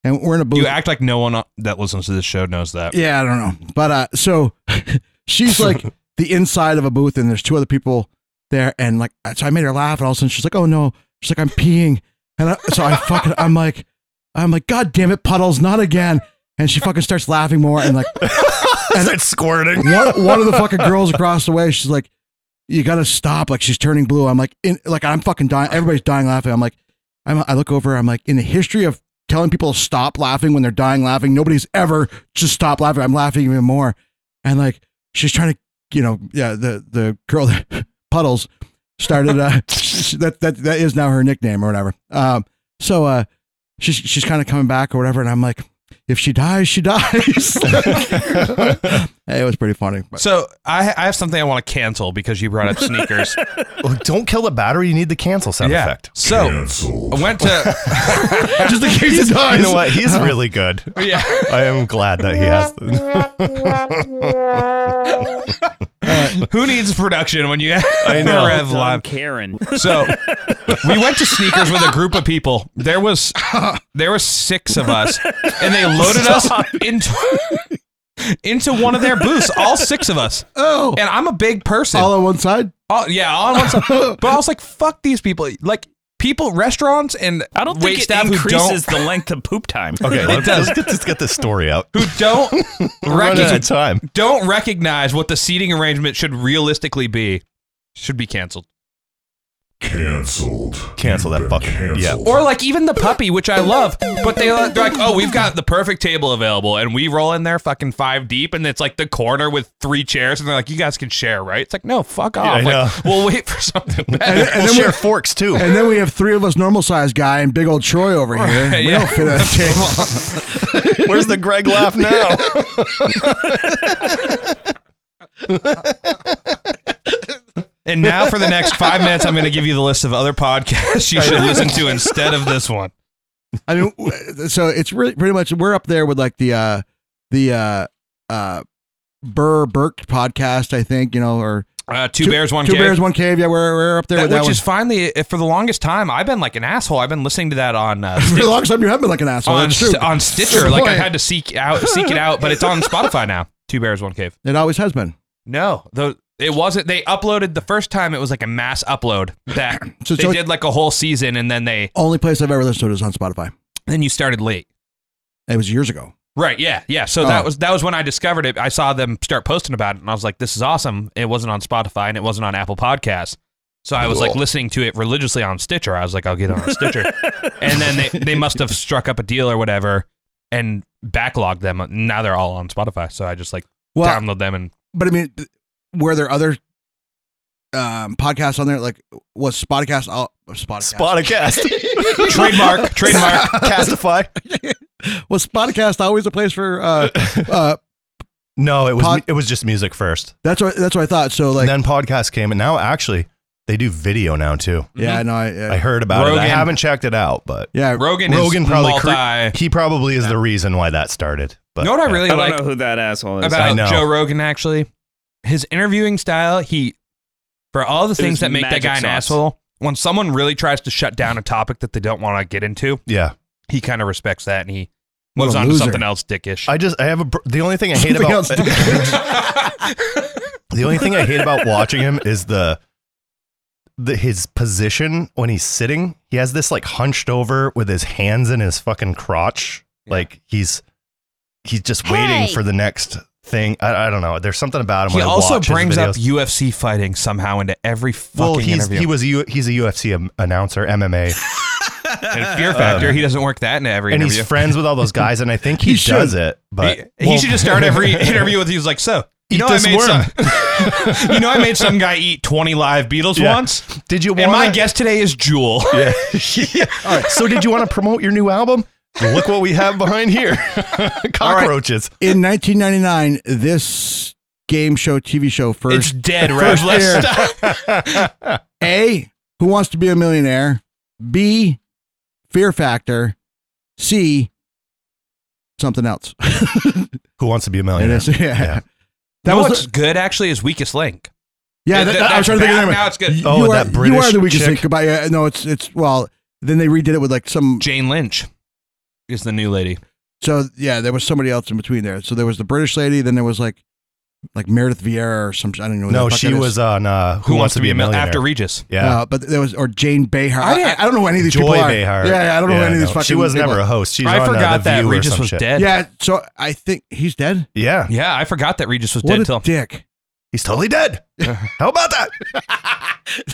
[SPEAKER 3] and we're in a booth.
[SPEAKER 4] you act like no one that listens to this show knows that.
[SPEAKER 3] Yeah, I don't know. But uh so she's like the inside of a booth and there's two other people there and like uh, so I made her laugh and all of a sudden she's like, Oh no. She's like, I'm peeing. And I, so I fucking I'm like I'm like, God damn it, puddles, not again. And she fucking starts laughing more and like
[SPEAKER 1] It's squirting.
[SPEAKER 3] one, one of the fucking girls across the way, she's like, "You gotta stop!" Like she's turning blue. I'm like, in, like I'm fucking dying. Everybody's dying laughing. I'm like, I'm, I look over. I'm like, in the history of telling people to stop laughing when they're dying laughing, nobody's ever just stop laughing. I'm laughing even more, and like she's trying to, you know, yeah, the the girl that puddles started. Uh, that that that is now her nickname or whatever. Um, so uh, she's she's kind of coming back or whatever, and I'm like. If she dies, she dies. it was pretty funny. but-
[SPEAKER 4] So I, I have something I want to cancel because you brought up sneakers.
[SPEAKER 1] Oh, Don't kill the battery. You need the cancel sound effect.
[SPEAKER 4] So I went to
[SPEAKER 3] just in case it dies.
[SPEAKER 1] You know what? He's really good.
[SPEAKER 4] yeah.
[SPEAKER 1] I am glad that he has.
[SPEAKER 4] Who needs production when you have I
[SPEAKER 1] know.
[SPEAKER 4] Rev
[SPEAKER 6] Don
[SPEAKER 4] Live?
[SPEAKER 6] Karen.
[SPEAKER 4] So we went to sneakers with a group of people. There was there was six of us, and they loaded us into into one of their booths. All six of us,
[SPEAKER 3] Oh,
[SPEAKER 4] and I'm a big person.
[SPEAKER 3] all on one side.
[SPEAKER 4] All- yeah, all on one side. But I was like, "Fuck these people!" Like people, restaurants, and
[SPEAKER 6] I don't
[SPEAKER 4] wait
[SPEAKER 6] think it
[SPEAKER 4] staff who
[SPEAKER 6] increases
[SPEAKER 4] don't
[SPEAKER 6] the length of poop time.
[SPEAKER 1] Okay, let's,
[SPEAKER 4] does.
[SPEAKER 1] let's get, let's get this story out.
[SPEAKER 4] who don't
[SPEAKER 1] Run out of
[SPEAKER 4] recognize
[SPEAKER 1] time.
[SPEAKER 4] don't recognize what the seating arrangement should realistically be should be canceled.
[SPEAKER 1] Cancel that fucking. Yeah.
[SPEAKER 4] Or like even the puppy, which I love, but they they're like, oh, we've got the perfect table available, and we roll in there fucking five deep, and it's like the corner with three chairs, and they're like, you guys can share, right? It's like, no, fuck
[SPEAKER 1] I
[SPEAKER 4] off.
[SPEAKER 1] know.
[SPEAKER 4] like, we'll wait for something
[SPEAKER 1] And,
[SPEAKER 4] better.
[SPEAKER 1] we'll share forks too.
[SPEAKER 3] And then we have three of us normal sized guy and big old Troy over here. We
[SPEAKER 4] Yeah.
[SPEAKER 3] don't fit at a table.
[SPEAKER 1] Where's the Greg laugh now?
[SPEAKER 4] and now for the next five minutes, I'm going to give you the list of other podcasts you should listen to instead of this one.
[SPEAKER 3] I mean, w- so it's really pretty much we're up there with like the uh the uh uh Burr Burke podcast, I think you know, or
[SPEAKER 4] Uh, two, bears, one
[SPEAKER 3] two
[SPEAKER 4] cave.
[SPEAKER 3] bears, one cave. Yeah, we're we're up there
[SPEAKER 4] That-
[SPEAKER 3] with that
[SPEAKER 4] which
[SPEAKER 3] one.
[SPEAKER 4] is finally eh, for the longest time I've been like an asshole. I've been listening to that on uh,
[SPEAKER 3] For the longest time, you have been like an asshole.
[SPEAKER 4] on,
[SPEAKER 3] That's Ah, true.
[SPEAKER 4] on Stitcher.
[SPEAKER 3] Good
[SPEAKER 4] Like I
[SPEAKER 3] point.
[SPEAKER 4] had to seek out seek it out, but it's on Spotify now. Two bears, one cave.
[SPEAKER 3] It always has been.
[SPEAKER 4] No, though it wasn't. They uploaded the first time. It was like a mass upload that
[SPEAKER 3] So it's
[SPEAKER 4] they
[SPEAKER 3] like-
[SPEAKER 4] did like a whole season, and then they
[SPEAKER 3] Only place I've ever listened to it is on Spotify.
[SPEAKER 4] then you started late.
[SPEAKER 3] It was years ago.
[SPEAKER 4] Right. Yeah. Yeah. So
[SPEAKER 1] Oh.
[SPEAKER 4] that was that was when I discovered it. I saw them start posting about it, and I was like, "This is awesome." It wasn't on Spotify and it wasn't on Apple Podcasts. So I was like
[SPEAKER 9] Cool.
[SPEAKER 4] listening to it religiously on Stitcher. I was like, "I'll get it on Stitcher," and then they, they must have struck up a deal or whatever and backlogged them. Now they're all on Spotify. So I just like
[SPEAKER 3] Well-
[SPEAKER 4] download them and
[SPEAKER 3] But I mean, th- were there other um, podcasts on there? Like, was Spotcast all Spotcast?
[SPEAKER 1] Spotacast,
[SPEAKER 4] trademark trademark.
[SPEAKER 1] Castify.
[SPEAKER 3] was Spotcast always a place for? Uh, uh,
[SPEAKER 1] No, it was
[SPEAKER 3] Pod-
[SPEAKER 1] it was just music first.
[SPEAKER 3] that's what that's what I thought. So like,
[SPEAKER 1] then podcast came, and now actually they do video now too.
[SPEAKER 3] yeah,
[SPEAKER 4] Mm-hmm.
[SPEAKER 3] I know. I, yeah.
[SPEAKER 1] I heard about it. I
[SPEAKER 4] Rogan-
[SPEAKER 1] haven't checked it out, but
[SPEAKER 3] yeah,
[SPEAKER 4] Rogan.
[SPEAKER 1] Rogan
[SPEAKER 4] is
[SPEAKER 1] probably
[SPEAKER 4] multi.
[SPEAKER 1] cre- he probably is the reason why that started. But
[SPEAKER 4] you know what I
[SPEAKER 1] yeah.
[SPEAKER 4] really
[SPEAKER 6] I don't
[SPEAKER 4] like
[SPEAKER 6] know who that asshole is.
[SPEAKER 1] I
[SPEAKER 4] about
[SPEAKER 1] know.
[SPEAKER 4] Joe Rogan actually. His interviewing style, he for all the
[SPEAKER 6] was
[SPEAKER 4] things that make that
[SPEAKER 6] magic
[SPEAKER 4] guy an
[SPEAKER 6] sauce.
[SPEAKER 4] asshole, when someone really tries to shut down a topic that they don't want to get into,
[SPEAKER 1] yeah.
[SPEAKER 4] he kind of respects that and he
[SPEAKER 3] What
[SPEAKER 4] moves
[SPEAKER 3] a
[SPEAKER 4] on to
[SPEAKER 3] loser.
[SPEAKER 4] something else dickish.
[SPEAKER 1] I just I have a br- the only thing I hate
[SPEAKER 3] Something
[SPEAKER 1] about
[SPEAKER 3] else
[SPEAKER 1] the only thing I hate about watching him is the the his position when he's sitting. He has this like hunched over with his hands in his fucking crotch, like he's he's just waiting
[SPEAKER 2] Hey!
[SPEAKER 1] for the next thing. I, I don't know. There's something about him.
[SPEAKER 4] he
[SPEAKER 1] when I
[SPEAKER 4] also
[SPEAKER 1] watch his
[SPEAKER 4] brings up
[SPEAKER 1] videos.
[SPEAKER 4] UFC fighting somehow into every fucking
[SPEAKER 1] Well, he's
[SPEAKER 4] interview.
[SPEAKER 1] he was a, U- he's a UFC am- announcer, MMA,
[SPEAKER 4] and Fear Factor, he doesn't work that into every
[SPEAKER 1] Um, and
[SPEAKER 4] interview.
[SPEAKER 1] he's friends with all those guys, and I think he,
[SPEAKER 3] He should.
[SPEAKER 1] does it. But
[SPEAKER 4] he, he
[SPEAKER 1] Well-
[SPEAKER 4] should just start every interview with he's like, so you
[SPEAKER 1] Eat
[SPEAKER 4] know, I
[SPEAKER 1] this
[SPEAKER 4] made
[SPEAKER 1] worm."
[SPEAKER 4] Some, you know I made some guy eat twenty live Beatles
[SPEAKER 1] Yeah.
[SPEAKER 4] once.
[SPEAKER 1] Did you?
[SPEAKER 4] And my
[SPEAKER 1] wanna-
[SPEAKER 4] guest today is Jewel.
[SPEAKER 1] Yeah. All right. So, did you want to promote your new album? Look what we have behind here cockroaches.
[SPEAKER 3] in 1999, this game show, TV show,
[SPEAKER 4] It's
[SPEAKER 3] first
[SPEAKER 4] dead, Rev. Let's stop.
[SPEAKER 3] A, Who Wants to Be a Millionaire? B, Fear Factor. C, something else.
[SPEAKER 1] Who wants to be a
[SPEAKER 3] And
[SPEAKER 1] millionaire?
[SPEAKER 3] it's- yeah.
[SPEAKER 1] Oh, Yeah.
[SPEAKER 3] That
[SPEAKER 4] no,
[SPEAKER 3] was
[SPEAKER 4] what's
[SPEAKER 3] the-
[SPEAKER 4] good actually is Weakest Link.
[SPEAKER 3] yeah.
[SPEAKER 4] Th-
[SPEAKER 3] That,
[SPEAKER 4] th-
[SPEAKER 3] that- I was
[SPEAKER 4] that's
[SPEAKER 3] trying to think of
[SPEAKER 4] bad,
[SPEAKER 3] the name.
[SPEAKER 4] now it's good.
[SPEAKER 3] You
[SPEAKER 1] Oh,
[SPEAKER 3] are,
[SPEAKER 1] that
[SPEAKER 3] You are
[SPEAKER 1] British
[SPEAKER 3] the weakest
[SPEAKER 1] chick?
[SPEAKER 3] link about yeah. No, it's it's well. Then they redid it with like some.
[SPEAKER 4] Jane Lynch is the new lady.
[SPEAKER 3] So yeah, there was somebody else in between there. So there was the British lady. Then there was like like Meredith Vieira or some. I don't know. who
[SPEAKER 1] No,
[SPEAKER 3] the fuck
[SPEAKER 1] she
[SPEAKER 3] that is.
[SPEAKER 1] was on uh, Who, Wants to Be a
[SPEAKER 4] Mil-
[SPEAKER 1] Millionaire?
[SPEAKER 4] After Regis.
[SPEAKER 1] yeah.
[SPEAKER 3] Uh, but there was or Jane Behar.
[SPEAKER 4] I
[SPEAKER 3] I,
[SPEAKER 4] didn't-
[SPEAKER 3] I, don't know who any of these people
[SPEAKER 1] Joy
[SPEAKER 3] are.
[SPEAKER 1] Behar.
[SPEAKER 3] Yeah, yeah, I don't know who any of these
[SPEAKER 1] no.
[SPEAKER 3] fucking.
[SPEAKER 1] She was
[SPEAKER 3] people.
[SPEAKER 1] never a host. She's
[SPEAKER 4] I
[SPEAKER 1] on, uh,
[SPEAKER 4] forgot
[SPEAKER 1] The
[SPEAKER 4] that
[SPEAKER 1] View or
[SPEAKER 4] Regis
[SPEAKER 1] some
[SPEAKER 4] was
[SPEAKER 1] shit.
[SPEAKER 4] dead.
[SPEAKER 3] Yeah, so I think he's dead.
[SPEAKER 1] Yeah.
[SPEAKER 4] Yeah, I forgot that Regis was
[SPEAKER 3] What
[SPEAKER 4] dead.
[SPEAKER 3] a
[SPEAKER 4] Till
[SPEAKER 3] dick.
[SPEAKER 1] He's totally dead. How about that?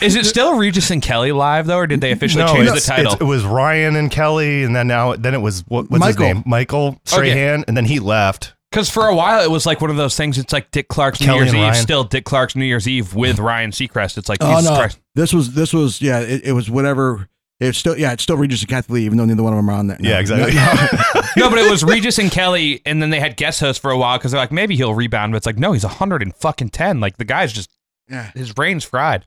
[SPEAKER 4] is it still Regis and Kelly live though, or did they officially
[SPEAKER 1] no,
[SPEAKER 4] change the
[SPEAKER 1] it's-
[SPEAKER 4] title?
[SPEAKER 1] it's- it was Ryan and Kelly, and then now then it was what, what's
[SPEAKER 3] Michael.
[SPEAKER 1] his name? Michael Strahan, and then he left.
[SPEAKER 4] Because for a while it was like one of those things. It's like Dick Clark's
[SPEAKER 1] Kelly
[SPEAKER 4] New Year's
[SPEAKER 1] and
[SPEAKER 4] Eve,
[SPEAKER 1] Ryan.
[SPEAKER 4] still Dick Clark's New Year's Eve with Ryan Seacrest. It's like
[SPEAKER 3] Oh
[SPEAKER 4] Jesus
[SPEAKER 3] no,
[SPEAKER 4] Christ.
[SPEAKER 3] this was this was yeah. It, it was whatever. It's still yeah. It's still Regis and Kathleen, even though neither one of them are on that.
[SPEAKER 1] Yeah, exactly.
[SPEAKER 4] No, but it was Regis and Kelly, and then they had guest hosts for a while because they're like, maybe he'll rebound. But it's like, no, he's 100 and fucking 10. Like, the guy's just,
[SPEAKER 3] Yeah.
[SPEAKER 4] his brain's fried.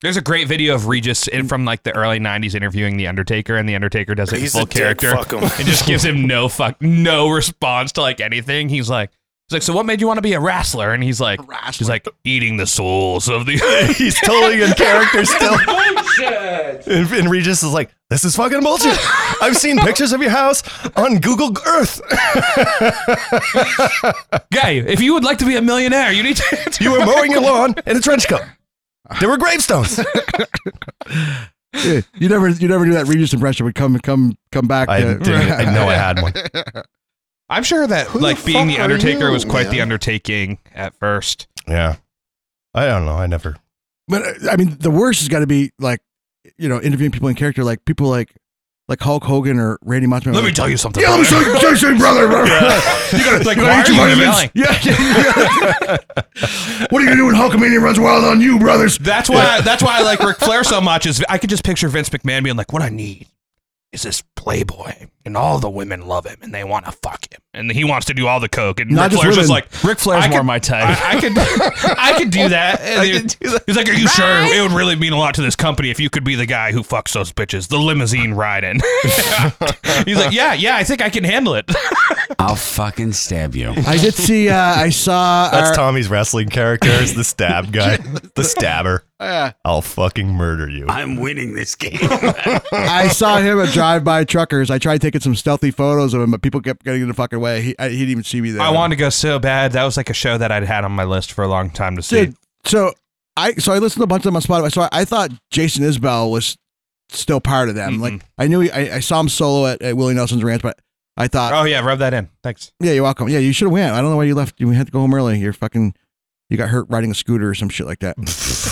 [SPEAKER 4] There's a great video of Regis in, from like the early 90s interviewing The Undertaker, and The Undertaker does it in full character. and just gives him no fuck, no response to like anything. He's like, he's like, so what made you want to be a wrestler? And he's like, he's like, eating the souls of the.
[SPEAKER 1] He's totally in character still. And, and Regis is like, this is fucking bullshit. I've seen pictures of your house on Google Earth.
[SPEAKER 4] Guy, if you would like to be a millionaire, you need to.
[SPEAKER 1] You were mowing your lawn in a trench coat. There were gravestones.
[SPEAKER 3] Yeah, you never you never knew that Regis impression would come come come back.
[SPEAKER 1] I
[SPEAKER 3] to-
[SPEAKER 1] didn't. I know I had one.
[SPEAKER 4] I'm sure that like being the Undertaker was quite the undertaking at first.
[SPEAKER 1] Yeah. I don't know. I never.
[SPEAKER 3] But uh, I mean, the worst has got to be like you know interviewing people in character, like people like like Hulk Hogan or Randy Macho. Man.
[SPEAKER 4] Let me
[SPEAKER 3] Like,
[SPEAKER 4] tell you something.
[SPEAKER 3] Yeah, let me show you, show you something, brother. You gotta,
[SPEAKER 4] Like,
[SPEAKER 3] you gotta
[SPEAKER 4] why are
[SPEAKER 3] eat your
[SPEAKER 4] you
[SPEAKER 3] vitamins.
[SPEAKER 4] yelling?
[SPEAKER 3] Yeah, yeah, yeah. what are you gonna do when Hulkamania runs wild on you, brothers?
[SPEAKER 4] That's why. that's why I like Ric Flair so much. Is I could just picture Vince McMahon being like, "What I need is this playboy, and all the women love him, and they want to fuck him, and he wants to do all the coke." And
[SPEAKER 3] Not
[SPEAKER 4] Ric
[SPEAKER 3] just
[SPEAKER 4] Flair's just
[SPEAKER 3] women.
[SPEAKER 4] like, "Ric Flair's
[SPEAKER 6] more my type."
[SPEAKER 4] I, I could, I could do that. And he- He's like, "Are you sure? It would really mean a lot to this company if you could be the guy who fucks those bitches, the limousine riding." he's like, "Yeah, yeah, I think I can handle it."
[SPEAKER 7] I'll fucking stab you.
[SPEAKER 3] I did see. Uh, I saw.
[SPEAKER 1] That's
[SPEAKER 3] our-
[SPEAKER 1] Tommy's wrestling character is the stab guy, the stabber.
[SPEAKER 3] Yeah.
[SPEAKER 1] I'll fucking murder you.
[SPEAKER 7] I'm winning this game.
[SPEAKER 3] I saw him at Drive By Truckers. I tried taking some stealthy photos of him, but people kept getting in the fucking way. He, I, he didn't even see me there.
[SPEAKER 4] I wanted to go so bad. That was like a show that I'd had on my list for a long time to see.
[SPEAKER 3] Dude, so I so I listened to a bunch of them on Spotify. So I, I thought Jason Isbell was still part of them. Like I knew he, I, I saw him solo at, at Willie Nelson's ranch, but I thought.
[SPEAKER 4] Oh yeah, rub that in. Thanks.
[SPEAKER 3] Yeah, you're welcome. Yeah, you should have went. I don't know why you left. You had to go home early. You're fucking. You got hurt riding a scooter or some shit like that.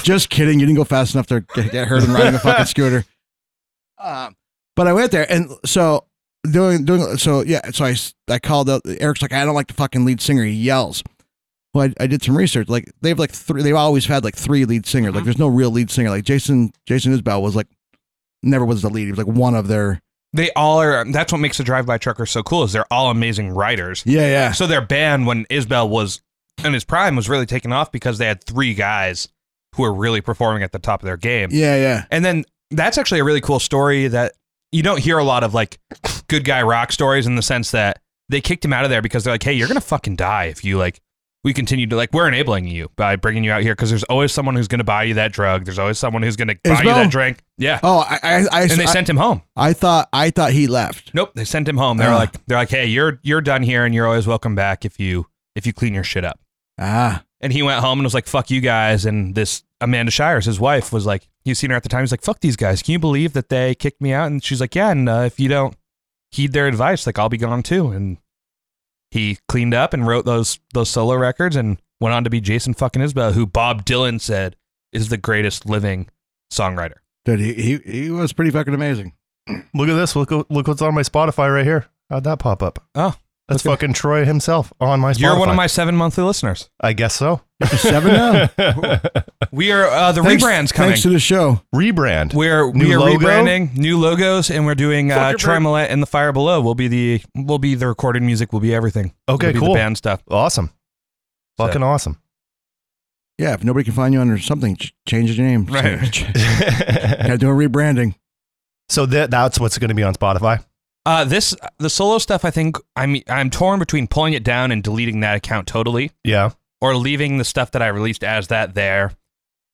[SPEAKER 3] Just kidding. You didn't go fast enough to get, get hurt and riding a fucking scooter. Um, but I went there, and so doing doing so yeah. So I s- I called up. Eric's like, I don't like the fucking lead singer. He yells. Well, I, I did some research. Like they've like three. They've always had like three lead singers. Like there's no real lead singer. Like Jason Jason Isbell was like never was the lead. He was like one of their.
[SPEAKER 4] They all are. That's what makes the drive-by truckers so cool. Is they're all amazing writers.
[SPEAKER 3] Yeah, yeah.
[SPEAKER 4] So their band, when Isbell was in his prime, was really taking off because they had three guys who were really performing at the top of their game.
[SPEAKER 3] Yeah, yeah.
[SPEAKER 4] And then that's actually a really cool story that you don't hear a lot of like good guy rock stories in the sense that they kicked him out of there because they're like, hey, you're gonna fucking die if you like. We continue to like we're enabling you by bringing you out here because there's always someone who's gonna buy you that drug. There's always someone who's gonna buy you
[SPEAKER 3] Isbell?
[SPEAKER 4] that drink. Yeah.
[SPEAKER 3] Oh, I I, I
[SPEAKER 4] and they
[SPEAKER 3] I-
[SPEAKER 4] sent him home.
[SPEAKER 3] I thought I thought he left.
[SPEAKER 4] Nope, they sent him home. They're
[SPEAKER 3] Ah.
[SPEAKER 4] like, they're like, hey, you're you're done here, and you're always welcome back if you if you clean your shit up.
[SPEAKER 3] Ah,
[SPEAKER 4] And he went home and was like, fuck you guys. And this Amanda Shires, his wife, was like, he's seen her at the time. He's like, fuck these guys. Can you believe that they kicked me out? And she's like, yeah. And uh, if you don't heed their advice, like I'll be gone too. And he cleaned up and wrote those those solo records and went on to be Jason fucking Isbell, who Bob Dylan said is the greatest living songwriter.
[SPEAKER 3] dude, he, he he was pretty fucking amazing.
[SPEAKER 1] Look at this. Look look what's on my Spotify right here. How'd that pop up?
[SPEAKER 4] Oh,
[SPEAKER 1] that's fucking Troy himself on my. Spotify.
[SPEAKER 4] You're one of my Oh. seven monthly listeners.
[SPEAKER 1] I guess so.
[SPEAKER 3] Seven now.
[SPEAKER 4] We are uh, the
[SPEAKER 3] Thanks-
[SPEAKER 4] rebrand's coming.
[SPEAKER 3] Thanks to the show.
[SPEAKER 1] Rebrand.
[SPEAKER 4] We're
[SPEAKER 1] New
[SPEAKER 4] we are
[SPEAKER 1] logo?
[SPEAKER 4] rebranding, new logos, and we're doing uh, Tremolet and the Fire Below. Will be the will be the recorded music. Will be everything.
[SPEAKER 1] Okay,
[SPEAKER 4] Will be
[SPEAKER 1] cool.
[SPEAKER 4] The band stuff.
[SPEAKER 1] Awesome. Fucking awesome.
[SPEAKER 3] Yeah, if nobody can find you under something, ch- change your name.
[SPEAKER 4] Right.
[SPEAKER 3] Gotta do a rebranding.
[SPEAKER 1] so that that's what's going to be on Spotify.
[SPEAKER 4] Uh, this the solo stuff. I think I'm I'm torn between pulling it down and deleting that account totally,
[SPEAKER 1] Yeah.
[SPEAKER 4] or leaving the stuff that I released as that there,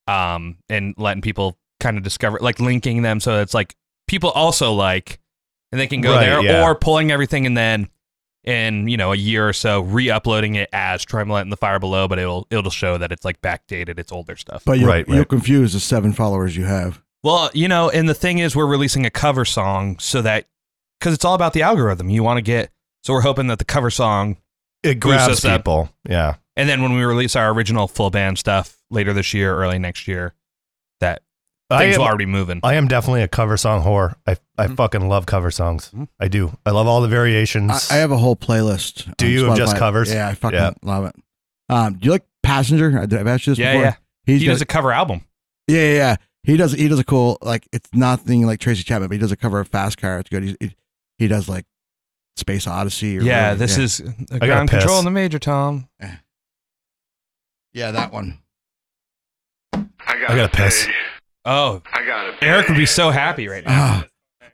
[SPEAKER 4] um, and letting people kind of discover like linking them so it's like people also like and they can go
[SPEAKER 1] Right,
[SPEAKER 4] there,
[SPEAKER 1] yeah.
[SPEAKER 4] or pulling everything and then in you know a year or so re-uploading it as Tremolet and the Fire Below, but it'll it'll show that it's like backdated, it's older stuff.
[SPEAKER 3] But you'll,
[SPEAKER 1] Right, right.
[SPEAKER 3] you'll confuse the seven followers you have.
[SPEAKER 4] Well, you know, and the thing is, we're releasing a cover song so that because it's all about the algorithm. You want to get so we're hoping that the cover song,
[SPEAKER 1] It
[SPEAKER 4] us
[SPEAKER 1] grabs
[SPEAKER 4] up.
[SPEAKER 1] people. Yeah.
[SPEAKER 4] and then when we release our original full band stuff later this year, early next year, that
[SPEAKER 1] I
[SPEAKER 4] things Mm-hmm.
[SPEAKER 1] am,
[SPEAKER 4] will already moving.
[SPEAKER 1] I am definitely a cover song whore. I I fucking love cover songs.
[SPEAKER 4] Mm-hmm.
[SPEAKER 1] I do. I love all the variations.
[SPEAKER 3] I, I have a whole playlist.
[SPEAKER 1] Do
[SPEAKER 3] on
[SPEAKER 1] you have just
[SPEAKER 3] Spotify.
[SPEAKER 1] covers?
[SPEAKER 3] Yeah, I fucking
[SPEAKER 1] Yeah.
[SPEAKER 3] love it. Um, do you like Passenger? I- I've asked you this
[SPEAKER 4] Yeah,
[SPEAKER 3] before.
[SPEAKER 4] yeah.
[SPEAKER 3] He's
[SPEAKER 4] he
[SPEAKER 3] got-
[SPEAKER 4] does a cover album.
[SPEAKER 3] Yeah, yeah, yeah. He does. He does a cool like it's nothing like Tracy Chapman, but he does a cover of Fast Car. It's good. He he, he does like Space Odyssey. Or
[SPEAKER 4] Yeah,
[SPEAKER 3] whatever.
[SPEAKER 4] this
[SPEAKER 3] yeah.
[SPEAKER 4] is a
[SPEAKER 1] gotta
[SPEAKER 4] ground control
[SPEAKER 1] piss.
[SPEAKER 4] in the major, Tom.
[SPEAKER 3] yeah that one.
[SPEAKER 9] I
[SPEAKER 1] I gotta piss.
[SPEAKER 4] Oh,
[SPEAKER 9] I gotta
[SPEAKER 4] Eric would be so happy right now.
[SPEAKER 3] Ah.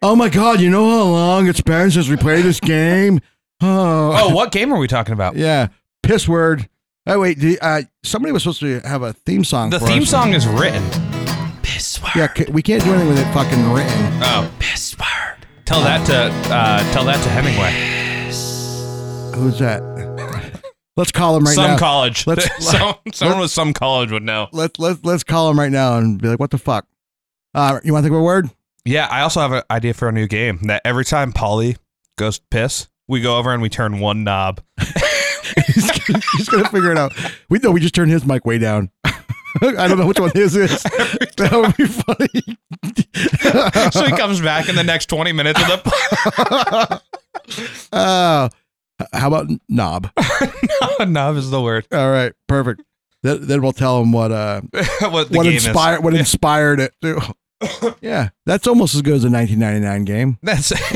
[SPEAKER 3] oh my God! You know how long it's been since we played this game. Oh,
[SPEAKER 4] Oh, what game are we talking about?
[SPEAKER 3] yeah, piss word. Oh wait, the, uh, somebody was supposed to have a theme song.
[SPEAKER 4] The
[SPEAKER 3] for
[SPEAKER 4] theme
[SPEAKER 3] us.
[SPEAKER 4] song is written.
[SPEAKER 3] Yeah, ca- we can't do anything with it fucking written.
[SPEAKER 4] Oh, piss word. Tell that to uh, tell that to Hemingway.
[SPEAKER 3] Who's that? Let's call him right
[SPEAKER 4] some
[SPEAKER 3] now.
[SPEAKER 4] college.
[SPEAKER 3] Let's-
[SPEAKER 4] Some- someone with some college would know.
[SPEAKER 3] let's let's let's call him right now and be like, what the fuck? Uh, you want to think of a word?
[SPEAKER 4] Yeah, I also have an idea for a new game that every time Polly goes to piss, we go over and we turn one knob.
[SPEAKER 3] he's, gonna, he's gonna figure it out. We know we just turned his mic way down. I don't know which one his is. That would be funny.
[SPEAKER 4] so he comes back in the next 20 minutes of the
[SPEAKER 3] Uh, how about knob?
[SPEAKER 4] knob is the word.
[SPEAKER 3] All right, perfect. Then, then we'll tell him what uh
[SPEAKER 4] what the
[SPEAKER 3] what
[SPEAKER 4] game
[SPEAKER 3] inspired what inspired it. Too. yeah, that's almost as good as a 1999 game.
[SPEAKER 4] is. That's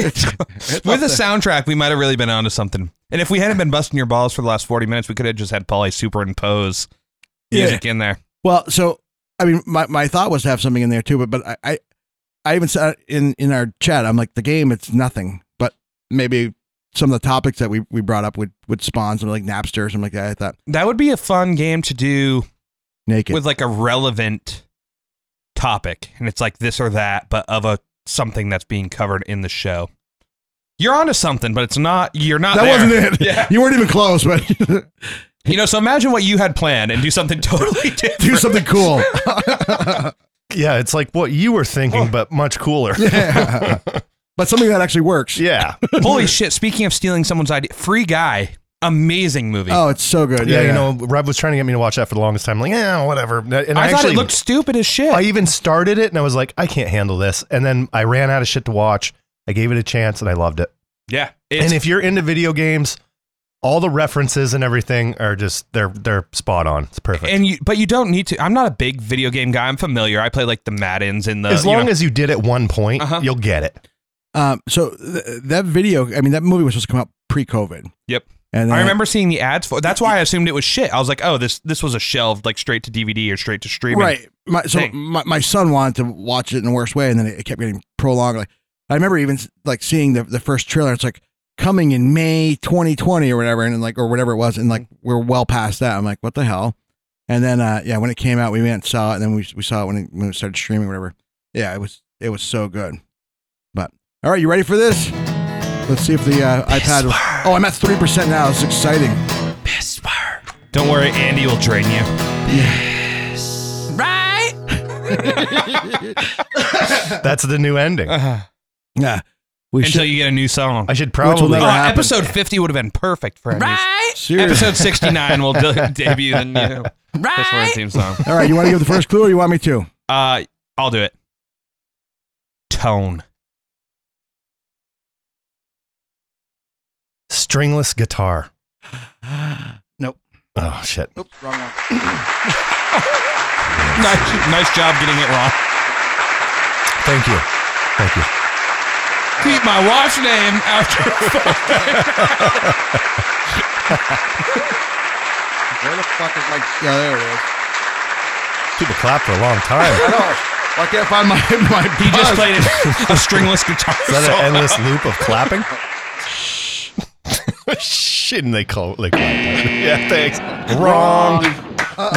[SPEAKER 4] With a soundtrack, we might have really been onto something. And if we hadn't been busting your balls for the last 40 minutes, we could have just had Polly superimpose music in there.
[SPEAKER 3] Well, so I mean, my, my thought was to have something in there too, but but I I, I even said in in our chat, I'm like the game, it's nothing, but maybe some of the topics that we, we brought up would would spawn something like Napster or something like that. I thought
[SPEAKER 4] That would be a fun game to do
[SPEAKER 3] naked.
[SPEAKER 4] with like a relevant topic and it's like this or that but of a something that's being covered in the show you're onto something but it's not you're not
[SPEAKER 3] that
[SPEAKER 4] there.
[SPEAKER 3] wasn't it.
[SPEAKER 4] yeah
[SPEAKER 3] You weren't even close, but
[SPEAKER 4] you know so imagine what you had planned and do something totally different
[SPEAKER 3] do something cool.
[SPEAKER 4] Oh.
[SPEAKER 1] Yeah, it's like what you were thinking, but much cooler.
[SPEAKER 3] Yeah. but something that actually works.
[SPEAKER 1] Yeah.
[SPEAKER 4] Holy shit! Speaking of stealing someone's idea, Free Guy, amazing movie.
[SPEAKER 3] Oh, it's so good.
[SPEAKER 1] Yeah, you know, Rob was trying to get me to watch that for the longest time. Like, yeah, whatever. And I,
[SPEAKER 4] I thought it
[SPEAKER 1] actually
[SPEAKER 4] looked stupid as shit.
[SPEAKER 1] I even started it and I was like, I can't handle this. And then I ran out of shit to watch. I gave it a chance and I loved it.
[SPEAKER 4] yeah, it's,
[SPEAKER 1] and if you're into video games, all the references and everything are just they're they're spot on. It's perfect.
[SPEAKER 4] and you, but you don't need to. I'm not a big video game guy. I'm familiar. I play like the Maddens and the.
[SPEAKER 1] as
[SPEAKER 4] uh, you
[SPEAKER 1] long
[SPEAKER 4] know-
[SPEAKER 1] as you did at one point,
[SPEAKER 4] Uh-huh.
[SPEAKER 1] you'll get it.
[SPEAKER 3] Um, so th- that video, I mean, that movie was supposed to come out pre-COVID.
[SPEAKER 4] Yep.
[SPEAKER 3] And
[SPEAKER 4] I
[SPEAKER 3] then-
[SPEAKER 4] remember seeing the ads for. That's why I assumed it was shit. I was like, oh, this this was a shelved like straight to DVD or straight to streaming.
[SPEAKER 3] right. My, so
[SPEAKER 4] thing.
[SPEAKER 3] my, my son wanted to watch it in the worst way, and then it kept getting prolonged. Like I remember even like seeing the, the first trailer. It's like coming in May 2020 or whatever, and then, like or whatever it was, and like we're well past that. I'm like, what the hell? And then uh, yeah, when it came out, we went and saw it, and then we, we saw it when it, when it started streaming, or whatever. Yeah, it was it was so good. But all right, you ready for this? Let's see if the uh, iPad. Oh, I'm at three percent now. It's exciting.
[SPEAKER 4] Don't worry, Andy will drain you.
[SPEAKER 1] That's the new ending.
[SPEAKER 3] Yeah, we
[SPEAKER 4] Until
[SPEAKER 3] should.
[SPEAKER 4] you get a new song.
[SPEAKER 1] I should
[SPEAKER 3] will
[SPEAKER 1] probably
[SPEAKER 3] never
[SPEAKER 4] Oh,
[SPEAKER 3] happened.
[SPEAKER 4] episode 50 would have been perfect for right?
[SPEAKER 3] Seriously.
[SPEAKER 4] Episode 69 will de- debut the new right? Word theme song.
[SPEAKER 3] All right, you want to give the first clue, or you want me to?
[SPEAKER 4] Uh, I'll do it. Tone.
[SPEAKER 1] stringless guitar.
[SPEAKER 3] Nope.
[SPEAKER 1] Oh shit.
[SPEAKER 3] Wrong one.
[SPEAKER 4] Nice, nice job getting it wrong.
[SPEAKER 1] Thank you. Thank you.
[SPEAKER 4] Keep my wife's name after.
[SPEAKER 3] Where the fuck is my? Yeah, there it is.
[SPEAKER 1] People clap for a long time.
[SPEAKER 3] I can't find my my.
[SPEAKER 4] He just played a, a stringless guitar.
[SPEAKER 1] Is that
[SPEAKER 4] solo.
[SPEAKER 1] an endless loop of clapping? Shit, and they call it like yeah, thanks. Wrong.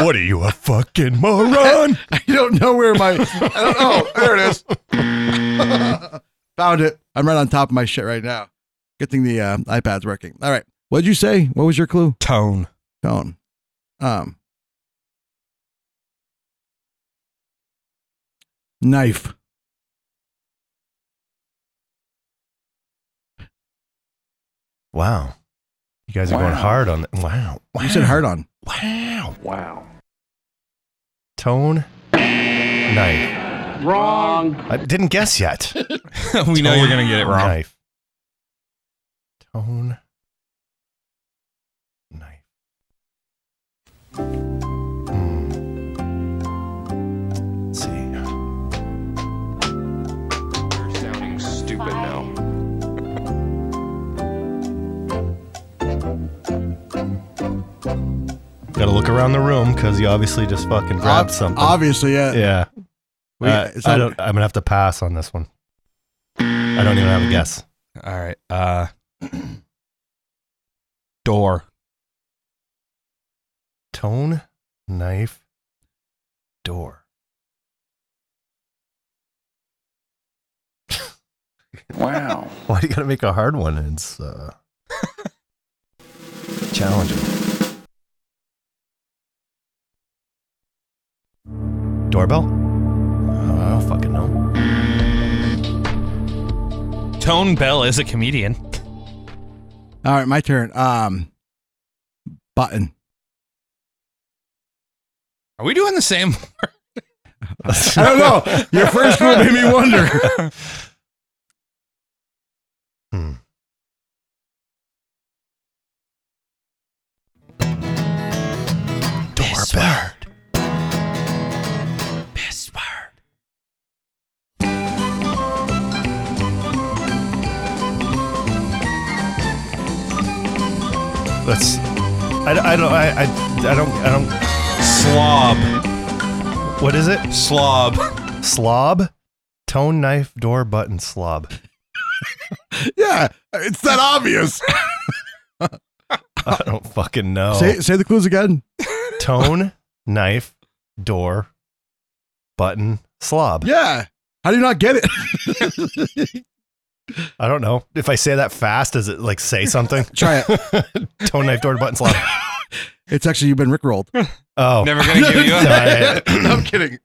[SPEAKER 1] what are you a fucking moron?
[SPEAKER 3] I don't know where my. I don't know. There it is. Found it. I'm right on top of my shit right now. Good thing the uh, iPad's working. All right. What'd you say? What was your clue?
[SPEAKER 4] Tone.
[SPEAKER 3] Phone. Um. Knife.
[SPEAKER 1] Wow, you guys are going hard on that. Wow, wow.
[SPEAKER 3] You said hard on.
[SPEAKER 1] Wow, wow. Tone, knife. Wrong. I didn't guess yet.
[SPEAKER 4] we know you're gonna get it wrong.
[SPEAKER 1] Knife. Tone. Knife. Hmm. Let's see. Gotta look around the room because you obviously just fucking grabbed
[SPEAKER 3] Ob-
[SPEAKER 1] something.
[SPEAKER 3] Obviously, yeah.
[SPEAKER 1] yeah.
[SPEAKER 3] We-
[SPEAKER 1] Uh,
[SPEAKER 3] so-
[SPEAKER 1] I don't. I'm gonna have to pass on this one. I don't even have a guess.
[SPEAKER 4] All right. Uh, door.
[SPEAKER 1] Tone, knife, door. wow. Why do you gotta make a hard one? It's uh, challenging. Doorbell? I don't fucking know.
[SPEAKER 4] Tone Bell is a comedian.
[SPEAKER 3] All right, my turn. Um. Button.
[SPEAKER 4] Are we doing the same?
[SPEAKER 3] I don't know. Your first clue made me wonder.
[SPEAKER 1] Hmm. Doorbell. That's. I, I don't. I, I. I don't. I don't.
[SPEAKER 4] Slob.
[SPEAKER 1] What is it?
[SPEAKER 4] Slob.
[SPEAKER 1] Slob. Tone knife door button slob.
[SPEAKER 3] Yeah, it's that obvious.
[SPEAKER 1] I don't fucking know.
[SPEAKER 3] Oh. Say, say the clues again.
[SPEAKER 1] Tone knife door button slob.
[SPEAKER 3] Yeah. How do you not get it?
[SPEAKER 1] I don't know. If I say that fast, does it like say something?
[SPEAKER 3] Try it.
[SPEAKER 1] Tone knife door button slob.
[SPEAKER 3] It's actually you've been rickrolled.
[SPEAKER 1] Oh.
[SPEAKER 4] Never gonna give you up.
[SPEAKER 1] Sorry.
[SPEAKER 3] I'm kidding.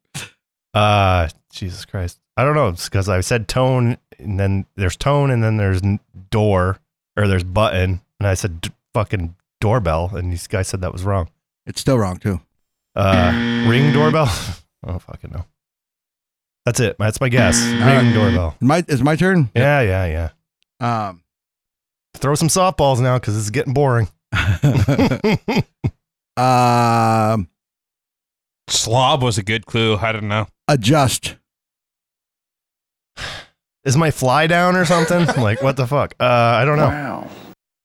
[SPEAKER 1] Uh, Jesus Christ. I don't know. It's because I said tone, and then there's tone, and then there's n- door, or there's button, and I said d- fucking doorbell, and these guys said that was wrong.
[SPEAKER 3] It's still wrong too.
[SPEAKER 1] Uh, ring doorbell. I don't fucking know. That's it. That's my guess. Ring
[SPEAKER 3] Alright.
[SPEAKER 1] doorbell.
[SPEAKER 3] My it's my turn.
[SPEAKER 1] Yeah, yeah,
[SPEAKER 3] yeah. Um,
[SPEAKER 1] throw some softballs now because it's getting boring.
[SPEAKER 3] Um,
[SPEAKER 4] Slob was a good clue. I don't know.
[SPEAKER 3] adjust.
[SPEAKER 1] Is my fly down or something? like what the fuck? Uh, I don't know.
[SPEAKER 11] Wow.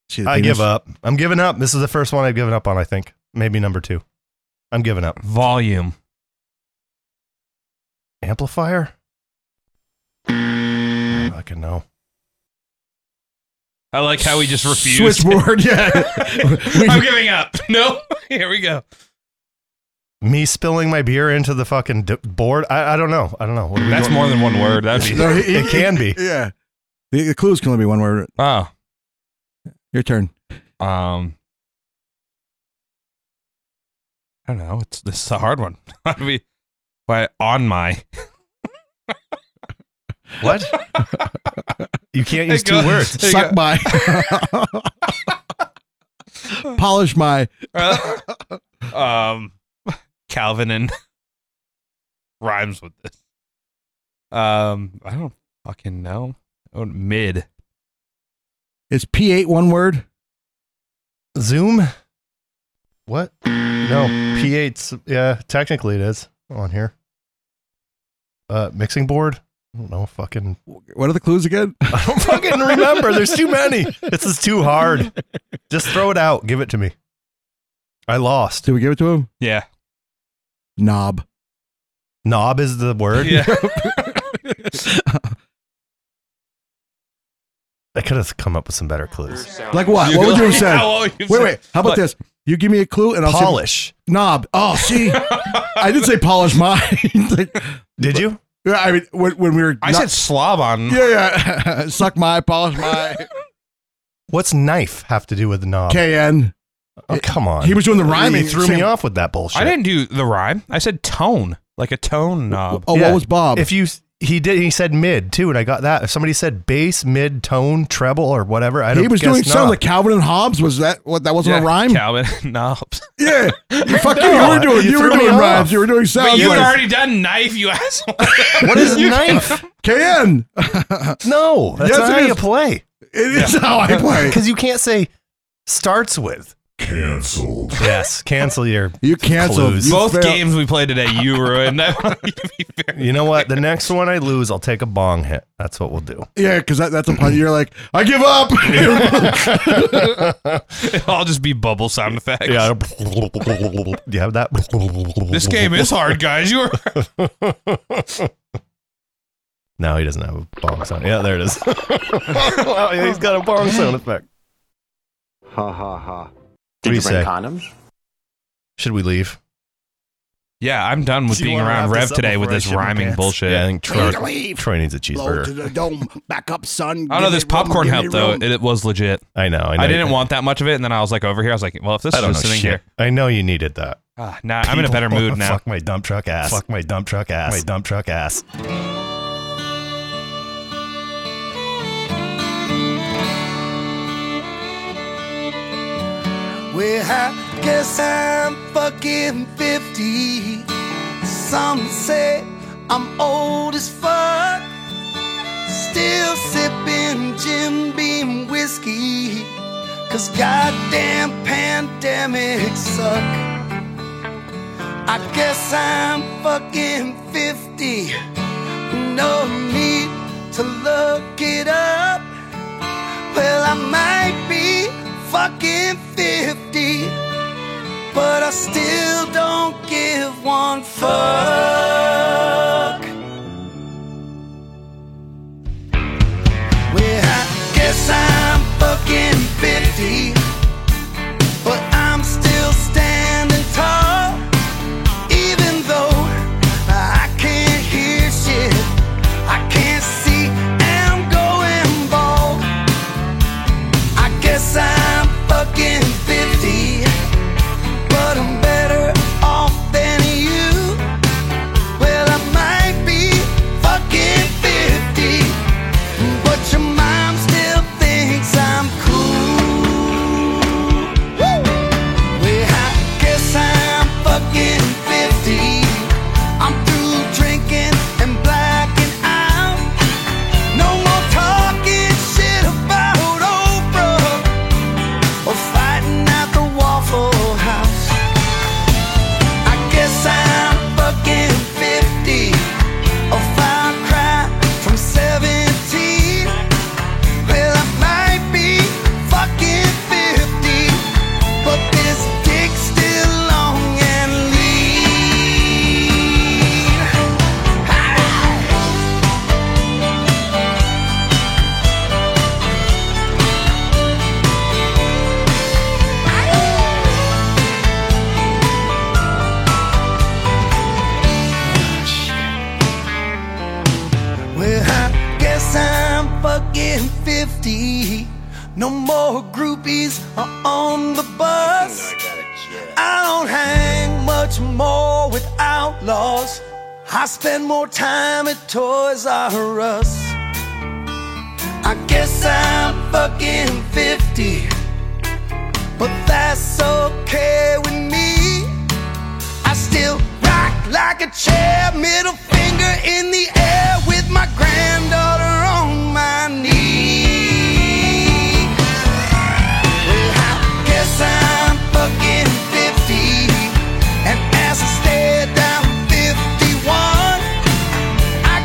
[SPEAKER 3] See, the
[SPEAKER 1] I
[SPEAKER 3] thing
[SPEAKER 1] give
[SPEAKER 3] is-
[SPEAKER 1] up. I'm giving up. This is the first one I've given up on. I think maybe number two. I'm giving up.
[SPEAKER 4] Volume.
[SPEAKER 1] Amplifier. I fucking know.
[SPEAKER 4] I like how we just refused.
[SPEAKER 3] Switchboard. Yeah.
[SPEAKER 4] I'm giving up. No. Here we go.
[SPEAKER 1] Me spilling my beer into the fucking d- board. I, I don't know. I don't know. What are we
[SPEAKER 4] That's
[SPEAKER 1] doing?
[SPEAKER 4] more than one word. That'd be.
[SPEAKER 3] No, he-
[SPEAKER 1] It can be.
[SPEAKER 3] yeah. The, the clues can only be one word.
[SPEAKER 4] Oh.
[SPEAKER 3] Your turn.
[SPEAKER 4] Um. I don't know. It's this is a hard one. How do we? Why on my?
[SPEAKER 1] What? you can't use
[SPEAKER 4] It goes-
[SPEAKER 1] two words.
[SPEAKER 4] There you
[SPEAKER 3] Suck
[SPEAKER 4] go.
[SPEAKER 3] my. Polish my.
[SPEAKER 4] Uh, um, Calvin and rhymes with this. Um, I don't fucking know. Oh, mid.
[SPEAKER 3] Is P8 one word?
[SPEAKER 1] Zoom. What? No. P8's. Yeah, technically it is on here. Uh, mixing board. I don't know. Fucking.
[SPEAKER 3] What are the clues again?
[SPEAKER 1] I don't fucking remember. There's too many. This is too hard. Just throw it out. Give it to me. I lost.
[SPEAKER 3] Did we give it to him?
[SPEAKER 4] Yeah.
[SPEAKER 3] Knob.
[SPEAKER 1] Knob is the word.
[SPEAKER 4] Yeah.
[SPEAKER 1] I could have come up with some better clues.
[SPEAKER 3] Like what? What would you have said? Wait, wait. How about
[SPEAKER 4] Like-
[SPEAKER 3] this? You give me a clue and I'll say-
[SPEAKER 1] Polish.
[SPEAKER 3] knob. Oh, see, I did say polish mine. Like,
[SPEAKER 1] Did you?
[SPEAKER 3] yeah, I mean, when, when we were,
[SPEAKER 4] I
[SPEAKER 3] not-
[SPEAKER 4] said slob on.
[SPEAKER 3] yeah, yeah. Suck my, polish my.
[SPEAKER 1] What's knife have to do with knob?
[SPEAKER 3] Kn.
[SPEAKER 1] Oh, come on.
[SPEAKER 3] He was doing the rhyming.
[SPEAKER 1] He threw
[SPEAKER 3] same-
[SPEAKER 1] me off with that bullshit.
[SPEAKER 4] I didn't do the rhyme. I said tone, like a tone knob.
[SPEAKER 3] Oh,
[SPEAKER 1] Yeah.
[SPEAKER 3] what was Bob?
[SPEAKER 1] If you he did he said mid too, and I got that. If somebody said bass, mid, tone, treble, or whatever, I don't.
[SPEAKER 3] he was
[SPEAKER 1] guess
[SPEAKER 3] doing
[SPEAKER 1] knob.
[SPEAKER 3] something like Calvin and Hobbes. Was that what? That wasn't
[SPEAKER 4] Yeah,
[SPEAKER 3] a rhyme.
[SPEAKER 4] Calvin knobs.
[SPEAKER 3] yeah, you fucking.
[SPEAKER 1] No,
[SPEAKER 3] you were doing.
[SPEAKER 1] you
[SPEAKER 3] You, were
[SPEAKER 1] threw me
[SPEAKER 3] doing
[SPEAKER 1] off.
[SPEAKER 3] rhymes. You were doing sounds.
[SPEAKER 4] But you had
[SPEAKER 3] like-
[SPEAKER 4] already done knife, you asshole.
[SPEAKER 1] What is knife?
[SPEAKER 3] Kn.
[SPEAKER 1] No, that's
[SPEAKER 3] Yes,
[SPEAKER 1] not
[SPEAKER 3] it
[SPEAKER 1] how
[SPEAKER 3] is.
[SPEAKER 1] you play.
[SPEAKER 3] It is how I play.
[SPEAKER 1] Because you can't say starts with. Cancelled. Yes, cancel your.
[SPEAKER 3] You canceled.
[SPEAKER 1] Clues.
[SPEAKER 3] You
[SPEAKER 4] Both
[SPEAKER 3] failed.
[SPEAKER 4] games we played today, you ruined. That would be fair.
[SPEAKER 1] You know what? The next one I lose, I'll take a bong hit. That's what we'll do.
[SPEAKER 3] Yeah, because that, that's a pun. You're like, I give up.
[SPEAKER 4] I'll just be bubble sound effects.
[SPEAKER 1] Yeah. Do you have that?
[SPEAKER 4] This game is hard, guys. You are
[SPEAKER 1] No, he doesn't have a bong sound. Yeah, there it is. wow, yeah, he's got a bong sound effect.
[SPEAKER 12] Ha ha ha.
[SPEAKER 1] Did you bring
[SPEAKER 12] condoms?
[SPEAKER 1] Should we leave?
[SPEAKER 4] Yeah, I'm done with
[SPEAKER 1] Do you
[SPEAKER 4] being
[SPEAKER 1] wanna
[SPEAKER 4] around
[SPEAKER 1] wrap
[SPEAKER 4] Rev
[SPEAKER 1] this up
[SPEAKER 4] today with
[SPEAKER 1] before I
[SPEAKER 4] this
[SPEAKER 1] shit my
[SPEAKER 4] rhyming
[SPEAKER 1] pants?
[SPEAKER 4] bullshit.
[SPEAKER 1] Yeah, I think Troy,
[SPEAKER 3] Need to leave.
[SPEAKER 1] Troy needs a
[SPEAKER 3] Blow to
[SPEAKER 1] cheeseburger.
[SPEAKER 3] the dome. Back up, son.
[SPEAKER 4] I don't know. This popcorn helped though. It, it was legit.
[SPEAKER 1] I know. I, know
[SPEAKER 4] I didn't
[SPEAKER 1] you-
[SPEAKER 4] want that much of it, and then I was like over here. I was like, well, if this
[SPEAKER 1] I
[SPEAKER 4] is
[SPEAKER 1] don't
[SPEAKER 4] just
[SPEAKER 1] know
[SPEAKER 4] sitting
[SPEAKER 1] shit.
[SPEAKER 4] here,
[SPEAKER 1] I know you needed that.
[SPEAKER 4] ah, nah, I'm in a better mood now.
[SPEAKER 1] Fuck my dump truck ass. Fuck my dump truck ass. My dump truck ass.
[SPEAKER 9] Well, I guess I'm fucking 50. Some say I'm old as fuck. Still sipping Jim Beam whiskey. Cause goddamn pandemics suck. I guess I'm fucking 50. No need to look it up. Well, I might be fucking 50, but I still don't give one fuck. Well, I guess I'm fucking 50, but I'm still standing tall, even though I can't hear shit. I can't see, and I'm going bald. I guess I'm fucking 50, but I'm better off than you.
[SPEAKER 13] 50. No more groupies are on the bus. I don't hang much more with outlaws. I spend more time at Toys R Us. I guess I'm fucking 50, but that's okay with me. I still rock like a chair, middle finger in the air with my granddaughter on my knee. Well, I guess I'm fucking 50, and as I stare down 51. I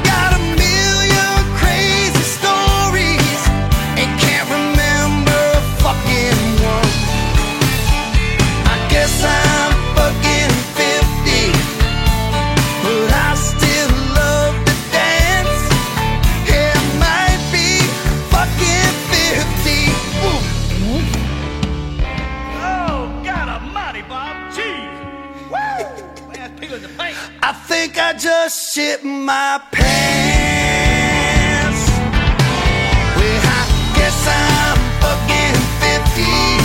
[SPEAKER 13] got a million crazy stories and can't remember a fucking one. I guess I'm fucking 50, but I still love to dance. Yeah, I might be fucking 50. Oh, God almighty, Bob. Jeez. I think I just shit my pants. Well, I guess I'm fucking 50.